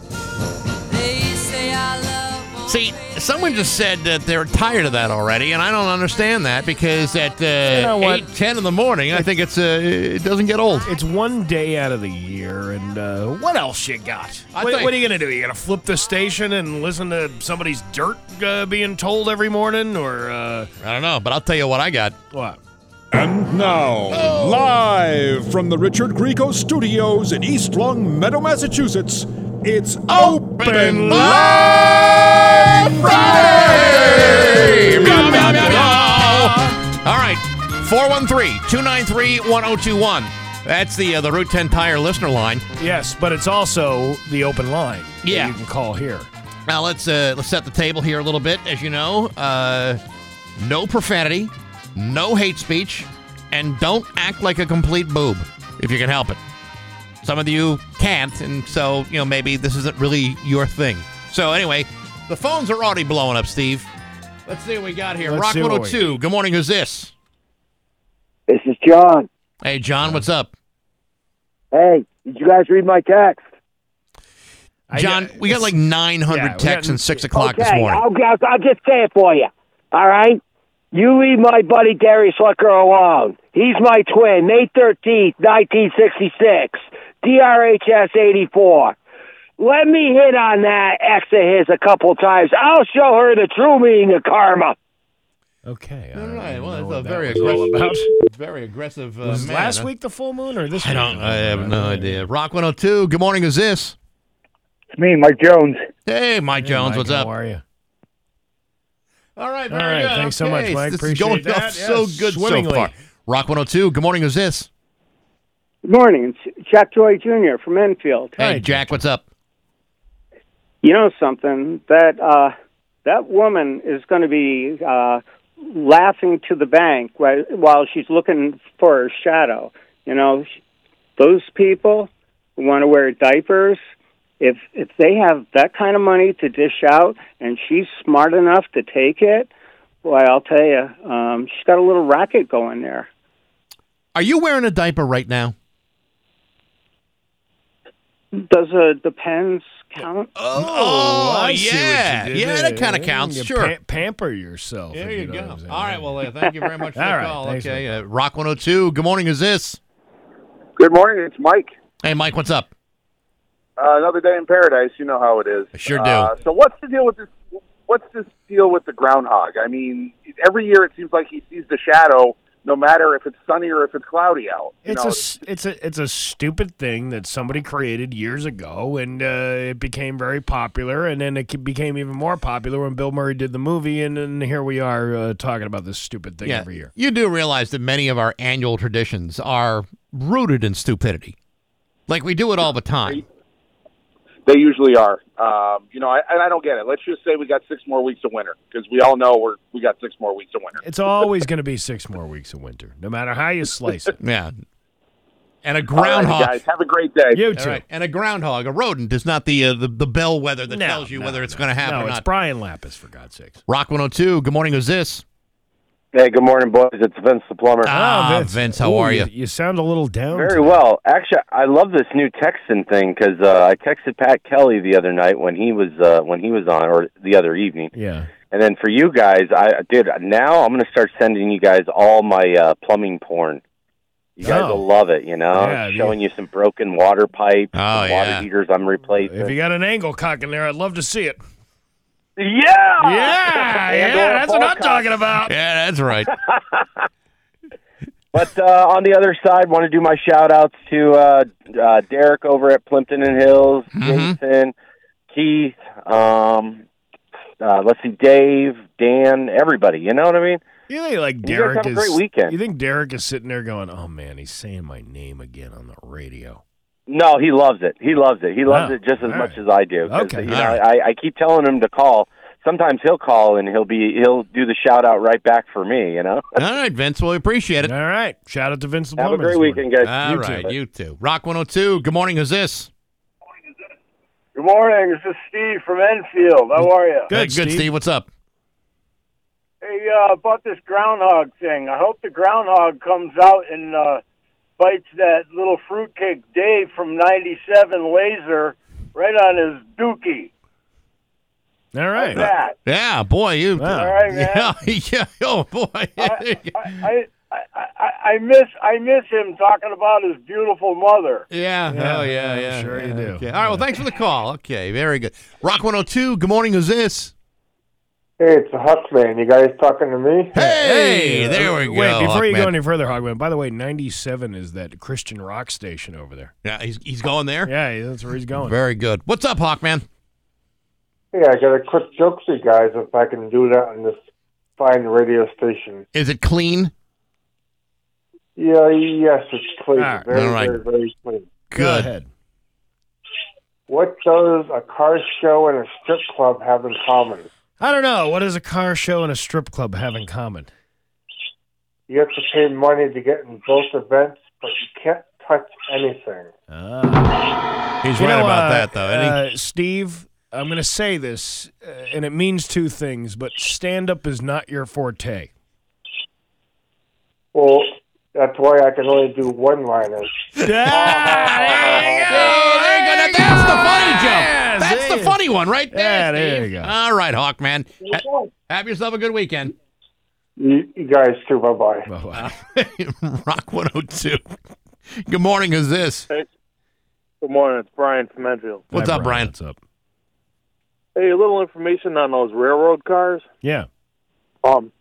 S1: See, someone just said that they're tired of that already, and I don't understand that because at uh,
S3: know what?
S1: eight ten in the morning, I think it's uh, it doesn't get old.
S3: It's one day out of the year, and uh, what else you got?
S1: I
S3: What,
S1: think-
S3: what are you going to do? You going to flip the station and listen to somebody's dirt uh, being told every morning, or uh,
S1: I don't know, but I'll tell you what I got.
S3: what?
S7: And now, live from the Richard Grieco Studios in East Long Meadow, Massachusetts, it's Open Live Friday!
S1: All right, 413-293-1021. That's the uh, the Route 10 Tire listener line.
S3: Yes, but it's also the open line. that
S1: Yeah.
S3: you can call here.
S1: Now let's uh, let's set the table here a little bit. As you know, uh, no profanity, no hate speech, and don't act like a complete boob if you can help it. Some of you can't, and so you know maybe this isn't really your thing. So anyway, the phones are already blowing up. Steve, let's see what we got here.
S3: Let's
S1: Rock
S3: see what we-
S1: 102. Good morning. Who's this?
S8: This is John.
S1: Hey, John. What's up?
S8: Hey, did you guys read my text?
S3: I-
S1: John, we got like 900
S3: yeah, we
S1: texts
S3: got-
S1: since six o'clock
S8: okay,
S1: this morning.
S8: I'll, I'll, I'll just say it for you. All right? You leave my buddy Gary Slicker alone. He's my twin, May 13th, 1966, DRHS 84. Let me hit on that ex of his a couple times. I'll show her the true meaning of karma.
S3: Okay.
S1: All
S3: I
S1: right.
S3: don't
S1: Well,
S3: know
S1: that's
S3: what
S1: a
S3: that
S1: very
S3: was all
S1: aggressive,
S3: about.
S1: very aggressive. Uh,
S3: Was
S1: man,
S3: last
S1: huh?
S3: week the full moon or this?
S1: I don't. I have no idea. Rock 102. Good morning. Is this?
S8: It's me, Mike Jones.
S1: Hey, Mike Jones. what's up?
S3: How are you?
S1: All right.
S3: All
S1: Very
S3: right,
S1: good.
S3: thanks so much,
S1: Okay,
S3: Mike.
S1: This
S3: Appreciate
S1: is going
S3: that.
S1: off so
S3: Yes,
S1: good so
S3: swimmingly.
S1: far. Rock 102. Good morning. Is this?
S8: Good morning. It's Jack Joy Jr. from Enfield.
S1: Hey, Jack. What's up?
S8: You know something that uh, that woman is going to be uh, laughing to the bank whi- while she's looking for her shadow. You know, sh- those people who want to wear diapers. If if they have that kind of money to dish out, and she's smart enough to take it, boy, I'll tell you, um, she's got a little racket going there.
S1: Are you wearing a diaper right now?
S8: Does a depends count?
S1: Oh,
S3: I see what you
S1: yeah,
S3: did
S1: yeah.
S3: there.
S1: That kind of counts.
S3: You
S1: sure.
S3: pa- pamper yourself. if know what I'm saying.
S1: All right. Well, uh, thank you very much for the
S3: All right,
S1: call.
S3: thanks,
S1: okay. Uh, Rock 102. Good morning. Is this?
S9: Good morning. It's Mike.
S1: Hey, Mike. What's up?
S9: Uh, another day in paradise. You know how it is.
S1: I sure do.
S9: Uh, so what's the deal with this? What's this deal with the groundhog? I mean, every year it seems like he sees the shadow, no matter if it's sunny or if it's cloudy out.
S3: [laughs]
S9: You
S3: It's a
S9: know,
S3: s- it's a it's a stupid thing that somebody created years ago, and uh, it became very popular, and then it ke- became even more popular when Bill Murray did the movie, and then here we are uh, talking about this stupid thing every year.
S1: You do realize that many of our annual traditions are rooted in stupidity. Like we do it all the time.
S9: they usually are. Um, you know, I, and I don't get it. Let's just say we got six more weeks of winter because we all know we're we got six more weeks of winter.
S3: It's always going to be six more weeks of winter, no matter how you slice
S9: [laughs]
S3: it.
S1: Yeah. And a
S9: All right,
S1: groundhog.
S9: guys, have a great day.
S3: You
S1: All
S3: too.
S1: right. And a groundhog, a rodent, is not the uh, the, the bellwether that
S3: No,
S1: tells you
S3: no,
S1: whether it's
S3: no.
S1: going to happen
S3: No,
S1: or
S3: it's
S1: not.
S3: Brian Lapis for God's sakes.
S1: Rock 102. Good morning. Who's this?
S8: Hey, good morning, boys. It's Vince the plumber.
S1: Ah, Vince. how
S3: Ooh,
S1: are you?
S3: You sound a little down.
S8: Very
S3: today.
S8: well. Actually, I love this new texting thing 'cause uh, I texted Pat Kelly the other night when he was uh, when he was on, or the other evening.
S3: Yeah.
S8: And then for you guys, I did. Now I'm going to start sending you guys all my uh, plumbing porn. You guys
S3: Oh.
S8: will love it. You know,
S3: Yeah, if you-
S8: showing you some broken water pipes,
S1: Oh, yeah.
S8: some water heaters I'm replacing.
S3: If you got an angle cock in there, I'd love to see it.
S8: yeah,
S9: [laughs]
S3: Yeah, yeah,
S8: And or a
S3: that's what
S8: ball
S3: I'm
S8: cock.
S3: talking about.
S1: Yeah, that's right.
S8: But uh, on the other side, want to do my shout outs to uh, uh, Derek over at Plimpton and Hills,
S1: Mhm.
S3: Mm-hmm.
S8: Jason, Keith, um, uh, let's see, Dave, Dan, everybody. You know what I mean?
S3: You think like
S9: You guys have
S3: Derek
S9: a
S3: is?
S9: great weekend.
S3: You think Derek is sitting there going, "Oh man, he's saying my name again on the radio."
S9: No, he loves it. He loves it. He loves
S3: Oh,
S9: it just as
S3: all
S9: much
S3: right.
S9: as I do. 'Cause,
S3: Okay,
S9: you
S3: all
S9: know, I, I keep telling him to call. Sometimes he'll call and he'll be he'll do the shout out right back for me. You know.
S1: All right, Vince. Well, we appreciate it.
S3: All right. Shout out to Vince.
S9: Have a great weekend, guys.
S1: All right, you too. Rock 102. Good morning. Who's this?
S10: Good morning. This is Steve from Enfield. How are you?
S1: Hey, good,
S3: Steve.
S1: Steve. What's up?
S10: Hey, uh, about this groundhog thing. I hope the groundhog comes out and uh, bites that little fruitcake Dave from '97 laser right on his dookie.
S1: [laughs]
S3: All right.
S10: That.
S1: Yeah, boy, you.
S10: All right, man.
S1: Yeah, [laughs] [laughs] yeah. Oh boy.
S10: I, I, I, I miss I miss him talking about his beautiful mother.
S1: Yeah. oh, yeah,
S3: I'm
S1: yeah.
S3: sure you
S1: yeah,
S3: do.
S1: Okay. All right. Well, thanks for the call. Okay. Very good. Rock 102. Good morning. Who's this?
S10: Hey, it's a Huckman. You guys talking to me?
S1: Hey, there we go.
S3: Wait, before you
S1: Hawkman.
S3: go any further, Hogman. By the way, ninety-seven is that Christian rock station over there.
S1: yeah, he's, he's going there.
S3: Yeah, that's where he's going.
S1: Very good. What's up, Hawkman?
S10: Hey, I got a quick joke for you guys if I can do that on this fine radio station.
S1: Is it clean?
S10: Yeah, yes, it's clean.
S3: All right.
S10: Very,
S1: All right.
S10: very, very clean.
S3: Go
S1: Good.
S3: ahead.
S10: What does a car show and a strip club have in common?
S3: I don't know. What does a car show and a strip club have in common?
S10: You have to pay money to get in both events, but you can't touch anything.
S3: Ah.
S1: He's
S3: You
S1: right
S3: know,
S1: about
S3: uh,
S1: that, though. isn't he?
S3: uh, Steve, I'm going to say this, uh, and it means two things, but stand up is not your forte.
S10: Well, that's why I can only do one liners.
S3: [laughs] Ah!
S1: Oh, there you go. Now, that's the funny joke. That's the
S3: see?
S1: funny one right there.
S3: Yeah, there
S1: Steve.
S3: you go.
S1: All right, Hawkman. Ha- have yourself a good weekend. [laughs]
S10: You, you guys too. Bye bye.
S1: Rock 102. Good morning. Is this?
S10: Good morning. It's Brian from Medfield.
S1: What's
S3: Hi,
S1: up, Brian?
S3: What's up?
S10: Hey, a little information on those railroad cars.
S3: Yeah.
S10: Um,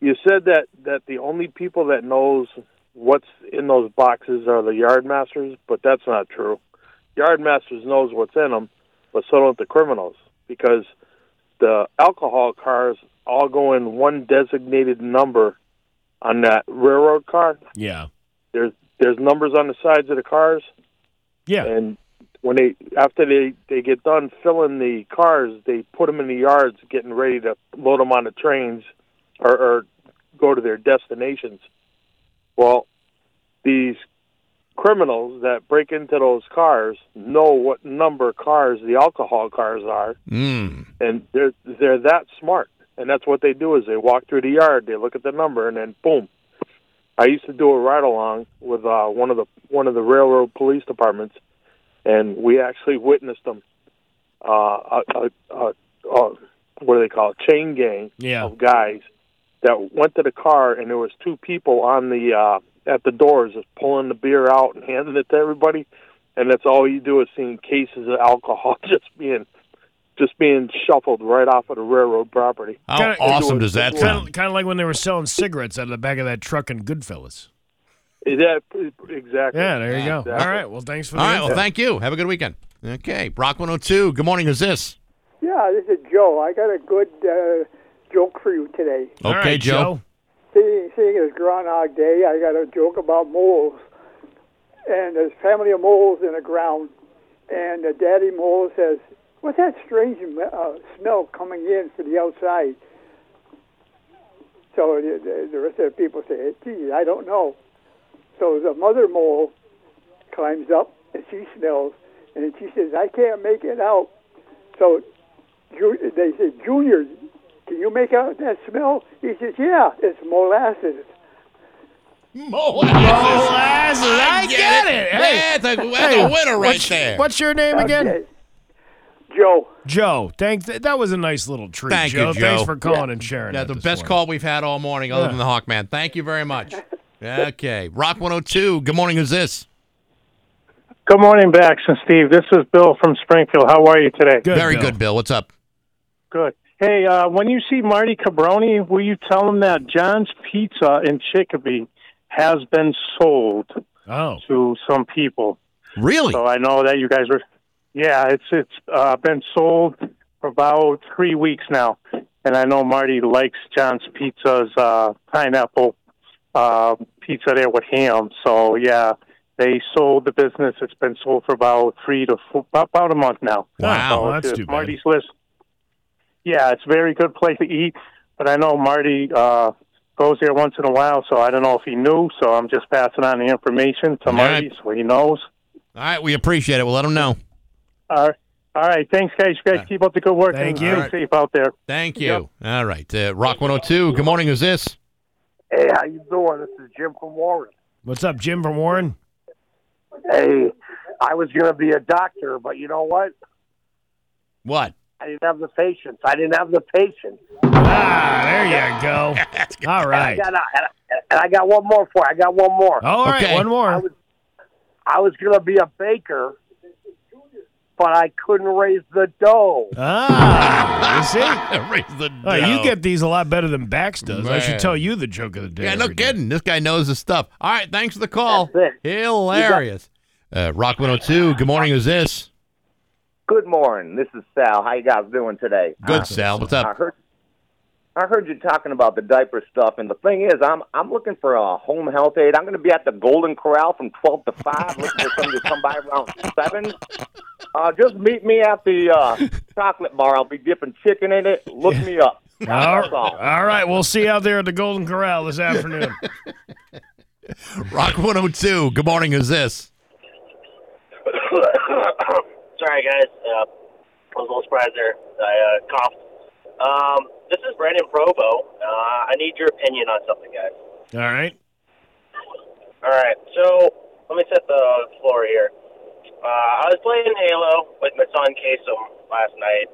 S10: you said that that the only people that knows what's in those boxes are the yard masters, but that's not true. Yard masters knows what's in them, but so don't the criminals because the alcohol cars all go in one designated number on that railroad car.
S3: Yeah.
S10: There's there's numbers on the sides of the cars,
S3: Yeah.
S10: and when they after they they get done filling the cars, they put them in the yards, getting ready to load them on the trains or, or go to their destinations. Well, these criminals that break into those cars know what number cars the alcohol cars are,
S3: Hmm.
S1: Mm.
S10: and they're they're that smart. And that's what they do is they walk through the yard, they look at the number, and then boom. I used to do a ride along with uh, one of the one of the railroad police departments, and we actually witnessed them. Uh, a, a, a, a, what do they call it? Chain gang
S3: Yeah.
S10: of guys that went to the car, and there was two people on the uh, at the doors just pulling the beer out and handing it to everybody, and that's all you do is seeing cases of alcohol [laughs] just being just being shuffled right off of the railroad property.
S1: How
S3: Kinda-
S1: awesome does that
S3: Kind
S1: sound?
S3: of, kind of like when they were selling cigarettes out of the back of that truck in Goodfellas.
S10: Is that exactly?
S3: Yeah, there you go.
S10: Exactly.
S3: All right. Well, thanks for
S1: All
S3: the
S1: right. Well,
S3: info.
S1: thank you. Have a good weekend. Okay. Rock 102. Good morning. Is this?
S11: Yeah, this is Joe. I got a good uh, joke for you today.
S1: Okay,
S3: All right,
S1: Joe.
S11: Seeing, seeing it's Groundhog Day, I got a joke about moles. And there's a family of moles in the ground. And the daddy mole says, What's that strange uh, smell coming in from the outside? So the, the- the rest of the people say, Gee, I don't know. So the mother mole climbs up and she smells. And then she says, I can't make it out. So Ju- they said, Junior, can you make out that smell? He says, Yeah, it's molasses.
S3: Molasses. I, get, it. Hey.
S1: That's a, that's a winner right
S3: what's,
S1: there.
S3: What's your
S1: Uh, [laughs]
S3: name again?
S11: Okay. Joe,
S3: Joe. Thanks. That was a nice little
S1: [laughs]
S3: treat,
S1: Thank you,
S3: Joe. Thanks
S1: Joe.
S3: for calling and sharing.
S1: Yeah,
S3: that
S1: the
S3: this
S1: best
S3: morning.
S1: call we've had all morning, other than the Hawkman. Thank you very much. Okay. Rock 102. Good morning. Who's this?
S10: Good morning, Bax and Steve. This is Bill from Springfield. How are you today?
S3: Good,
S1: Very
S3: Bill.
S1: good, Bill. What's up?
S10: Good. Hey, uh, when you see Marty Cabroni, will you tell him that John's Pizza in Chicopee has been sold
S3: Oh.
S10: to some people?
S1: Really?
S10: So I know that you guys were. Yeah, it's it's uh, been sold for about three weeks now, and I know Marty likes John's Pizza's uh, pineapple uh, pizza there with ham. So yeah, they sold the business. It's been sold for about three to four, about a month now.
S1: Oh,
S3: Wow,
S10: So
S3: that's
S10: it's
S3: too bad.
S10: Marty's list. Yeah, it's a very good place to eat, but I know Marty uh, goes there once in a while, so I don't know if he knew. So I'm just passing on the information to Marty so he knows.
S1: All right, we appreciate it. We'll let them know.
S10: All right, all right. Thanks, guys. You guys keep up the good work.
S1: Thank
S10: and
S1: you.
S10: Stay safe out there.
S1: Thank you. All right, uh, Rock 102. Good morning. Who's this?
S12: Hey, how you doing? This is Jim from Warren.
S3: What's up, Jim from Warren?
S12: Hey, I was going to be a doctor, but you know what?
S1: What?
S12: I didn't have the patience. I didn't have the patience.
S3: Ah, there
S1: [laughs]
S3: you go. All right.
S12: And I, got, and I- and I got one more for you. I got one more.
S3: All right, Okay. one more.
S12: I was, I was going to be a baker, but I couldn't raise the dough.
S3: Ah, you see?
S1: Raise the
S3: Oh, you
S1: dough.
S3: get these a lot better than Bax does. I
S1: Man.
S3: should tell you the joke of the day.
S1: Yeah, no
S3: every day.
S1: kidding. This guy knows his stuff. All right, thanks for the call. Hilarious. Uh, Rock 102. Good morning. Who's this?
S13: Good morning. This is Sal. How you guys doing today?
S1: Good, Sal. What's
S13: I
S1: up?
S13: heard I heard you talking about the diaper stuff, and the thing is, I'm I'm looking for a home health aide. I'm going to be at the Golden Corral from twelve to five. looking for somebody to come by around seven. Uh, just meet me at the uh, chocolate bar. I'll be dipping chicken in it. Look me up.
S3: [laughs] All, all right, we'll see you out there at the Golden Corral this afternoon.
S1: Rock 102. Good morning. Who's this?
S14: [coughs] Sorry, guys. Uh, I was a little surprised there. I uh, coughed. Um, this is Brandon Provo. Uh, I need your opinion on something, guys.
S3: All right.
S14: All right, so let me set the floor here. Uh, I was playing Halo with my son Kasem last night,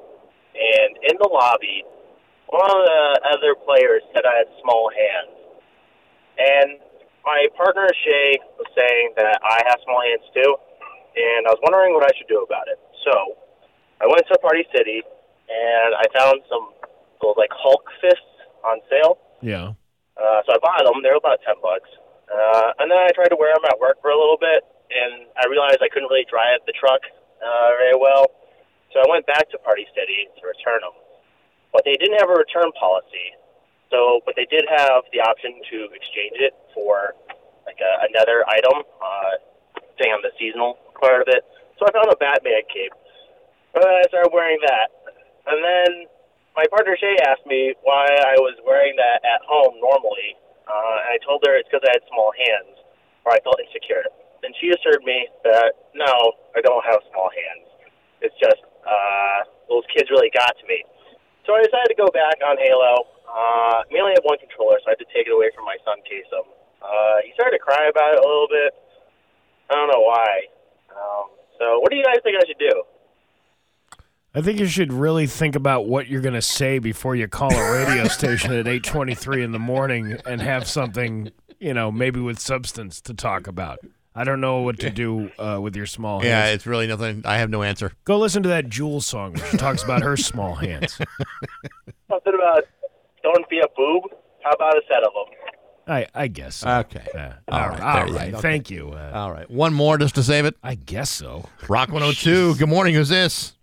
S14: and in the lobby, one of the other players said I had small hands, and my partner Shay was saying that I have small hands too, and I was wondering what I should do about it. So I went to Party City, and I found some little, like Hulk fists on sale.
S3: Yeah.
S14: Uh, so I bought them. They were about ten bucks, uh, and then I tried to wear them at work for a little bit, and I realized I couldn't really drive the truck uh, very well. So I went back to Party City to return them, but they didn't have a return policy. So, but they did have the option to exchange it for like a, another item, uh, thing on the seasonal part of it. So I found a Batman cape, and I started wearing that, and then my partner Shay asked me why I was wearing that at home normally, uh, and I told her it's because I had small hands, or I felt insecure. And she assured me that no, I don't have small hands. It's just uh, those kids really got to me. So I decided to go back on Halo. Uh, we only have one controller, so I had to take it away from my son Kasem. Uh, he started to cry about it a little bit. I don't know why. Um, so what do you guys think I should do?
S3: I think you should really think about what you're going to say before you call a
S1: [laughs]
S3: radio station at 8:23 in the morning and have something, you know, maybe with substance to talk about. I don't know what to do uh, with your small hands.
S1: Yeah, it's really nothing. I have no answer.
S3: Go listen to that Jewel song where she talks about
S1: [laughs]
S3: her small hands.
S14: Something about don't be a boob. How about a set of them?
S3: I I guess. So.
S1: Okay.
S3: all right.
S1: there
S3: all
S1: you
S3: right.
S1: go.
S3: Thank you. Uh,
S1: All right. One more just to save it?
S3: I guess so.
S1: Rock 102. Good morning. Who's this?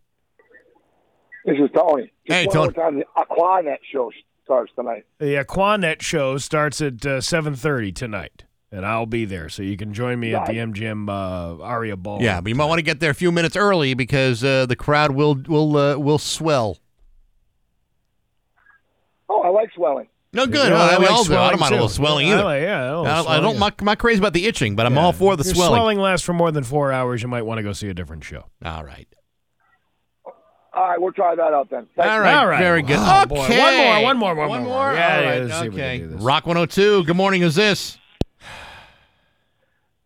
S15: This is Tony. Just
S1: Hey,
S15: one
S1: Tony.
S15: More time, the Aquanet show starts tonight.
S3: The Aquanet show starts at uh, 7:30 tonight, and I'll be there, so you can join me at the MGM uh, Aria Ball.
S1: Yeah, but you might want to get there a few minutes early because uh, the crowd will will uh, will swell.
S15: Oh, I like swelling.
S1: No good.
S3: Yeah,
S1: well,
S3: I
S1: we
S3: like
S1: all do. I
S3: swelling,
S1: don't mind a
S3: too.
S1: little swelling
S3: I
S1: either.
S3: like- yeah,
S1: I
S3: I
S1: don't,
S3: don't like
S1: I
S3: swelling
S1: don't. My, my crazy about the itching, but I'm all for the
S3: If your
S1: swelling.
S3: lasts for more than four hours. You might want to go see a different show.
S1: All right.
S15: All right, we'll try that out then. Thank
S1: All
S15: you.
S1: right. Very good.
S3: Oh, boy.
S1: okay.
S3: One more. One more. One,
S1: One
S3: more.
S1: more?
S3: Yeah.
S1: All right,
S3: let's see if we
S1: okay.
S3: can do this.
S1: Rock 102. Good morning. Who's this?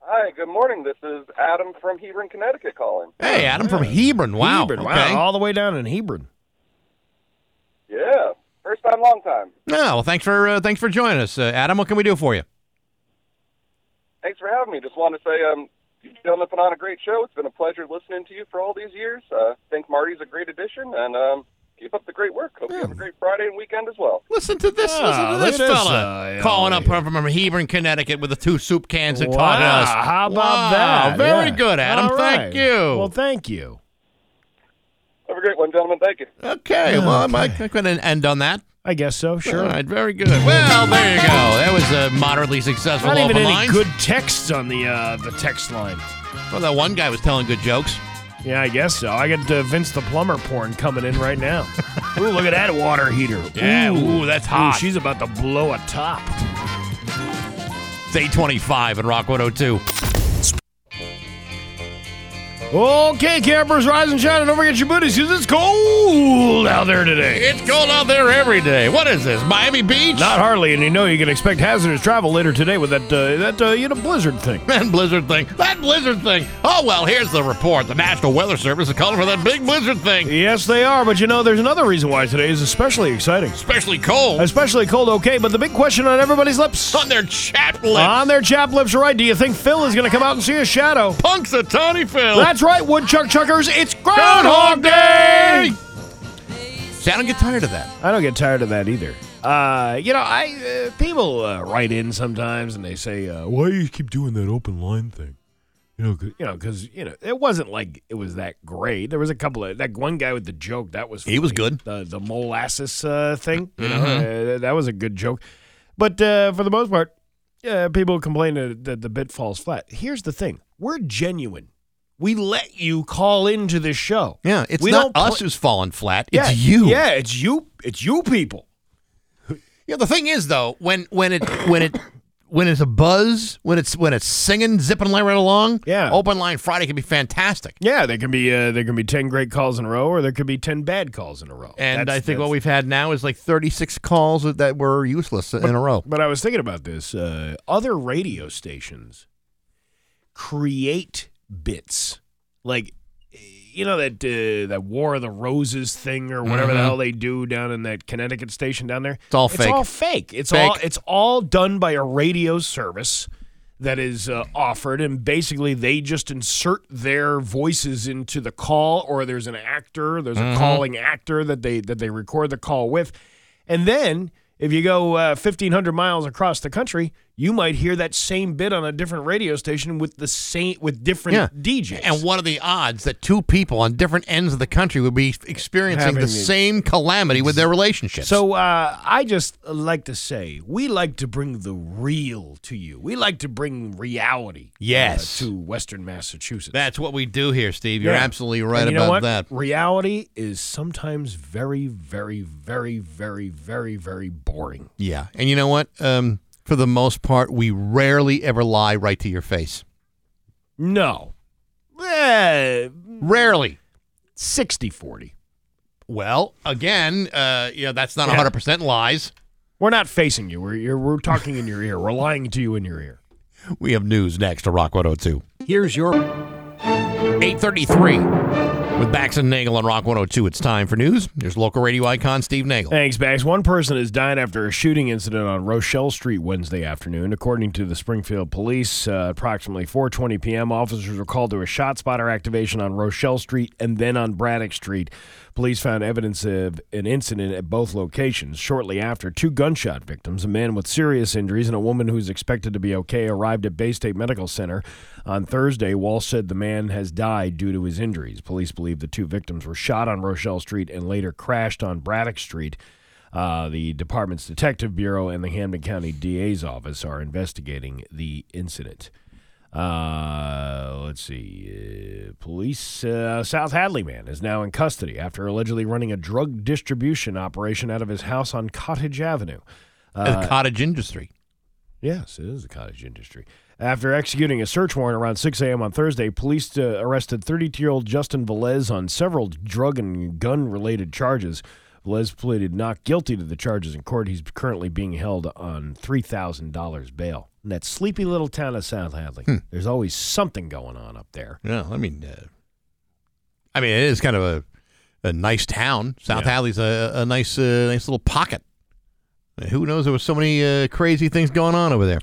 S16: Hi, good morning. This is Adam from Hebron, Connecticut calling.
S1: Hey, Adam from Hebron. Wow.
S3: Hebron,
S1: okay.
S3: Wow. All the way down in Hebron.
S16: Yeah, first time, long time.
S1: No, well, thanks for uh, thanks for joining us, uh, Adam. What can we do for you?
S16: Thanks for having me. Just wanted to say um, you've done up and on a great show. It's been a pleasure listening to you for all these years. uh, think Marty's a great addition, and um, keep up the great work. Hope you have a great Friday and weekend as well.
S1: Listen to this. Listen to
S3: Ah, look
S1: this
S3: at this,
S1: fella
S3: uh, yeah,
S1: calling up from Hebron, Connecticut, with the two soup cans and talking to
S3: Wow,
S1: us.
S3: How about
S1: Wow,
S3: that?
S1: Very
S3: Yeah.
S1: good, Adam.
S3: All
S1: Thank
S3: right.
S1: you.
S3: Well, thank you.
S16: Have a great one, gentlemen. Thank you.
S1: Okay, well, I might- I couldn't end on that.
S3: I guess so. Sure.
S1: All right, very good. Well, there you go. That was a moderately successful
S3: Not even
S1: open
S3: any
S1: line.
S3: good texts on the uh, the text line.
S1: Well, that one guy was telling good jokes.
S3: Yeah, I guess so. I got uh, Vince the plumber porn coming in
S1: [laughs]
S3: right now. ooh, look at that water heater.
S1: Yeah, ooh, that's hot.
S3: she's about to blow a top.
S1: It's 825 and Rock 102.
S3: Okay, campers, rise and shine, and don't forget your booties because it's cold out there today.
S1: It's cold out there every day. What is this, Miami Beach?
S3: Not hardly, and you know you can expect hazardous travel later today with that uh, that uh, you know
S1: [laughs]
S3: blizzard thing.
S1: That blizzard thing. That blizzard thing. Oh, well, here's the report. The National Weather Service is calling for that big blizzard thing.
S3: Yes, they are, but you know there's another reason why today is especially exciting.
S1: Especially cold.
S3: Especially cold, okay, but the big question on everybody's lips.
S1: On their chap lips.
S3: On their chap lips, right? Do you think Phil is going to come out and see a shadow?
S1: Punk's a tiny Phil.
S3: That's right, woodchuck chuckers. It's Groundhog Day!
S1: See, I don't get tired of that.
S3: I don't get tired of that either. Uh, you know, I uh, people uh, write in sometimes and they say, uh, "Why do you keep doing that open line thing?" You know, 'cause- you know, because you know, it wasn't like it was that great. There was a couple of that one guy with the joke that was
S1: He was
S3: funny. The the molasses uh, thing, you know,
S1: Mhm.
S3: uh, that was a good joke. But uh, for the most part, uh, people complain that, that the bit falls flat. Here's the thing: we're genuine. We let you call into this show.
S1: Yeah, it's
S3: We
S1: not
S3: don't
S1: us
S3: pla-
S1: who's falling flat.
S3: Yeah,
S1: it's you.
S3: Yeah, it's you. It's you people.
S1: Yeah, the thing is though, when when it when it when it's a buzz, when it's when it's singing, zipping right along, yeah. open line Friday can be fantastic.
S3: Yeah, there can be uh, there can be ten great calls in a row, or there could be ten bad calls in a row.
S1: And
S3: That's-
S1: I think
S3: that's-
S1: what we've had now is like 36 calls that were useless in a row.
S3: But I was thinking about this. Uh, other radio stations create bits, like you know that uh, that War of the Roses thing or whatever the
S1: Mhm.
S3: hell they do down in that Connecticut station down there.
S1: It's all
S3: It's
S1: fake.
S3: all fake. It's
S1: Fake.
S3: all it's all done by a radio service that is uh, offered, and basically they just insert their voices into the call, or there's an actor, there's
S1: Mhm.
S3: a calling actor that they that they record the call with, and then if you go uh, 1,500 miles across the country, you might hear that same bit on a different radio station with the same with different
S1: Yeah.
S3: DJs.
S1: And what are the odds that two people on different ends of the country would be experiencing
S3: Having
S1: the
S3: the-
S1: same calamity with their relationships?
S3: So uh, I just like to say we like to bring the real to you. We like to bring reality. uh,
S1: Yes.
S3: to Western Massachusetts.
S1: that's what we do here, Steve. You're
S3: Uh, Yeah.
S1: absolutely right
S3: And you know
S1: about
S3: what?
S1: that.
S3: Reality is sometimes very, very, very, very, very, very boring.
S1: Yeah. And you know what? Um, for the most part, we rarely ever lie right to your face.
S3: No. Eh,
S1: Rarely.
S3: 60 40.
S1: Well, again, uh, you know, that's not 100% lies.
S3: We're not facing you. We're, you're, we're talking in your ear. We're lying to you in your ear.
S1: We have news next to Rock 102.
S3: Here's your.
S1: 833 with Bax and Nagel on Rock 102. It's time for news. There's local radio icon Steve Nagel.
S3: Thanks, Bax. One person has died after a shooting incident on Rochelle Street Wednesday afternoon. According to the Springfield Police, uh, approximately 4:20 p.m., officers were called to a shot spotter activation on Rochelle Street and then on Braddock Street. Police found evidence of an incident at both locations. Shortly after, two gunshot victims, a man with serious injuries and a woman who's expected to be okay, arrived at Bay State Medical Center on Thursday. Walsh said the man has died due to his injuries. Police believe the two victims were shot on Rochelle Street and later crashed on Braddock Street. Uh, the department's detective bureau and the Hamden County DA's office are investigating the incident. Uh, let's see. Uh, police uh, South Hadley man is now in custody after allegedly running a drug distribution operation out of his house on Cottage Avenue.
S1: Uh, the cottage industry.
S3: Yes, it is the cottage industry. After executing a search warrant around 6 a.m. on Thursday, police uh, arrested 32 year old Justin Velez on several drug and gun related charges. Velez pleaded not guilty to the charges in court. He's currently being held on $3,000 bail. In that sleepy little town of South Hadley, there's always something going on up there.
S1: Yeah, I mean, uh, I mean, it is kind of a, a nice town. South Hadley's a, a nice, uh, nice little pocket. Uh, Who knows? There was so many uh, crazy things going on over there.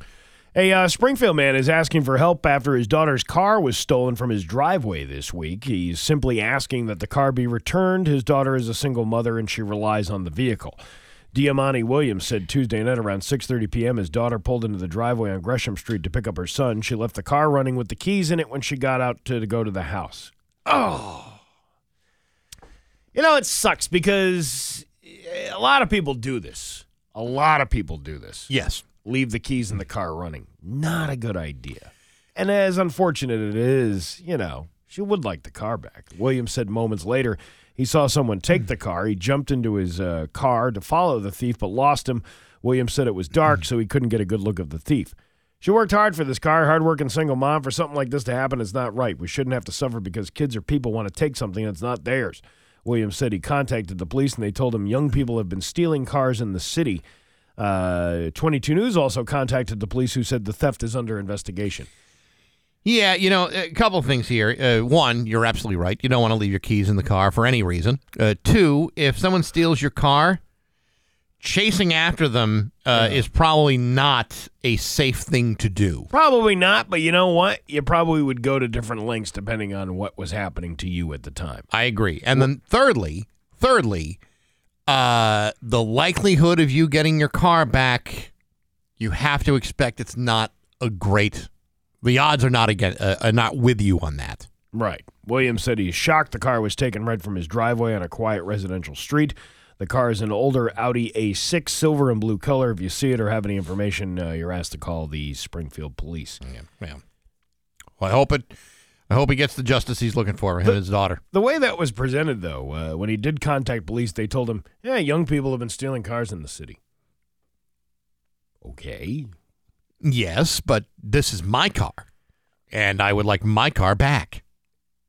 S3: A uh, Springfield man is asking for help after his daughter's car was stolen from his driveway this week. He's simply asking that the car be returned. His daughter is a single mother and she relies on the vehicle. Diamante Williams said Tuesday night around 6:30 p.m. his daughter pulled into the driveway on Gresham Street to pick up her son. She left the car running with the keys in it when she got out to, to go to the house. Oh. You know it sucks because eh, a lot of people do this. A lot of people do this.
S1: Yes.
S3: Leave the keys in the car running. Not a good idea. And as unfortunate it is, you know, she would like the car back. Williams said moments later he saw someone take the car. He jumped into his uh, car to follow the thief, but lost him. Williams said it was dark, so he couldn't get a good look of the thief. She worked hard for this car, hardworking single mom. For something like this to happen is not right. We shouldn't have to suffer because kids or people want to take something that's not theirs. Williams said he contacted the police and they told him young people have been stealing cars in the city. Uh, 22 News also contacted the police, who said the theft is under investigation.
S1: Yeah, you know, a couple things here. Uh, one, you're absolutely right. You don't want to leave your keys in the car for any reason. Uh, two, if someone steals your car, chasing after them uh, is probably not a safe thing to do.
S3: Probably not, but you know what? You probably would go to different lengths depending on what was happening to you at the time.
S1: I agree. And then thirdly, thirdly, uh, the likelihood of you getting your car back, you have to expect it's not a great. The odds are not again uh, are not with you on that.
S3: Right. Williams said he's shocked the car was taken right from his driveway on a quiet residential street. The car is an older Audi A6, silver and blue color. If you see it or have any information, uh, you're asked to call the Springfield police.
S1: Yeah, Well, I hope it. I hope he gets the justice he's looking for. Him and his daughter.
S3: The way that was presented, though, uh, when he did contact police, they told him, "Yeah, young people have been stealing cars in the city." Okay.
S1: Yes, but this is my car, and I would like my car back.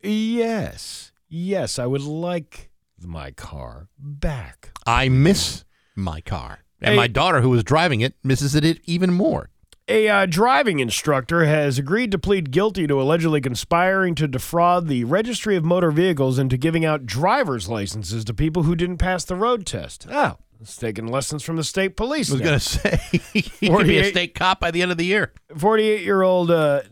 S3: Yes, yes, I would like my car back.
S1: I miss my car, and
S3: Hey-
S1: my daughter, who was [laughs] driving it, misses it even more.
S3: A uh, driving instructor has agreed to plead guilty to allegedly conspiring to defraud the Registry of Motor Vehicles into giving out driver's licenses to people who didn't pass the road test. Oh, it's taking lessons from the state police.
S1: I was
S3: now.
S1: going to [laughs] say he could be a
S3: 48
S1: state cop by the end of the year.
S3: 48 year old uh,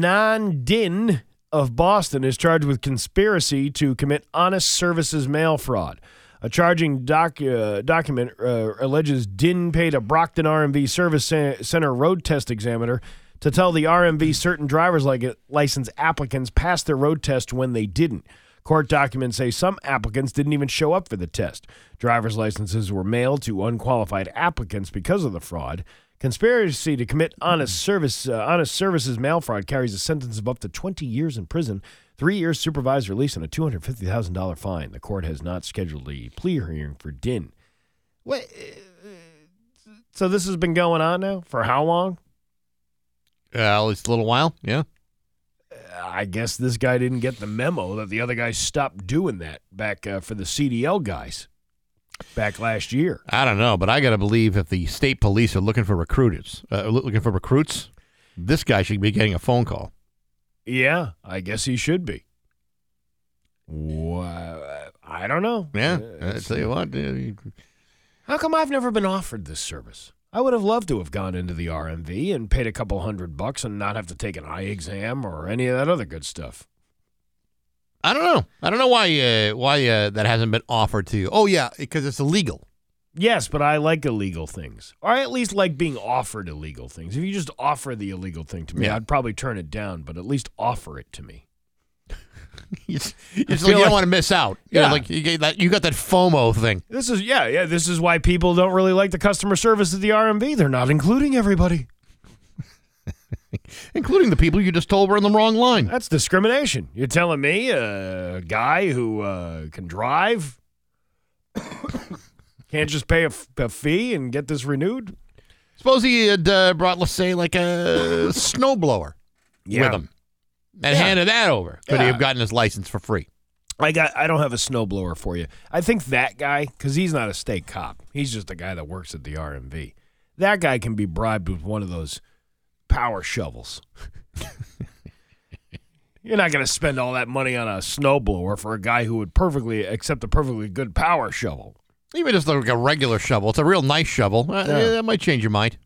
S3: Nan Din of Boston is charged with conspiracy to commit honest services mail fraud. A charging doc, uh, document uh, alleges Din paid a Brockton RMV Service Cen- Center road test examiner to tell the RMV certain driver's li- license applicants passed their road test when they didn't. Court documents say some applicants didn't even show up for the test. Driver's licenses were mailed to unqualified applicants because of the fraud. Conspiracy to commit honest service uh, honest services mail fraud carries a sentence of up to 20 years in prison, 3 years supervised release and a $250,000 fine. The court has not scheduled a plea hearing for Din. What eh, So this has been going on now for how long?
S1: Well, it's Uh, a little while. Yeah.
S3: Uh, I guess this guy didn't get the memo that the other guy stopped doing that back uh, for the CDL guys back last year.
S1: I don't know, but I got to believe if the state police are looking for recruiters, uh, loo- looking for recruits, this guy should be getting a phone call.
S3: Yeah, I guess he should be. Wow, I don't know. Uh,
S1: Yeah, I tell you what, dude, you-
S3: How come I've never been offered this service? I would have loved to have gone into the RMV and paid a couple hundred bucks and not have to take an eye exam or any of that other good stuff.
S1: I don't know. I don't know why uh, why uh, that hasn't been offered to you. Oh yeah, because it's illegal.
S3: Yes, but I like illegal things. Or I at least like being offered illegal things. If you just offer the illegal thing to me,
S1: Yeah.
S3: I'd probably turn it down, but at least offer it to me.
S1: [laughs] It's,
S3: I
S1: it's like
S3: feel
S1: you
S3: like-
S1: don't want to miss out. You know,
S3: Yeah.
S1: like you get that you got that FOMO thing.
S3: This is yeah, yeah, this is why people don't really like the customer service at the RMV. They're not including everybody.
S1: [laughs] Including the people you just told were on the wrong line.
S3: That's discrimination. You're telling me a guy who uh, can drive [coughs] can't just pay a, f- a fee and get this renewed?
S1: Suppose he had uh, brought, let's say, like
S3: [coughs]
S1: a snowblower with him and handed that over. Could he have gotten his license for free?
S3: I got. I don't have a snowblower for you. I think that guy, because he's not a state cop. He's just a guy that works at the RMV. That guy can be bribed with one of those power shovels. [laughs] You're not going to spend all that money on a snowblower for a guy who would perfectly accept a perfectly good power shovel.
S1: Even just like a regular shovel. It's a real nice shovel. Uh,
S3: Yeah.
S1: that might change your mind.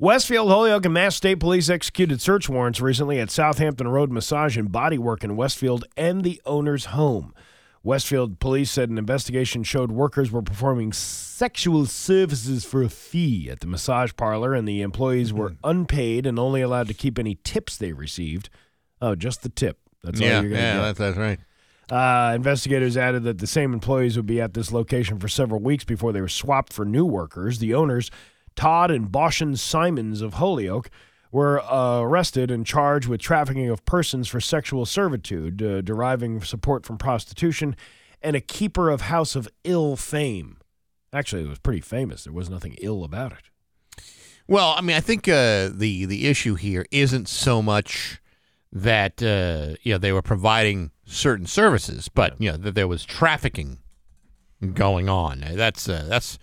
S3: Westfield, Holyoke, and Mass State Police executed search warrants recently at Southampton Road Massage and Body Work in Westfield and the owner's home. Westfield police said an investigation showed workers were performing sexual services for a fee at the massage parlor, and the employees
S1: Hmm.
S3: were unpaid and only allowed to keep any tips they received. Oh, just the tip. That's all
S1: yeah,
S3: you're going to
S1: yeah,
S3: get.
S1: that's, that's right.
S3: Uh, investigators added that the same employees would be at this location for several weeks before they were swapped for new workers. The owners, Todd and Boshin Simons of Holyoke, were uh, arrested and charged with trafficking of persons for sexual servitude, uh, deriving support from prostitution, and a keeper of house of ill fame. Actually, it was pretty famous. There was nothing ill about it.
S1: Well, I mean, I think uh, the the issue here isn't so much that uh, you know they were providing certain services, but you know that there was trafficking going on. That's uh, that's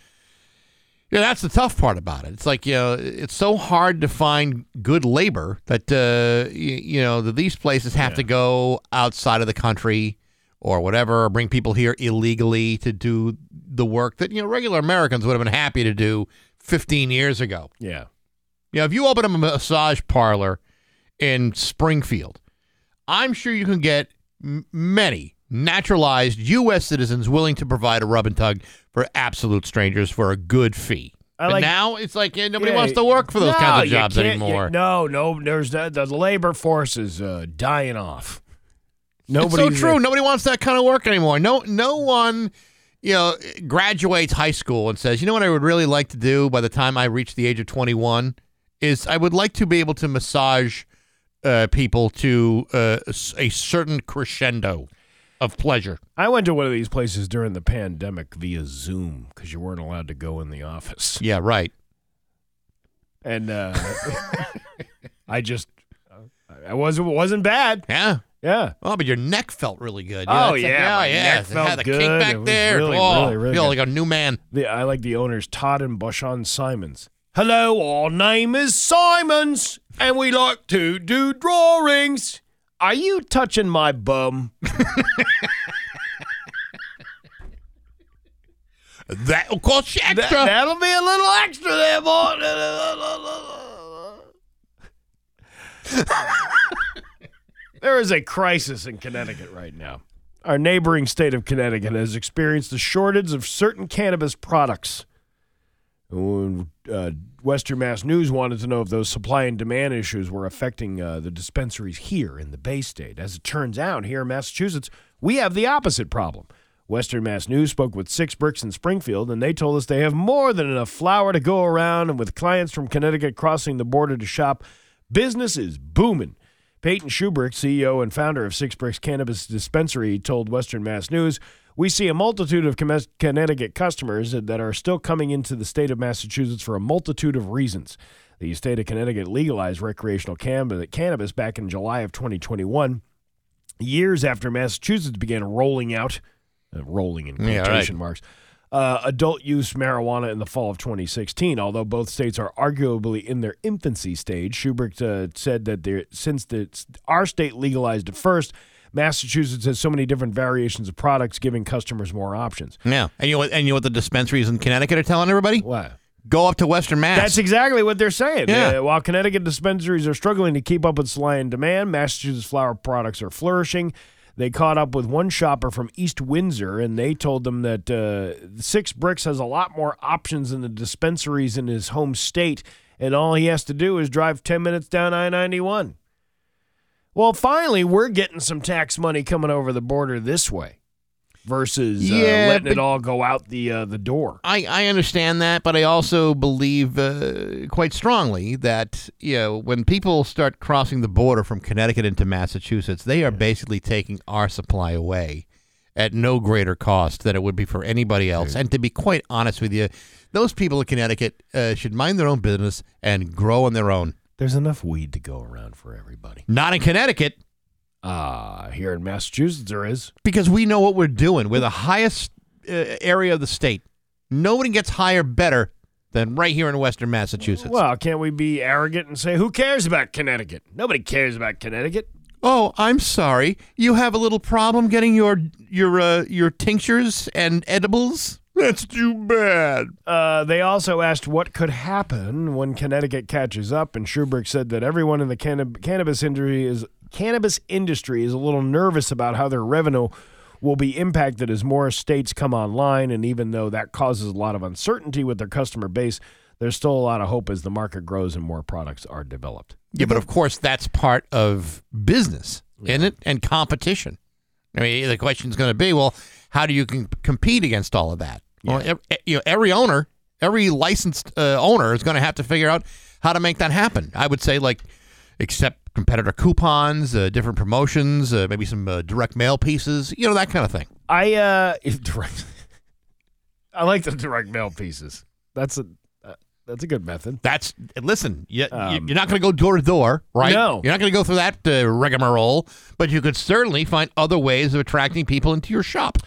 S1: yeah, that's the tough part about it. It's like you know, it's so hard to find good labor that uh, you, you know that these places have to go outside of the country or whatever, or bring people here illegally to do the work that you know regular Americans would have been happy to do 15 years ago.
S3: Yeah.
S1: You know, if you open up a massage parlor in Springfield, I'm sure you can get m- many naturalized U.S. citizens willing to provide a rub and tug for absolute strangers for a good fee.
S3: I
S1: But
S3: like-
S1: now it's like yeah, nobody
S3: Yeah,
S1: wants to work for those
S3: no,
S1: kinds of
S3: you
S1: jobs
S3: can't- you-
S1: anymore.
S3: no, no, there's the, the labor force is uh, dying off. uh,
S1: Nobody. It's so true. Nobody wants that kind of work anymore. No, no one, you know, graduates high school and says, you know what I would really like to do by the time I reach the age of twenty one is I would like to be able to massage uh, people to uh, s- a certain crescendo of pleasure.
S3: I went to one of these places during the pandemic via Zoom because you weren't allowed to go in the office.
S1: Yeah, right.
S3: And uh, I just, I wasn't wasn't bad.
S1: Yeah,
S3: yeah.
S1: Oh, but your neck felt really good.
S3: Oh
S1: that's-
S3: yeah,
S1: yeah,
S3: my
S1: yeah.
S3: neck
S1: It
S3: felt
S1: had a
S3: good.
S1: kick back
S3: It was
S1: there.
S3: really,
S1: oh,
S3: really, really
S1: feel
S3: good.
S1: like a new man.
S3: The, I like the owners, Todd and Bashan Simons. Hello, our name is Simons, and we like to do drawings. Are you touching
S1: [laughs]
S3: my bum?
S1: That'll cost you extra.
S3: that'll be a little extra there, boy. There is a crisis in Connecticut right now. Our neighboring state of Connecticut has experienced a shortage of certain cannabis products. When, uh, Western Mass News wanted to know if those supply and demand issues were affecting uh, the dispensaries here in the Bay State. As it turns out, here in Massachusetts, we have the opposite problem. Western Mass News spoke with Six Bricks in Springfield, and they told us they have more than enough flour to go around, and with clients from Connecticut crossing the border to shop, business is booming. Peyton Schubrick, CEO and founder of Six Bricks Cannabis Dispensary, told Western Mass News, "We see a multitude of Com- Connecticut customers that are still coming into the state of Massachusetts for a multitude of reasons. The state of Connecticut legalized recreational cannab- cannabis back in July of 2021, years after Massachusetts began rolling out, uh, rolling in
S1: Yeah, right.
S3: quotation marks." Uh, adult use marijuana in the fall of 2016. Although both states are arguably in their infancy stage, Schubert uh, said that there, since the, our state legalized it first, Massachusetts has so many different variations of products, giving customers more options.
S1: Yeah, and you know what? And you know what the dispensaries in Connecticut are telling everybody?
S3: What?
S1: Go up to Western Mass.
S3: That's exactly what they're saying.
S1: Yeah.
S3: Uh, while Connecticut dispensaries are struggling to keep up with supply and demand, Massachusetts flower products are flourishing. They caught up with one shopper from East Windsor, and they told them that uh, Six Bricks has a lot more options than the dispensaries in his home state, and all he has to do is drive 10 minutes down I 91. Well, finally, we're getting some tax money coming over the border this way versus uh,
S1: Yeah,
S3: letting
S1: but-
S3: it all go out the, uh, the door.
S1: I, I understand that, but I also believe uh, quite strongly that you know when people start crossing the border from Connecticut into Massachusetts, they are basically taking our supply away at no greater cost than it would be for anybody else. And to be quite honest with you, those people in Connecticut uh, should mind their own business and grow on their own.
S3: There's enough weed to go around for everybody.
S1: Not in Connecticut.
S3: Ah, here in Massachusetts there is.
S1: Because we know what we're doing. We're the highest uh, area of the state. Nobody gets higher better than right here in Western Massachusetts.
S3: Well, can't we be arrogant and say, who cares about Connecticut? Nobody cares about Connecticut.
S1: Oh, I'm sorry. You have a little problem getting your your uh, your tinctures and edibles? That's too bad.
S3: Uh, they also asked what could happen when Connecticut catches up, and Schubrick said that everyone in the cannab- cannabis industry is cannabis industry is a little nervous about how their revenue will be impacted as more states come online, and even though that causes a lot of uncertainty with their customer base, there's still a lot of hope as the market grows and more products are developed.
S1: Yeah, but of course that's part of business, isn't it? And competition. I mean, the question's going to be, well, how do you com- compete against all of that? Well, ev- e- you know, every owner, every licensed uh, owner is going to have to figure out how to make that happen. I would say, like, accept competitor coupons, uh, different promotions, uh, maybe some uh, direct mail pieces, you know, that kind of thing.
S3: I uh, [laughs] if direct. I like the direct mail pieces. That's a uh, that's a good method.
S1: That's listen. Yeah, You're not going to go door to door, right?
S3: No.
S1: You're not going to go through that uh, rigmarole, but you could certainly find other ways of attracting people into your shop.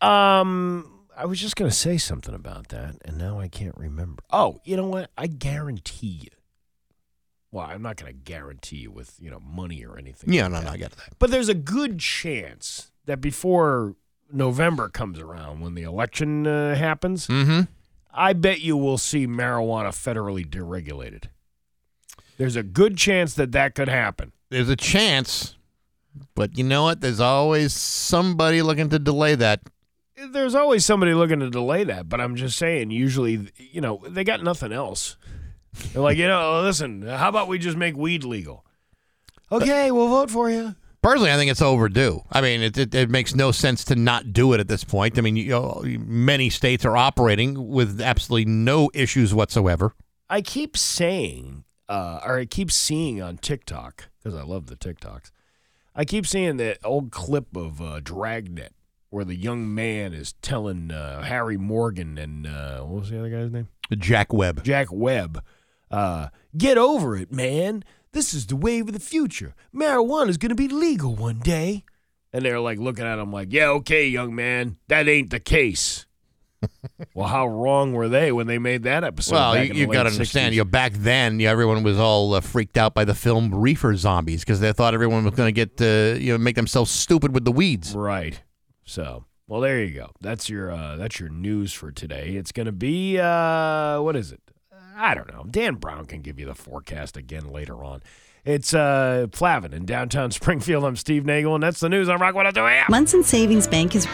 S3: Um, I was just going to say something about that, and now I can't remember. Oh, you know what? I guarantee you. Well, I'm not going to guarantee you with you know money or anything.
S1: Yeah,
S3: like
S1: no,
S3: that.
S1: no, I get that.
S3: But there's a good chance that before November comes around, when the election uh, happens,
S1: Mhm.
S3: I bet you will see marijuana federally deregulated. There's a good chance that that could happen.
S1: [laughs] There's a chance, but you know what? There's always somebody looking to delay that.
S3: There's always somebody looking to delay that, but I'm just saying, usually, you know, they got nothing else. They're like, you know, oh, listen, how about we just make weed legal? Okay, we'll vote for you.
S1: Personally, I think it's overdue. I mean, it, it, it makes no sense to not do it at this point. I mean, you know, many states are operating with absolutely no issues whatsoever.
S3: I keep saying, uh, or I keep seeing on TikTok because I love the TikToks. I keep seeing that old clip of uh, Dragnet where the young man is telling uh, Harry Morgan and uh, what was the other guy's name?
S1: Jack Webb.
S3: Jack Webb. Uh, Get over it, man. This is the wave of the future. Marijuana is going to be legal one day. And they're like looking at him like, yeah, okay, young man, that ain't the
S1: [laughs]
S3: case. well, how wrong were they when they made that episode?
S1: well,
S3: back
S1: you,
S3: in the
S1: you've
S3: late
S1: got to understand.
S3: 60s?
S1: You know, back then, you know, everyone was all uh, freaked out by the film Reefer Zombies because they thought everyone was going to get uh, you know make themselves stupid with the weeds.
S3: Right. So, well, there you go. That's your uh, that's your news for today. It's going to be uh, what is it? I don't know. Dan Brown can give you the forecast again later on. It's uh, Flavin in downtown [laughs] Springfield. I'm Steve Nagel, and that's the news on Rock 102 AM.
S17: Munson Savings Bank is.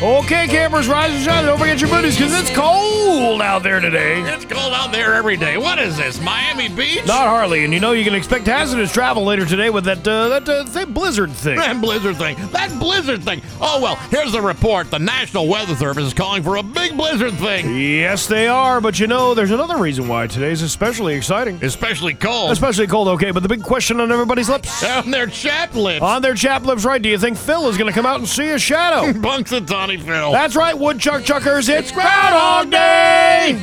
S3: Okay, campers, rise and shine. Don't forget your booties because it's cold out there today.
S1: It's cold out there every day. What is this, Miami Beach?
S3: Not Harley, and you know you can expect hazardous travel later today with that uh, that uh, that blizzard thing.
S1: That blizzard thing. That blizzard thing. Oh, well, here's the report. The National Weather Service is calling for a big blizzard thing.
S3: Yes, they are, but you know, there's another reason why today's especially exciting.
S1: Especially cold.
S3: Especially cold, okay, but the big question on everybody's
S1: [laughs]
S3: lips.
S1: On their chap lips.
S3: On their chap lips, right. Do you think Phil is going to come out and see a shadow?
S1: [laughs] Bunks and Tawny Phil.
S3: That's right, Woodchuck Chuckers, it's Groundhog Day!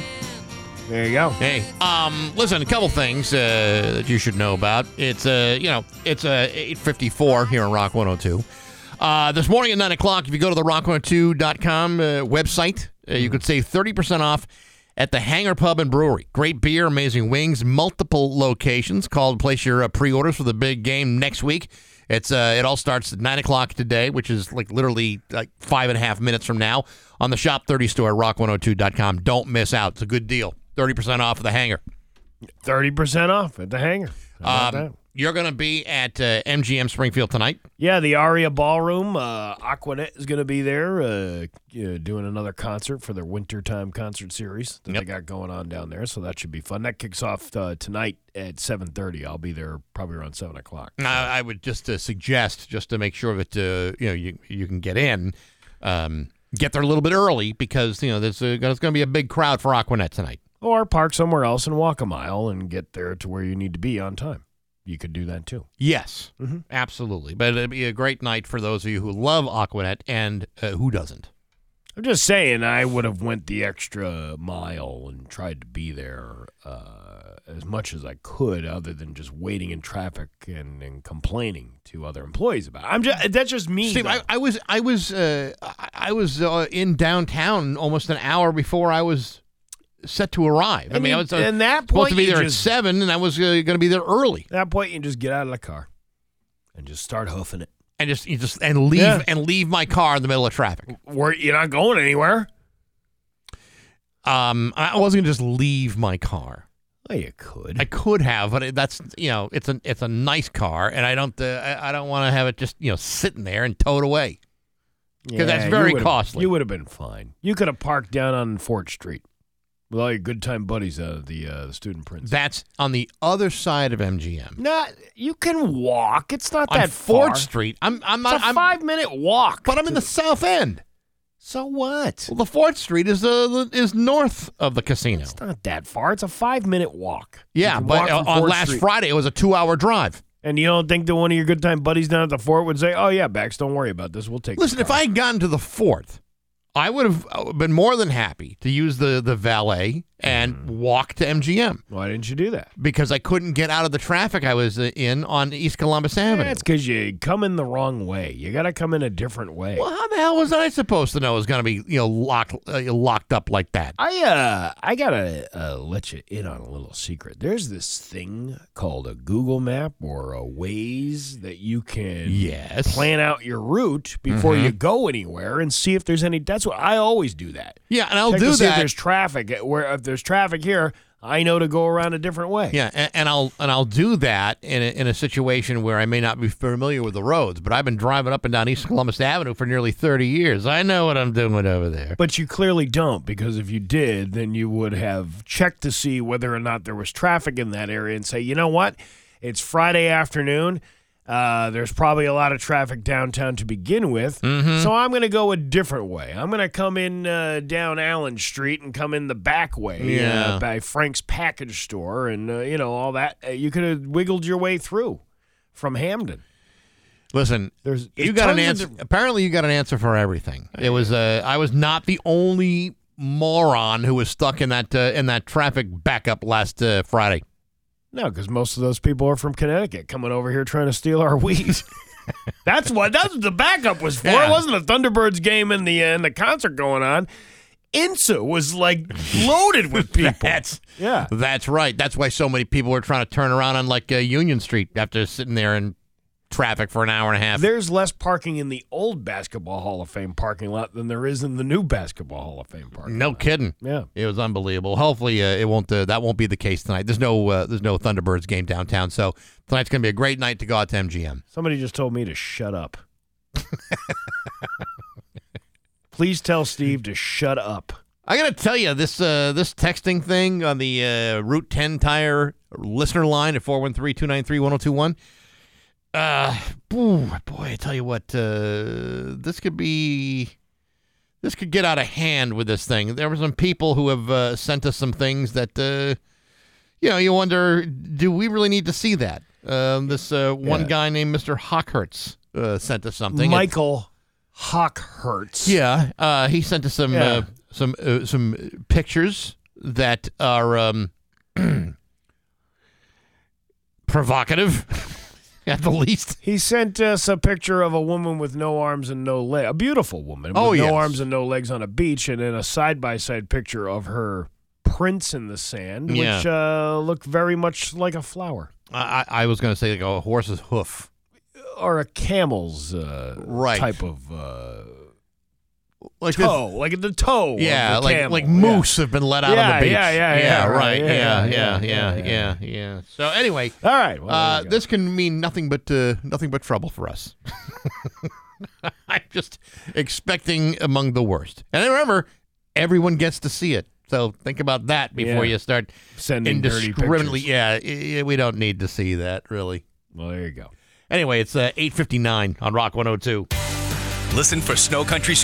S3: There you go.
S1: Hey, um, listen, a couple things uh, that you should know about. It's uh, you know, it's uh, eight fifty four here on Rock one hundred two. Uh, this morning at nine o'clock, if you go to the rock102.com uh, website, uh, you could save thirty percent off at the Hangar Pub and Brewery. Great beer, amazing wings, multiple locations. Call and place your uh, pre-orders for the big game next week. It's uh, it all starts at nine o'clock today, which is like literally like five and a half minutes from now on the Shop Thirty store oh at rock102.com. Don't miss out; it's a good deal. Thirty percent off of the hangar.
S3: 30% off at the hangar. How about that?
S1: Um, you're going to be at uh, MGM Springfield tonight.
S3: Yeah, the Aria Ballroom. Uh, Aquanet is going to be there uh, uh, doing another concert for their wintertime concert series that they got going on down there. So that should be fun. That kicks off uh, tonight at 7.30. I'll be there probably around 7 o'clock.
S1: And I, I would just uh, suggest, just to make sure that uh, you know you you can get in, um, get there a little bit early because you know there's uh, there's going to be a big crowd for Aquanet tonight.
S3: Or park somewhere else and walk a mile and get there to where you need to be on time. You could do that too.
S1: Yes,
S3: Mm-hmm.
S1: absolutely. But it'd be a great night for those of you who love Aquanet and uh, who doesn't.
S3: I'm just saying, I would have went the extra mile and tried to be there uh, as much as I could, other than just waiting in traffic and, and complaining to other employees about. It. I'm just that's just me.
S1: Steve, I, I was I was uh, I I was uh, in downtown almost an hour before I was set to arrive. I
S3: And
S1: mean,
S3: you-
S1: I was uh,
S3: and that
S1: supposed
S3: point
S1: to be
S3: you
S1: there
S3: just-
S1: at seven, and I was uh, going to be there early.
S3: At that point, you just get out of the car and just start hoofing it.
S1: and just you just and leave
S3: Yeah.
S1: and leave my car in the middle of traffic.
S3: Where you're not going anywhere.
S1: Um, I I wasn't gonna just leave my car.
S3: Well, you could.
S1: I could have, but it, that's you know, it's a it's a nice car, and I don't uh, I, I don't want to have it just you know sitting there and towed away because
S3: Yeah,
S1: that's
S3: you
S1: very
S3: would've-
S1: costly.
S3: You would have been fine. You could have parked down on Fort Street. with all your good time buddies out of the uh, the student prince.
S1: That's on the other side of MGM.
S3: Nah, you can walk. It's not
S1: on
S3: that
S1: Ford
S3: far.
S1: Street. I'm I'm
S3: It's
S1: not
S3: a
S1: I'm
S3: five minute walk.
S1: But I'm in the south end.
S3: So what?
S1: Well, the Ford Street is uh, is north of the casino.
S3: It's not that far. It's a five minute walk.
S1: yeah,
S3: You can
S1: but
S3: walk
S1: uh,
S3: from
S1: on
S3: Ford
S1: last
S3: Street.
S1: Friday it was a 2-hour drive.
S3: And you don't think that one of your good time buddies down at the fort would say, "Oh yeah, Bax, don't worry about this. We'll take."
S1: Listen, if I had gotten to the fourth, I would have uh, been more than happy to use the the valet and walk to MGM.
S3: Mm-hmm. Why didn't you do that?
S1: Because I couldn't get out of the traffic I was uh, in on East Columbus Avenue.
S3: That's because you come in the wrong way. You got to come in a different way.
S1: Well, how the hell was I supposed to know it was going to be you know locked uh, locked up like that?
S3: I uh I gotta uh, let you in on a little secret. There's this thing called a Google Map or a Waze that you can
S1: Yes.
S3: plan out your route before
S1: Mhm.
S3: you go anywhere and see if there's any. That's what I always do that.
S1: Yeah, and I'll
S3: Check to
S1: do
S3: see If
S1: that.
S3: there's traffic uh, where if there's traffic here, I know to go around a different way.
S1: Yeah, and, and I'll and I'll do that in a, in a situation where I may not be familiar with the roads, but I've been driving up and down East Columbus Avenue for nearly thirty years. I know what I'm doing over there.
S3: But you clearly don't because if you did, then you would have checked to see whether or not there was traffic in that area and say, you know what? It's Friday afternoon. Uh, there's probably a lot of traffic downtown to begin with.
S1: Mm-hmm.
S3: So I'm going to go a different way. I'm going to come in uh, down Allen Street and come in the back way
S1: Yeah.
S3: uh, by Frank's package store and, uh, you know, all that. Uh, you could have wiggled your way through from Hamden.
S1: Listen,
S3: There's
S1: you got an
S3: tons of
S1: answer. Apparently, you got an answer for everything. It was uh, I was not the only moron who was stuck in that uh, in that traffic backup last uh, Friday.
S3: No, because most of those people are from Connecticut coming over here trying to steal
S1: [laughs]
S3: our weed. that's what that's what the backup was for.
S1: Yeah.
S3: It wasn't a Thunderbirds game and the uh, and the concert going on. Insa was like loaded with people.
S1: [laughs] That's
S3: yeah.
S1: That's right. That's why so many people were trying to turn around on like uh, Union Street after sitting there in traffic for an hour and a half.
S3: There's less parking in the old Basketball Hall of Fame parking lot than there is in the new Basketball Hall of Fame parking.
S1: No kidding.
S3: Yeah.
S1: It was unbelievable. Hopefully, uh, it won't. Uh, that won't be the case tonight. There's no. Uh, there's no Thunderbirds game downtown. So tonight's gonna be a great night to go out to MGM.
S3: Somebody just told me to shut up. Please tell Steve to shut up.
S1: I gotta tell you this. Uh, this texting thing on the uh, Route 10 tire listener line at 413-293-1021. Uh, boo, boy, I tell you what. Uh, this could be. This could get out of hand with this thing. There were some people who have uh, sent us some things that. Uh, you know, you wonder, do we really need to see that? Um, this uh, one
S3: Yeah.
S1: guy named Mr. Hockhertz uh, sent us something.
S3: Michael Hawk hurts.
S1: Yeah, uh, he sent us some
S3: Yeah.
S1: uh, some uh, some pictures that are um, [clears throat] provocative, [laughs] at the least.
S3: He sent us a picture of a woman with no arms and no leg, a beautiful woman with
S1: Oh,
S3: no
S1: yes.
S3: arms and no legs on a beach, and then a side by side picture of her prints in the sand,
S1: Yeah.
S3: which uh, look very much like a flower
S1: I, I I was going to say like a horse's hoof.
S3: or a camel's uh,
S1: Right.
S3: type of uh,
S1: Like this-
S3: toe, like the toe. of
S1: yeah,
S3: the
S1: like
S3: camel.
S1: like
S3: Yeah.
S1: moose have been let out
S3: Yeah,
S1: on the beach.
S3: yeah, yeah, yeah,
S1: right.
S3: right,
S1: Yeah, yeah,
S3: yeah,
S1: yeah,
S3: yeah,
S1: yeah, yeah.
S3: yeah.
S1: So anyway,
S3: All right, well,
S1: uh,
S3: there you go.
S1: this can mean nothing but uh, nothing but trouble for us. [laughs] I'm just expecting among the worst. And remember, everyone gets to see it. So think about that before
S3: Yeah.
S1: you start
S3: Sending dirty
S1: indiscriminately.
S3: pictures.
S1: Yeah, i- i- we don't need to see that really.
S3: well, there you go.
S1: Anyway, it's uh, 8:59 on Rock 102.
S2: Listen for Snow Country